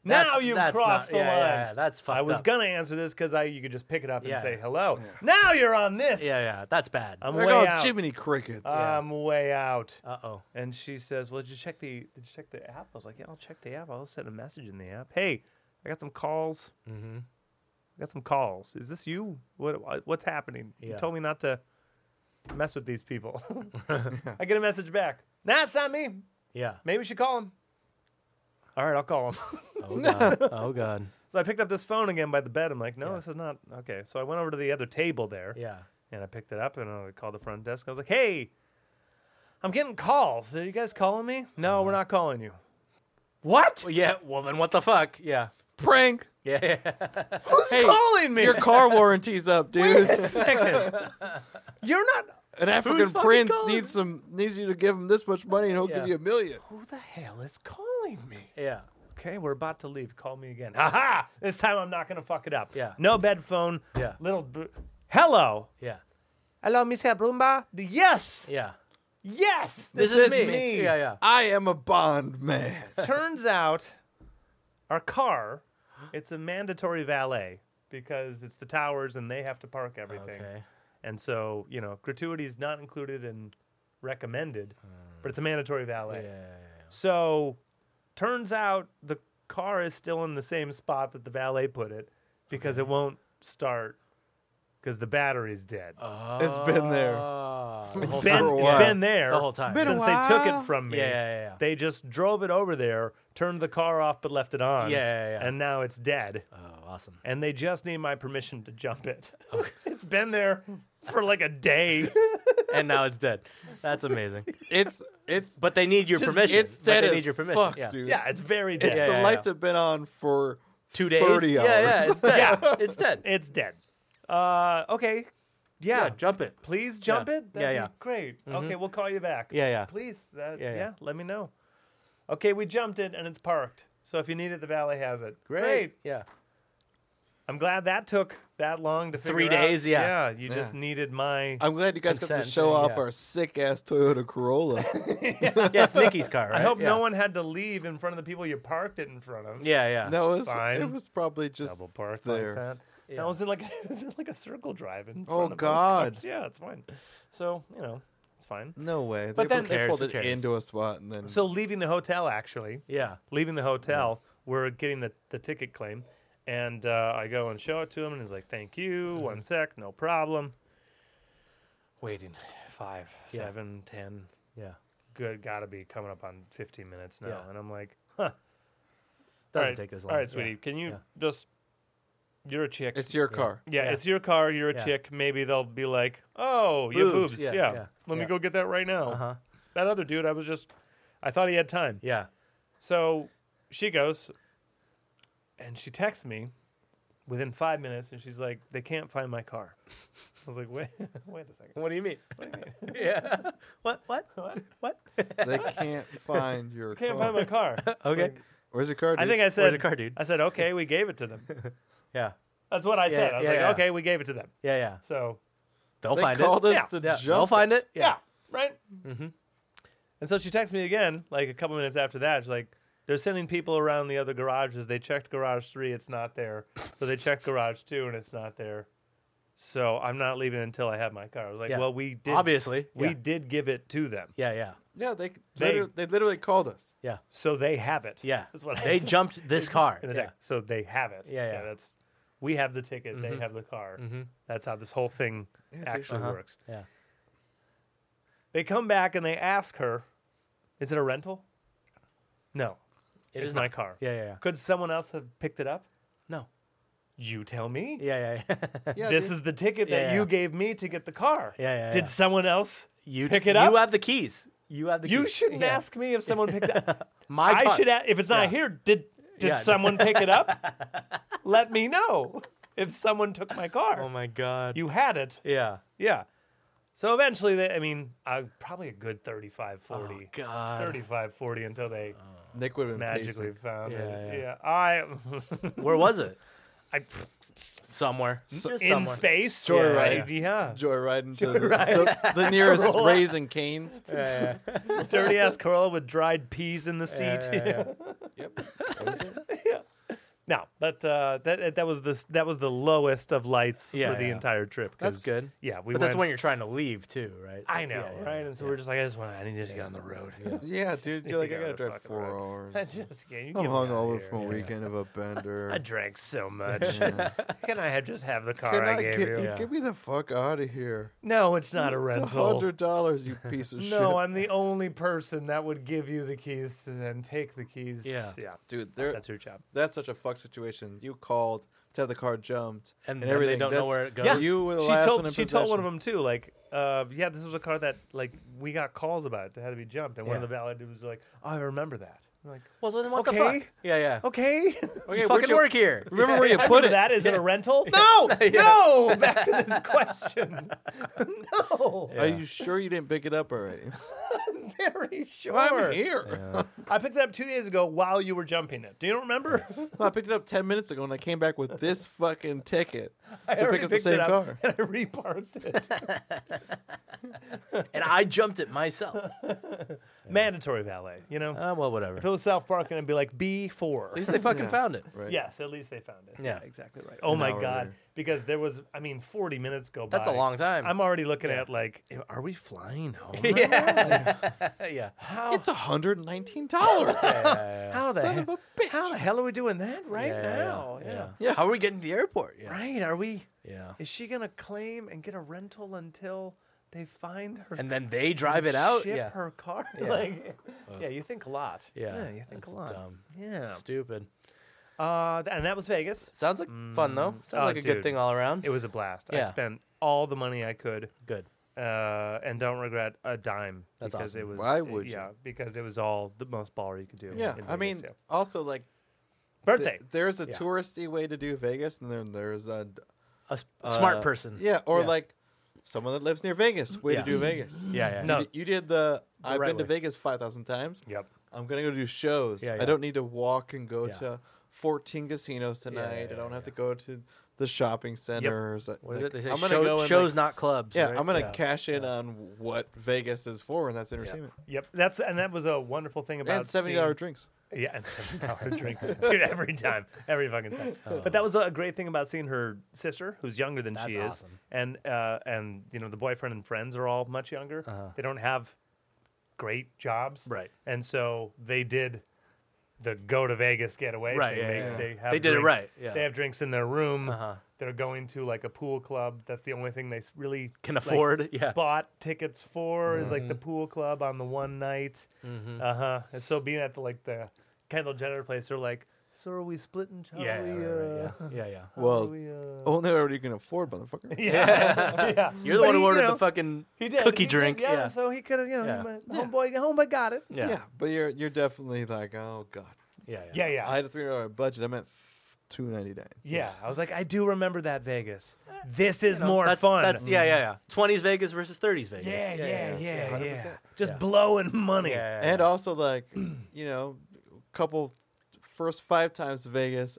S4: now
S1: That's-
S4: you've
S1: that's
S4: crossed
S1: not-
S4: the
S1: yeah,
S4: line.
S1: Yeah, yeah, that's fucked
S4: I was
S1: up.
S4: going to answer this because I, you could just pick it up and
S1: Yeah.
S4: say hello. Now you're on this.
S1: Yeah, yeah. That's bad.
S4: I'm
S3: They're
S4: way
S3: called
S4: out. Uh,
S3: Jiminy Crickets.
S4: I'm way out.
S1: Uh oh.
S4: And she says, "Well, did you check the did you check the app?" I was like, "Yeah, I'll check the app. I'll send a message in the app. Hey, I got some calls. Mm-hmm. I got some calls. Is this you? What what- what's happening?
S1: Yeah.
S4: You told me not to mess with these people. I get a message back. Nah, it's not me.
S1: Yeah.
S4: Maybe we should call him. All right, I'll call him.
S1: Oh god. oh god.
S4: so I picked up this phone again by the bed. I'm like, "No, this is not okay." So I went over to the other table there.
S1: Yeah.
S4: And I picked it up and I called the front desk. I was like, hey, I'm getting calls. Are you guys calling me? No, we're not calling you. What?
S1: Well, yeah. Well, then what the fuck? Yeah.
S3: Prank.
S1: Yeah. Yeah.
S4: Who's
S3: Hey,
S4: calling me?
S3: Your car warranty's up,
S4: Wait a
S3: dude.
S4: second. You're not.
S3: An African
S1: fucking
S3: prince
S1: calling?
S3: needs some needs you to give him this much money, and he'll
S1: Yeah.
S3: give you a million.
S4: Who the hell is calling me?
S1: yeah.
S4: Okay, we're about to leave. Call me again. Ha ha! This time I'm not going to fuck it up.
S1: Yeah.
S4: No bed phone.
S1: Yeah.
S4: Little. Bu- Hello.
S1: Yeah.
S4: Hello, Miss Brumba. Yes.
S1: Yeah.
S4: Yes.
S1: This, is, me. Yeah. Yeah.
S3: I am a bond man.
S4: turns out our car it's a mandatory valet because it's the towers and they have to park everything
S1: Okay.
S4: and so you know gratuity is not included and recommended
S1: Hmm.
S4: but it's a mandatory valet so turns out the car is still in the same spot that the valet put it because it won't start because the battery's dead
S3: It's been there.
S1: Uh,
S3: It's
S4: it's
S3: whole
S4: been,
S3: time. For a
S4: it's
S3: while.
S4: been there
S1: The Uh, whole time.
S3: Been a
S4: since they took
S3: while.
S4: it from me.
S1: Yeah, yeah, yeah, yeah.
S4: They just drove it over there, turned the car off, but left it on.
S1: Yeah, yeah, yeah.
S4: And now it's dead.
S1: oh, awesome.
S4: And they just need my permission to jump it. it's been there for like a day.
S1: and now it's dead. That's amazing.
S3: It's it's
S1: But they need your
S3: just-
S1: permission.
S3: It's
S1: But
S3: dead
S1: they
S3: as
S1: need your permission.
S3: fuck,
S1: yeah.
S3: dude.
S4: yeah, it's very
S3: It-
S4: dead.
S1: yeah,
S3: the
S1: yeah.
S3: lights have been on for
S1: Two days.
S3: Thirty
S1: yeah,
S3: hours.
S1: yeah, it's dead.
S4: Yeah.
S1: it's dead.
S4: It's dead. Uh, okay. Yeah.
S1: Yeah, jump it.
S4: Please jump
S1: Yeah.
S4: it.
S1: Yeah,
S4: That'd
S1: yeah. Mm-hmm.
S4: Be great. Okay, we'll call you back.
S1: Yeah, yeah.
S4: Please. That,
S1: Yeah,
S4: yeah,
S1: yeah.
S4: Let me know. Okay, we jumped it and it's parked. So if you need it, the valet has it.
S1: Great. Yeah.
S4: I'm glad that took that long to figure
S1: Three
S4: out.
S1: days, yeah.
S4: Yeah, you
S3: Yeah.
S4: just needed my.
S3: I'm glad you guys got to
S1: Consent,
S3: show
S1: yeah.
S3: off our sick ass Toyota Corolla.
S1: Yeah, it's Nikki's car, right?
S4: I hope
S1: yeah.
S4: no one had to leave in front of the people you parked it in front of.
S1: Yeah, yeah.
S3: That was
S4: Fine.
S3: it was probably just
S4: Double parked
S3: there.
S4: like that. That was in like it was in like a circle drive in.
S3: Oh,
S4: front of us.
S3: God.
S4: Yeah, it's fine. So you know, it's fine.
S3: No way.
S4: But
S3: they,
S4: then-
S3: they
S1: Who cares?
S3: pulled
S1: Who
S3: it
S1: cares?
S3: into a spot and then.
S4: So leaving the hotel, actually,
S1: Yeah.
S4: leaving the hotel, we're getting the, the ticket claim, and uh, I go and show it to him, and he's like, "Thank you,
S1: Mm-hmm.
S4: one sec, no problem." Waiting, five,
S1: Yeah.
S4: seven, ten,
S1: Yeah.
S4: good, gotta be coming up on fifteen minutes now,
S1: Yeah.
S4: and I'm like, "Huh,
S1: Doesn't
S4: all right,
S1: take this long.
S4: All right,
S1: Yeah.
S4: sweetie, can you
S1: Yeah.
S4: just? You're a chick.
S3: it's your car.
S4: Yeah,
S1: Yeah.
S4: it's your car. You're a
S1: Yeah.
S4: chick. Maybe they'll be like, "Oh, your
S1: Boobs,
S4: boobs."
S1: yeah,
S4: Yeah,
S1: yeah, yeah.
S4: let me go get that right now.
S1: Uh huh.
S4: That other dude, I was just, I thought he had time.
S1: Yeah.
S4: So she goes, and she texts me within five minutes, and she's like, "They can't find my car." I was like, "Wait, wait a second.
S1: What do you mean? yeah. What? What?
S4: What?
S1: What?
S3: They can't find your
S4: Can't
S3: car.
S4: find my car."
S1: Okay.
S4: Like,
S3: Where's your car?
S4: I
S3: dude?
S4: think I
S1: Where's
S4: said,
S1: your car, dude?
S4: I said, "Okay, we gave it to them."
S1: Yeah.
S4: That's what I
S1: Yeah,
S4: said. I was
S1: yeah,
S4: like,
S1: yeah.
S4: "Okay, we gave it to them."
S1: Yeah. Yeah.
S4: So
S1: They'll
S3: they
S1: find
S3: called
S1: it.
S3: us
S4: Yeah.
S3: to
S1: yeah.
S3: jump.
S1: They'll find it.
S4: Yeah. right? Mm-hmm. And so she texts me again, like a couple minutes after that. She's like, they're sending people around the other garages. They checked garage three, it's not there. So they checked garage two, and it's not there. So I'm not leaving until I have my car. I was like,
S1: Yeah.
S4: well, we did.
S1: Obviously.
S4: We
S1: yeah.
S4: did give it to them.
S1: yeah. Yeah.
S3: Yeah, they
S4: They-
S3: literally, they literally called us.
S1: Yeah.
S4: So they have it.
S1: Yeah.
S4: That's what I
S1: they
S4: said.
S1: jumped this car.
S4: in the
S1: yeah.
S4: text. So they have it.
S1: Yeah, yeah.
S4: That's we have the ticket. They have the car. That's how this whole thing
S3: they-
S4: actually
S1: Uh-huh.
S4: works.
S1: Yeah.
S4: They come back and they ask her, "Is it a rental?" No,
S1: It
S4: it's
S1: is
S4: my
S1: not-
S4: car.
S1: Yeah. Yeah. Yeah.
S4: Could someone else have picked it up?
S1: No.
S4: You tell me.
S1: Yeah. Yeah. Yeah.
S3: Yeah,
S4: this
S3: dude.
S4: is the ticket that
S1: Yeah, yeah.
S4: you gave me to get the car.
S1: Yeah, yeah,
S4: Did
S1: yeah.
S4: someone else?
S1: you
S4: Pick
S1: d-
S4: it up?
S1: You have the keys. You have the.
S4: You
S1: keys.
S4: shouldn't
S1: Yeah.
S4: ask me if someone picked it up.
S1: My.
S4: I
S1: car.
S4: should ask if it's not
S1: Yeah.
S4: here. Did did
S1: Yeah.
S4: someone pick it up? Let me know if someone took my car.
S1: Oh my god.
S4: You had it.
S1: Yeah.
S4: Yeah. So eventually, they, I mean, uh, probably a good 35, 40.
S1: Oh god. Oh,
S4: 35, 40 until they
S3: Nick would have been
S4: magically
S3: pacing.
S4: found it.
S1: Yeah,
S4: Yeah. I,
S1: Where was it?
S4: I
S1: Somewhere. Just
S4: in
S1: somewhere.
S4: space.
S3: Joyride.
S4: Yeah.
S3: joyriding to the, the, the nearest raising canes.
S1: Yeah, yeah,
S4: Dirty ass Corolla with dried peas in the seat.
S1: yeah, yeah, yeah.
S3: Yep. That was it.
S4: No, but uh, that that was the that was the lowest of lights
S1: Yeah,
S4: for the
S1: yeah.
S4: entire trip.
S1: That's
S4: 'cause,
S1: good.
S4: Yeah, we
S1: but that's
S4: went-
S1: when you're trying to leave too, right?
S4: I know,
S1: Yeah, yeah,
S4: right?
S1: yeah.
S4: And so we're just like, I just want to. I need to just get on the road.
S3: Yeah, dude. You're like,
S4: Yeah,
S3: I gotta
S4: the
S3: drive
S4: fucking
S3: four
S4: I
S3: hours.
S4: just, yeah, you
S3: I'm
S4: get me outta
S3: hungover
S4: here.
S3: from a weekend of a bender.
S4: I drank so much. Can I have, just have the car
S3: Can
S4: I,
S3: I
S4: gave
S3: get,
S4: you?
S1: Yeah.
S3: get me the fuck out of here?
S4: No, it's not a
S3: It's a
S4: rental.
S3: hundred dollars, you piece of shit.
S4: no, I'm the only person that would give you the keys and then take the keys.
S1: Yeah.
S4: yeah.
S3: dude. There,
S4: That's your job.
S3: that's such a fuck situation. You called to have the car jumped,
S1: And
S3: and,
S1: then they
S3: everything.
S1: don't know
S3: That's-
S1: where it goes.
S4: Yeah,
S3: you were the
S4: she
S3: last
S4: told
S3: one in
S4: she told one
S3: possession.
S4: of them too. Like, uh, yeah, this was a car that like we got calls about it that had to be jumped, and one of
S1: Yeah.
S4: the valet dudes was like, "Oh, I remember that." I'm like,
S1: Well, then what
S4: Okay.
S1: the fuck? Yeah, yeah.
S4: okay,
S3: Okay,
S1: You
S3: where'd
S1: fucking
S3: you-
S1: work here.
S3: Remember where you
S4: I
S3: put
S4: remember
S3: it?
S4: that. Is it a rental? No, no. Back to this question. no,
S3: Are you sure you didn't pick it up already?
S4: very sure.
S3: I'm here.
S4: I picked it up two days ago while you were jumping it. Do you remember?
S3: I picked it up ten minutes ago, and I came back with this fucking ticket
S4: I
S3: to pick
S4: already
S3: up the
S4: picked
S3: same
S4: it up
S3: car.
S4: and I reparked it.
S1: And I jumped it myself.
S4: Mandatory valet, you know.
S1: Uh, well, whatever.
S4: if it
S1: At
S4: was South Park, it'd be like B four.
S1: least they fucking
S3: Yeah.
S1: found it.
S3: Right.
S4: Yes, at least they found it.
S1: Yeah.
S4: exactly right. Oh
S3: An
S4: my
S3: hour
S4: god,
S3: later.
S4: because there was, I mean, forty minutes go by.
S1: That's a long time.
S4: I'm already looking at like, are we flying home? right now?
S1: yeah. Uh, yeah.
S4: How
S3: It's hundred and nineteen dollars.
S4: how the
S3: Son
S4: he-
S3: of a bitch.
S4: how the hell are we doing that right
S1: Yeah, yeah,
S4: now?
S1: yeah, Yeah, How are we getting to the airport? Yeah.
S4: right. Are we?
S1: Yeah.
S4: Is she gonna claim and get a rental until they find her?
S1: And then they drive it out.
S4: ship
S1: Yeah.
S4: her car.
S1: Yeah.
S4: like, yeah, you think a lot.
S1: Yeah.
S4: you think a
S1: That's
S4: lot.
S1: dumb.
S4: Yeah.
S1: Stupid.
S4: Uh, th- and that was Vegas.
S1: Sounds like fun though. Sounds
S4: Oh,
S1: like a good
S4: dude.
S1: thing all around.
S4: It was a blast. I
S1: Yeah.
S4: spent all the money I could,
S1: good.
S4: uh, and don't regret a dime
S1: That's
S4: because
S1: awesome.
S4: it was.
S3: Why would
S4: yeah, because it was all the most baller you could do.
S3: Yeah,
S4: in
S3: I
S4: Vegas,
S3: mean,
S4: yeah.
S3: also like th-
S4: birthday.
S3: there's a
S1: Yeah.
S3: touristy way to do Vegas, and then there's a d-
S1: A s-
S3: uh,
S1: smart person.
S3: Yeah, or
S1: Yeah.
S3: like someone that lives near Vegas. Way
S1: Yeah.
S3: to do Vegas.
S1: Yeah. Yeah.
S4: No.
S3: You, did, you did the. I've
S4: right
S3: been to
S4: way.
S3: Vegas five thousand times.
S4: yep.
S3: I'm gonna go do shows.
S1: Yeah, yeah.
S3: I don't need to walk and go
S1: Yeah.
S3: to 14 casinos tonight. I don't have to go to the shopping centers.
S1: What is it? They say
S3: I'm gonna
S1: show-
S3: go and,
S1: shows,
S3: like-
S1: not clubs.
S3: yeah,
S1: right?
S3: I'm gonna
S1: Yeah.
S3: cash in on what Vegas is for, and that's entertainment
S4: Yep. That's and that was a wonderful thing about
S3: and seventy dollar
S4: seeing-
S3: drinks.
S4: Yeah, and seven dollar drink, dude. Every time, every fucking time. But that was a great thing about seeing her sister, who's younger than she
S1: Oh. That's
S4: is,
S1: awesome.
S4: and uh, and you know the boyfriend and friends are all much younger. They don't have great jobs,
S1: Uh-huh. Right.
S4: And so they did the go to Vegas getaway.
S1: Right,
S4: thing.
S1: yeah,
S4: they,
S1: yeah, yeah.
S4: they have
S1: They did it
S4: drinks-
S1: right, yeah.
S4: They have drinks in their room.
S1: Uh-huh.
S4: They're going to like a pool club. That's the only thing they s- really
S1: Can
S4: like,
S1: afford, Mm-hmm. yeah.
S4: bought tickets for is like the pool club on the one night.
S1: Mm-hmm.
S4: Uh huh. And so being at the like the Kendall Jenner place, they're like, so are we splitting? How
S1: Yeah,
S4: are
S1: yeah,
S4: we,
S1: right,
S4: uh,
S1: right, yeah, yeah, yeah.
S4: how
S3: Well,
S4: are we, uh,
S3: Only whatever you can afford, motherfucker.
S4: yeah, yeah.
S1: You're the
S4: But
S1: one who
S4: he, you
S1: ordered
S4: know,
S1: the fucking
S4: he did,
S1: cookie
S4: he did,
S1: drink.
S4: yeah,
S1: yeah.
S4: so he could have, you know,
S1: Yeah.
S4: he might- homeboy, homeboy got it.
S1: yeah,
S3: Yeah, but you're you're definitely like, oh god,
S1: yeah,
S4: Yeah, yeah.
S3: I had a three hundred dollar budget. I'm at two ninety nine.
S4: Yeah, I was like, I do remember that Vegas. This is
S1: Eh, You know,
S4: more
S1: that's,
S4: fun.
S1: That's yeah, yeah, yeah. Twenties Vegas versus thirties Vegas.
S4: yeah, yeah, yeah, yeah,
S3: 100%.
S4: Just blowing money.
S1: yeah.
S3: And also like, you know, couple first five times to Vegas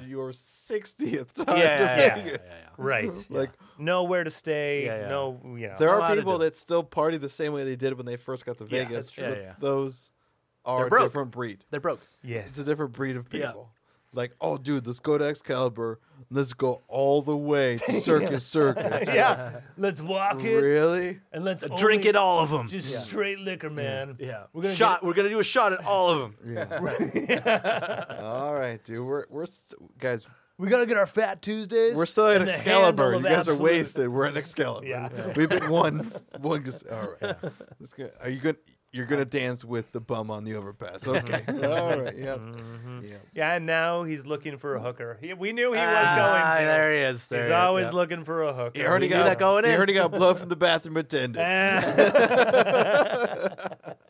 S1: Yeah.
S3: your sixtieth
S1: yeah,
S3: time
S1: yeah,
S3: to
S1: yeah, yeah,
S3: Vegas.
S1: yeah, yeah.
S4: Right.
S3: Like
S4: Know where to stay.
S1: Yeah, yeah.
S4: No, you know.
S3: there
S1: lot
S3: are
S1: of
S3: people
S1: different-
S3: that still party the same way they did when they first got to
S4: Yeah,
S3: Vegas.
S4: that's
S1: true.
S3: but
S1: Yeah, yeah.
S3: Those are a
S1: broke.
S3: different breed.
S1: They're broke. Uh,
S4: yes.
S3: It's a different breed of
S1: Yeah.
S3: people. Like, oh, dude, let's go to Excalibur. Let's go all the way to Circus Circus.
S4: yeah. Let's walk it
S3: Really?
S4: and let's only
S1: Drink it all of them.
S4: Just straight liquor, man.
S1: yeah,
S4: We're gonna
S1: shot. We're gonna do a shot at all of them.
S3: Yeah. all right, dude. We're we're st- guys.
S4: We gotta get our Fat Tuesdays.
S3: We're still at
S4: and the
S3: Excalibur.
S4: handle
S3: You
S4: of
S3: guys are
S4: absolute-
S3: wasted. We're at Excalibur.
S4: Yeah. Yeah.
S3: We've been one one. gus- All right. Let's go. Are you gonna you're
S1: Uh,
S3: gonna dance with the bum on the overpass? Okay. all right. Yep.
S1: Mm-hmm.
S3: Yeah.
S4: Yeah, and now he's looking for a hooker. He, we knew he was
S1: Ah,
S4: going to.
S1: There he is. There.
S4: he's always
S1: yeah.
S4: looking for a hooker.
S3: You already
S1: knew
S3: got
S1: that going
S3: You
S1: in.
S3: already got blood from the bathroom attendant.
S4: Ah, the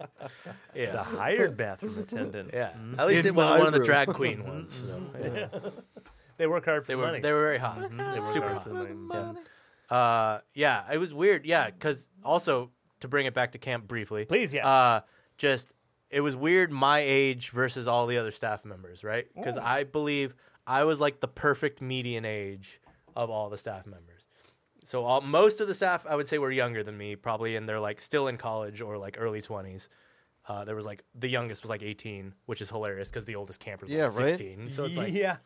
S1: Yeah.
S4: hired bathroom attendant.
S1: Yeah. At least
S3: In
S1: it was
S3: my
S1: one of the
S3: room.
S1: drag queen ones. So, yeah.
S4: They work hard for
S1: They were
S4: money.
S1: they were very hot. Mm-hmm. They were super hot. Uh, yeah, it was weird. Yeah, because also to bring it back to camp briefly,
S4: Please, yes.
S1: Uh, just it was weird my age versus all the other staff members, right? Because I believe I was like the perfect median age of all the staff members. So all, most of the staff I would say were younger than me, probably, and they're like still in college or like early twenties. Uh, there was like the youngest was like 18, which is hilarious because the oldest camper's
S3: Yeah,
S1: like
S3: right?
S1: 16. So it's like
S4: yeah.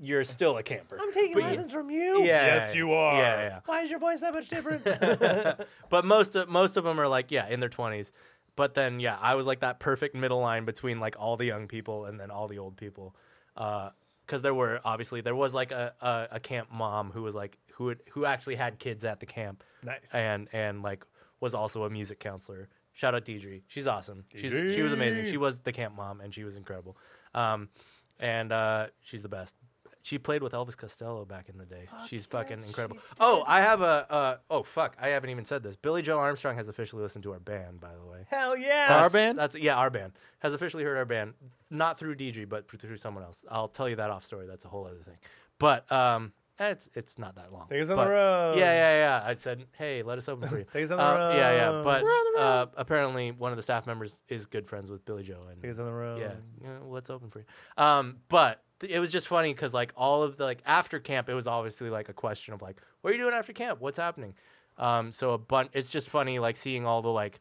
S1: you're still a camper.
S4: I'm taking
S1: But you-
S4: lessons from you.
S1: Yeah,
S4: Yes,
S1: yeah,
S4: you
S1: yeah.
S4: are.
S1: Yeah, yeah.
S4: Why is your voice that much different?
S1: But most of, most of them are like yeah in their twenties. But then yeah, I was like that perfect middle line between like all the young people and then all the old people, because there were obviously there was like a, a, a camp mom who was like who had, who actually had kids at the camp.
S4: Nice.
S1: And and like was also a music counselor. Shout out Deidre. She's awesome. She's
S4: Deidre.
S1: she was amazing. She was the camp mom and she was incredible. Um, and uh, she's the best. She played with Elvis Costello back in the day. she's fucking incredible. Oh, I have a. Uh, oh fuck, I haven't even said this. Billy Joe Armstrong has officially listened to our band, by the way.
S4: Hell yeah.
S3: Our
S1: That's-
S3: band?
S1: That's yeah, our band has officially heard our band, not through DG, but through someone else. I'll tell you that off story. That's a whole other thing. But um, it's it's not that long.
S4: Take us on the
S1: But-
S4: road.
S1: Yeah, yeah, yeah. I said, hey, let us open for you.
S4: Take us on the
S1: Uh, Yeah, yeah.
S4: road.
S1: But
S4: We're
S1: Uh, apparently, one of the staff members is good friends with Billy Joe, and
S4: He was on the road.
S1: yeah, you know, let's open for you. Um, but th- it was just funny because like all of the like after camp, it was obviously like a question of like, what are you doing after camp? What's happening? Um, so a bunch. It's just funny like seeing all the like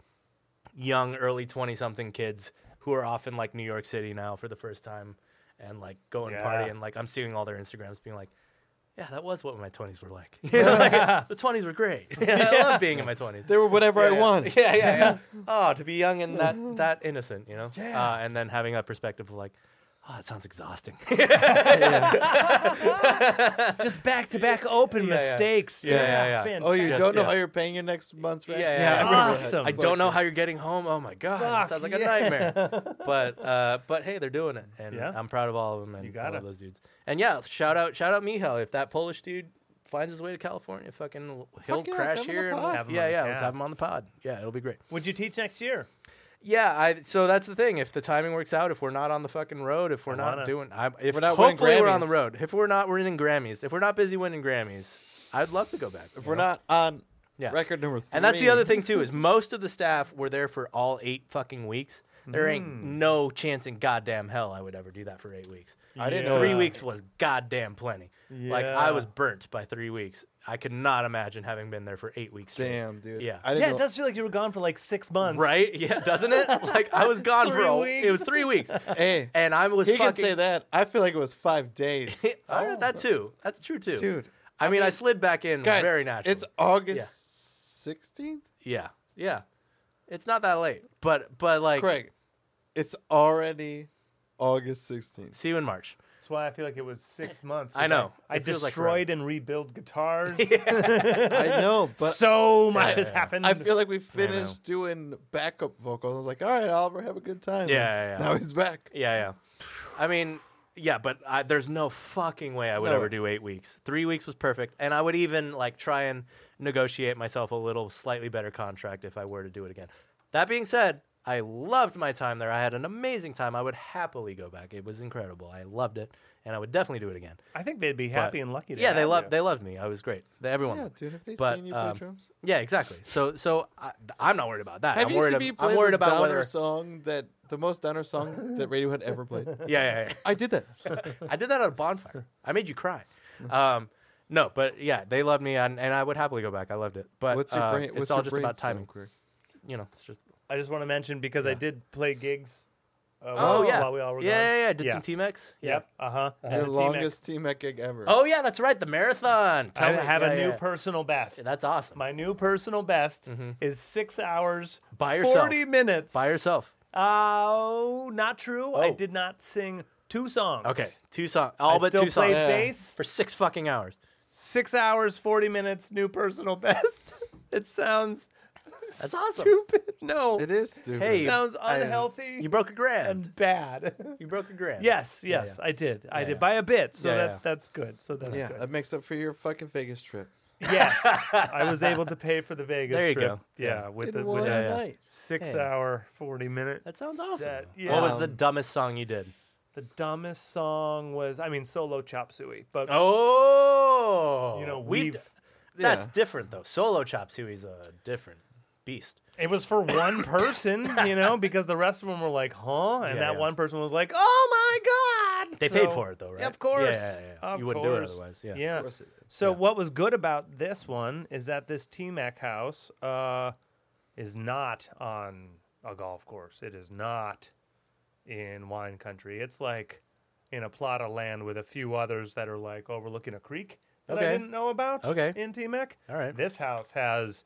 S1: young early twenty something kids who are off in like New York City now for the first time and like going
S4: Yeah.
S1: party and like I'm seeing all their Instagrams being like. Yeah, that was what my 20s were like. Like, the 20s were great. I love being in my 20s.
S3: They were whatever I
S1: Yeah.
S3: wanted.
S1: Yeah, yeah, yeah. oh, to be young and that that innocent, you know. Yeah. Uh, and then having that perspective of like, oh, that sounds exhausting. yeah,
S4: Just back to back open
S1: Yeah, yeah.
S4: mistakes.
S1: Yeah, yeah, yeah.
S3: Oh, you
S4: fantastic.
S1: Just-
S3: don't know
S1: yeah.
S3: how you're paying your next month's rent?
S1: yeah, yeah.
S3: I remember that.
S4: Awesome.
S1: I don't know how you're getting home. Oh my god, that
S4: Fuck,
S1: sounds like a nightmare. But uh, but hey, they're doing it, and
S4: Yeah.
S1: I'm proud of all of them. And
S4: You gotta.
S1: I love those dudes. And yeah, shout out shout out Michal if that Polish dude. Finds his way to California, fucking he'll
S3: Fuck yeah,
S1: crash
S3: let's have him
S1: here. and-
S3: on the pod.
S4: Have him
S1: yeah,
S4: on the
S1: yeah, let's
S4: cast.
S1: have him on the pod. Yeah, it'll be great.
S4: Would you teach next year?
S1: Yeah, I so that's the thing. If the timing works out, if we're not on the fucking road, if we're not
S4: wanna-
S1: doing, I, if
S3: We're not winning
S1: hopefully we're on
S3: Grammys.
S1: the road. If we're not winning Grammys, if we're not busy winning Grammys, I'd love to go back.
S3: If
S1: you
S3: we're
S1: know?
S3: not on
S1: Yeah.
S3: record number three.
S1: and that's the other thing too is most of the staff were there for all eight fucking weeks. There ain't
S3: Hmm.
S1: no chance in goddamn hell I would ever do that for eight weeks.
S3: I didn't
S4: Yeah.
S3: know
S1: Three
S3: it was,
S1: weeks was goddamn plenty. Like I
S4: Yeah.
S1: was burnt by three weeks. I could not imagine having been there for eight weeks. straight.
S3: Damn, dude.
S1: Yeah.
S3: I didn't
S4: Yeah,
S3: know,
S4: it does feel like you were gone for like six months.
S1: Right? Yeah, doesn't it? Like I was gone for
S4: Three
S1: a,
S4: weeks.
S1: it was three weeks,
S3: Hey,
S1: and I was
S3: he
S1: fucking.
S3: can say that. I feel like it was five days.
S1: All right, that too. That's true too,
S3: Dude,
S1: I, mean, I slid back in
S3: Guys,
S1: very naturally.
S3: It's August 16th?
S1: yeah, yeah. It's not that late, but but like
S3: Craig, it's already August 16th.
S1: see you in March.
S4: That's why I feel like it was six months.
S1: I
S4: 'cause
S1: know.
S4: I,
S1: It feels like
S4: destroyed and rebuilt guitars.
S3: I know, but
S4: so much
S1: Yeah.
S4: has happened.
S3: I feel like we finished doing backup vocals. I was like, all right, Oliver, have a good time.
S1: Yeah, yeah, yeah.
S3: Now he's back.
S1: Yeah, yeah. I mean, yeah, but I, there's no fucking way I would
S3: No.
S1: ever do eight weeks. Three weeks was perfect, and I would even like try and negotiate myself a little slightly better contract if I were to do it again. That being said, I loved my time there. I had an amazing time. I would happily go back. It was incredible. I loved it, and I would definitely do it again.
S4: I think they'd be
S1: But-
S4: happy and lucky. To
S1: yeah, they
S4: have
S1: loved
S4: you.
S1: they loved me. I was great. They, everyone.
S3: Yeah,
S1: loved me.
S3: dude, have they
S1: But,
S3: seen you
S1: um,
S3: play drums?
S1: Yeah, exactly. So so I, I'm not worried about that.
S3: Have
S1: I'm
S3: you
S1: worried.
S3: seen me
S1: ab-
S3: play
S1: I'm worried
S3: the
S1: about
S3: downer
S1: whether.
S3: song that the most downer song that Radiohead ever played?
S1: Yeah, yeah, yeah.
S3: I did that.
S1: I did that at a bonfire. I made you cry. Um, no, but yeah, they loved me, and, and I would happily go back. I loved it. But
S3: What's your
S1: uh,
S3: brain?
S1: it's
S3: what's
S1: all
S3: your
S1: just
S3: brain
S1: about
S3: style,
S1: timing.
S3: Craig?
S1: You know, it's just.
S4: I just want to mention because I did play gigs. Uh,
S1: Oh,
S4: while,
S1: yeah,
S4: while we all were
S1: yeah,
S4: gone.
S1: yeah, yeah. Did
S4: Yeah.
S1: some T-Mex. Yeah.
S4: Yep. Uh huh.
S3: Your longest T Mac gig ever.
S1: Oh yeah, that's right. The marathon.
S4: I
S1: Totally.
S4: have
S1: Yeah,
S4: a new
S1: yeah.
S4: personal best.
S1: That's awesome.
S4: My new personal best is six hours
S1: Mm-hmm. By yourself.
S4: forty minutes. Uh,
S1: By yourself.
S4: Oh, not true. I
S1: Oh.
S4: did not sing two songs.
S1: Okay, two songs.
S4: I
S1: All but
S4: still
S1: two songs
S4: played
S3: Yeah.
S4: bass.
S1: for six fucking hours.
S4: Six hours, forty minutes. New personal best. it sounds
S1: That's awesome.
S4: stupid. No,
S3: It is stupid.
S1: Hey,
S4: sounds
S1: I-
S4: unhealthy.
S1: You broke a grand.
S4: and bad.
S1: you broke a grand.
S4: yes, yes, I did. I did by a bit. So
S1: Yeah,
S4: that
S1: yeah.
S4: that's good. So that's
S3: yeah, uh,
S4: good.
S3: that makes up for your fucking Vegas trip.
S4: Yes, I was able to pay for the Vegas.
S1: There you
S4: trip.
S1: go.
S4: Yeah, with
S3: In
S4: the,
S3: one
S4: with the
S1: yeah.
S3: night.
S4: six
S1: Hey.
S4: hour forty minute.
S1: That sounds awesome.
S4: set.
S1: What was
S4: Yeah.
S1: the dumbest song you did?
S4: The dumbest song was, I mean, solo chop suey, but
S1: Oh,
S4: you know,
S1: we
S4: we've.
S1: That's
S3: Yeah.
S1: different though. Solo chop suey's a different beast.
S4: It was for one person, you know, because the rest of them were like, "Huh," and
S1: Yeah,
S4: that
S1: yeah.
S4: one person was like, "Oh my god!"
S1: They
S4: So-
S1: paid for it though, right?
S4: Of course,
S1: Yeah, yeah, yeah, yeah.
S4: Of
S1: You wouldn't do it
S4: course.
S1: otherwise, yeah.
S4: yeah.
S3: Of course it did.
S4: So what was good about this one is that this T-Mac house uh, is not on a golf course. It is not in wine country. It's like in a plot of land with a few others that are like overlooking a creek that I
S1: Okay.
S4: didn't know about
S1: Okay.
S4: in T-Mac.
S1: All right.
S4: This house has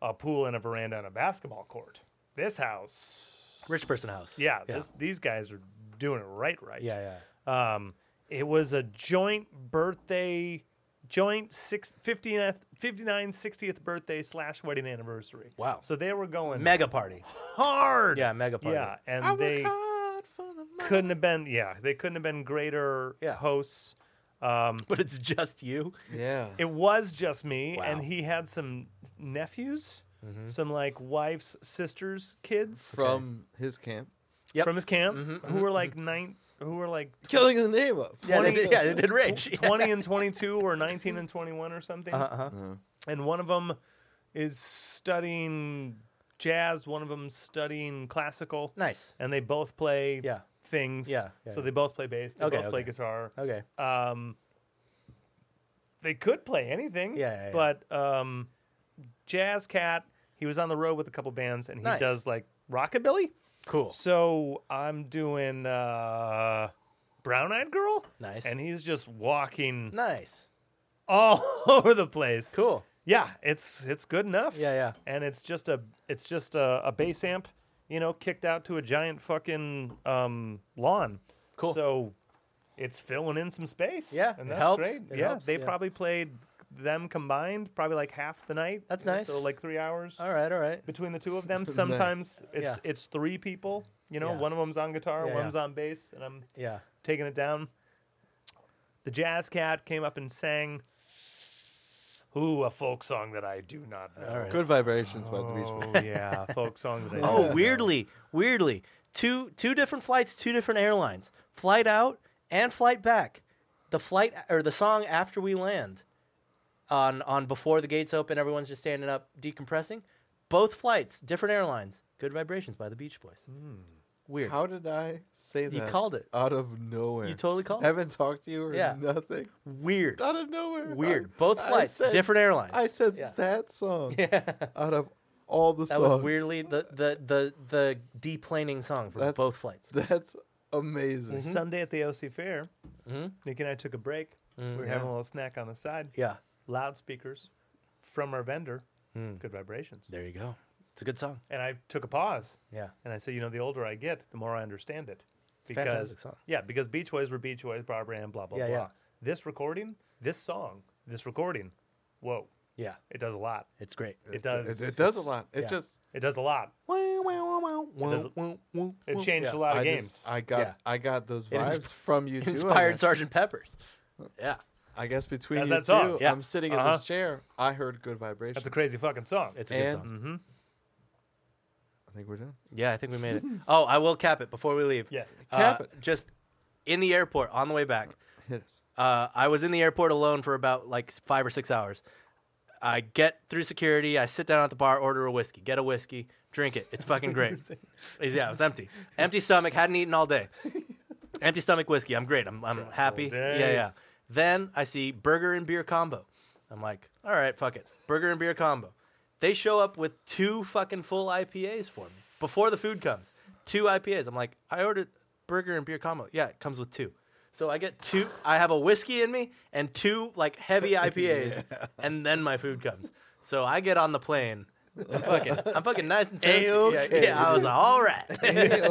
S4: a pool and a veranda and a basketball court. This house,
S1: Rich person house.
S4: yeah,
S1: yeah,
S4: This, these guys are doing it right right.
S1: yeah, yeah.
S4: Um, it was a joint birthday, joint six, 59th, 59, 60th birthday slash wedding anniversary.
S1: Wow.
S4: So they were going
S1: Mega party.
S4: hard.
S1: Yeah, mega party.
S4: Yeah. And
S3: I
S4: they
S3: work hard for the money.
S4: couldn't have been, yeah, they couldn't have been greater
S1: Yeah.
S4: hosts. Um,
S1: But it's just you.
S3: Yeah.
S4: it was just me, and
S1: Wow. Mm-hmm.
S4: he had some nephews, some like wife's sisters' kids
S3: From his camp.
S1: Yep. Mm-hmm,
S4: from his camp who were like nine, who were like
S3: Killing the name of.
S1: Yeah, they
S4: 20
S1: did, yeah, they did rich. Yeah.
S4: 20 and 22 or 19 and 21 or something.
S1: Uh-huh.
S4: And one of them is studying jazz, one of them studying classical.
S1: Nice.
S4: And they both play
S1: Yeah.
S4: things.
S1: Yeah, yeah,
S4: so
S1: yeah.
S4: they both play bass, they
S1: Okay,
S4: both play
S1: okay. Uh,
S4: guitar.
S1: Okay.
S4: Um, they could play anything.
S1: Yeah, yeah, yeah.
S4: But um, Jazz Cat, he was on the road with a couple bands and he
S1: Nice.
S4: does like rockabilly.
S1: Cool.
S4: So I'm doing uh, Brown Eyed Girl.
S1: Nice.
S4: And he's just walking
S1: Nice.
S4: all over the place.
S1: Cool.
S4: Yeah, it's it's good enough.
S1: Yeah, yeah.
S4: And it's just a it's just a, a bass amp, you know, kicked out to a giant fucking um, lawn.
S1: Cool.
S4: So it's filling in some space.
S1: Yeah, it
S4: and that's
S1: helps.
S4: great.
S1: It
S4: yeah,
S1: helps,
S4: they
S1: yeah.
S4: probably played them combined probably like half the night.
S1: That's
S4: you know,
S1: nice.
S4: So like three hours
S1: All right, all right.
S4: between the two of them. Sometimes it's it's three people. You know,
S1: Yeah.
S4: one of them's on guitar,
S1: Yeah,
S4: one one's
S1: yeah.
S4: on bass, and I'm
S1: Yeah.
S4: taking it down. The Jazz Cat came up and sang, ooh, a folk song that I do not know.
S1: All right.
S3: Good vibrations by the beach. Boys.
S4: Oh yeah, a folk song that I. do
S1: Oh,
S4: not know.
S1: weirdly, weirdly, two two different flights, two different airlines. Flight out and flight back. The flight or the song after we land, on on before the gates open, everyone's just
S3: Mm.
S1: standing up decompressing. Both flights, different airlines. Good vibrations by the Beach Boys. Weird.
S3: How did I say that?
S1: you called it.
S3: out of nowhere.
S1: You totally called it.
S3: haven't talked to you or
S1: Yeah.
S3: nothing.
S1: Weird.
S3: Out of nowhere.
S1: Weird.
S3: I-
S1: Both
S3: I
S1: flights,
S3: said-
S1: different airlines.
S3: I said
S1: Yeah.
S3: that song
S1: yeah.
S3: out of all the
S1: That
S3: songs.
S1: was weirdly the the the the deplaning song for
S3: That's-
S1: both flights.
S3: That's
S1: mm-hmm.
S3: amazing.
S4: Sunday at the OC Fair,
S1: Mhm.
S4: Nick and I took a break.
S1: Mm-hmm.
S4: we were having a little snack on the side.
S1: Yeah.
S4: Loudspeakers from our vendor.
S1: Mm.
S4: Good vibrations.
S1: There you go. It's a good song.
S4: And I took a pause
S1: Yeah.
S4: and I said, you know, the older I get, the more I understand it. Because
S1: fantastic song.
S4: yeah, because Beach Boys were Beach Boys, Barbara and blah blah
S1: Yeah,
S4: blah.
S1: yeah.
S4: This recording, this song, this recording, whoa,
S1: Yeah.
S4: it does a lot.
S1: It's great.
S4: It does.
S3: It, it does a lot. It
S1: Yeah.
S3: just
S4: It does a lot. does- It changed a lot of
S3: I
S4: games.
S3: just I got
S1: Yeah.
S3: I got those
S1: It
S3: vibes
S1: ins-
S3: from you too.
S1: Inspired Sergeant Peppers. Yeah.
S3: I guess between
S4: That's
S3: you
S4: that
S3: two,
S4: song.
S1: Yeah.
S3: I'm sitting in
S4: Uh-huh.
S3: this chair. I heard good vibrations.
S4: That's a crazy fucking song.
S1: It's a good
S3: and
S1: song.
S3: I think we're done.
S1: Yeah, I think we made it. Oh, I will cap it before we leave.
S4: yes.
S1: Uh,
S3: Cap it.
S1: Just in the airport on the way back.
S3: Hit us.
S1: Uh, I was in the airport alone for about like five or six hours. I get through security. I sit down at the bar, order a whiskey, get a whiskey, drink it. It's fucking great. It's- yeah, it was empty. Empty stomach, hadn't eaten all day. empty stomach whiskey. I'm great. I'm, I'm happy.
S4: day.
S1: Yeah, yeah. Then I see burger and beer combo. I'm like, all right, fuck it. Burger and beer combo. They show up with two fucking full IPAs for me before the food comes. Two IPAs. I'm like, I ordered burger and beer combo. Yeah, it comes with two. So I get two. I have a whiskey in me and two like heavy IPAs, and then my food comes. So I get on the plane. I'm fucking, I'm fucking nice and tasty. Yeah,
S3: A-okay.
S1: yeah, I was like, all right.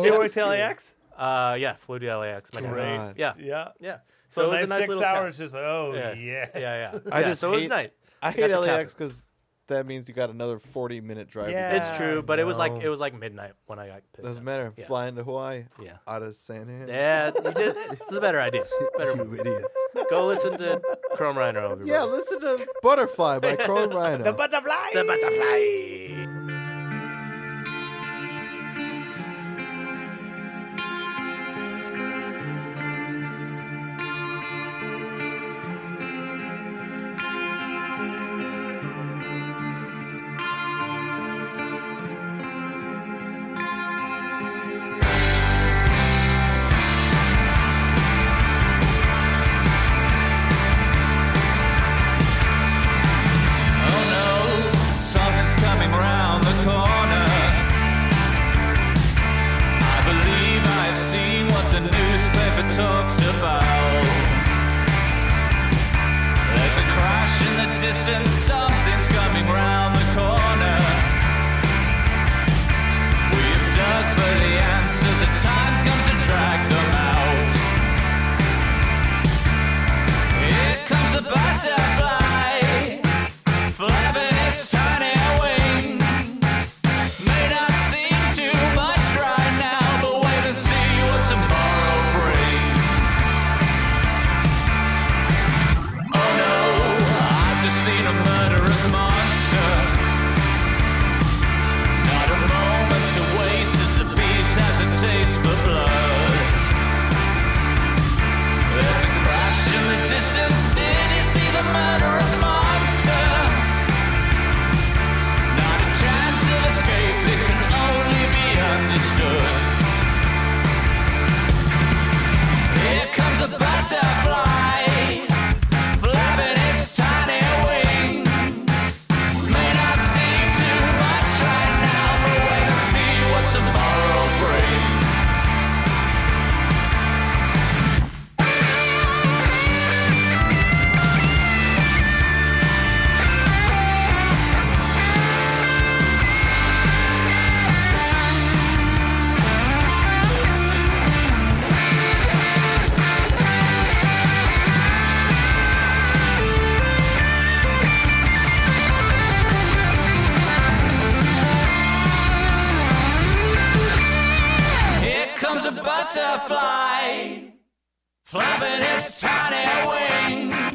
S4: New York to LAX.
S1: uh, yeah, flew to LAX. My dad.
S3: God.
S1: Yeah,
S4: Yeah.
S1: yeah.
S4: So,
S1: it was a nice
S4: nice six
S1: little cap.
S4: hours just oh
S1: Yeah.
S4: yeah.
S1: Yeah, yeah.
S3: I
S1: yeah,
S3: just
S1: so it was
S3: hate-
S1: nice.
S3: I
S1: got
S3: hate
S1: to cap
S3: LAX
S1: it.
S3: because that means you got another 40 minute drive. to
S4: Yeah.
S3: get.
S1: It's true, but it was like
S4: no.
S1: it was like midnight when I got pissed.
S3: Doesn't
S1: off.
S3: matter.
S1: Yeah.
S3: Flying to Hawaii.
S1: Yeah.
S3: Out of San Diego.
S1: Yeah, you did, it's the better idea. Better
S3: You idiots.
S1: go listen to Chrome Reiner over.
S3: Yeah, listen to Butterfly by Chrome Rhino.
S4: The butterfly.
S1: the butterfly.
S5: Oh no, something's coming round the corner. I believe I've seen what the newspaper talks about. There's a crash in the distance, something's coming round the corner. We've dug for the answer, the time's come to drag them out. Here comes the butterfly. Flapping its tiny wings. May not seem too much right now, but wait and see what tomorrow brings. Oh no, I've just seen a murderous monster. Not a moment to waste as the beast has a taste for blood. There's a crash in the distance. Did you see the murderous monster? Not a chance of escape, it can only be understood. Here comes a butterfly, flapping its tiny wings. May not seem too much right now, but wait and see what tomorrow brings. Here comes a butterfly, flapping its tiny wings.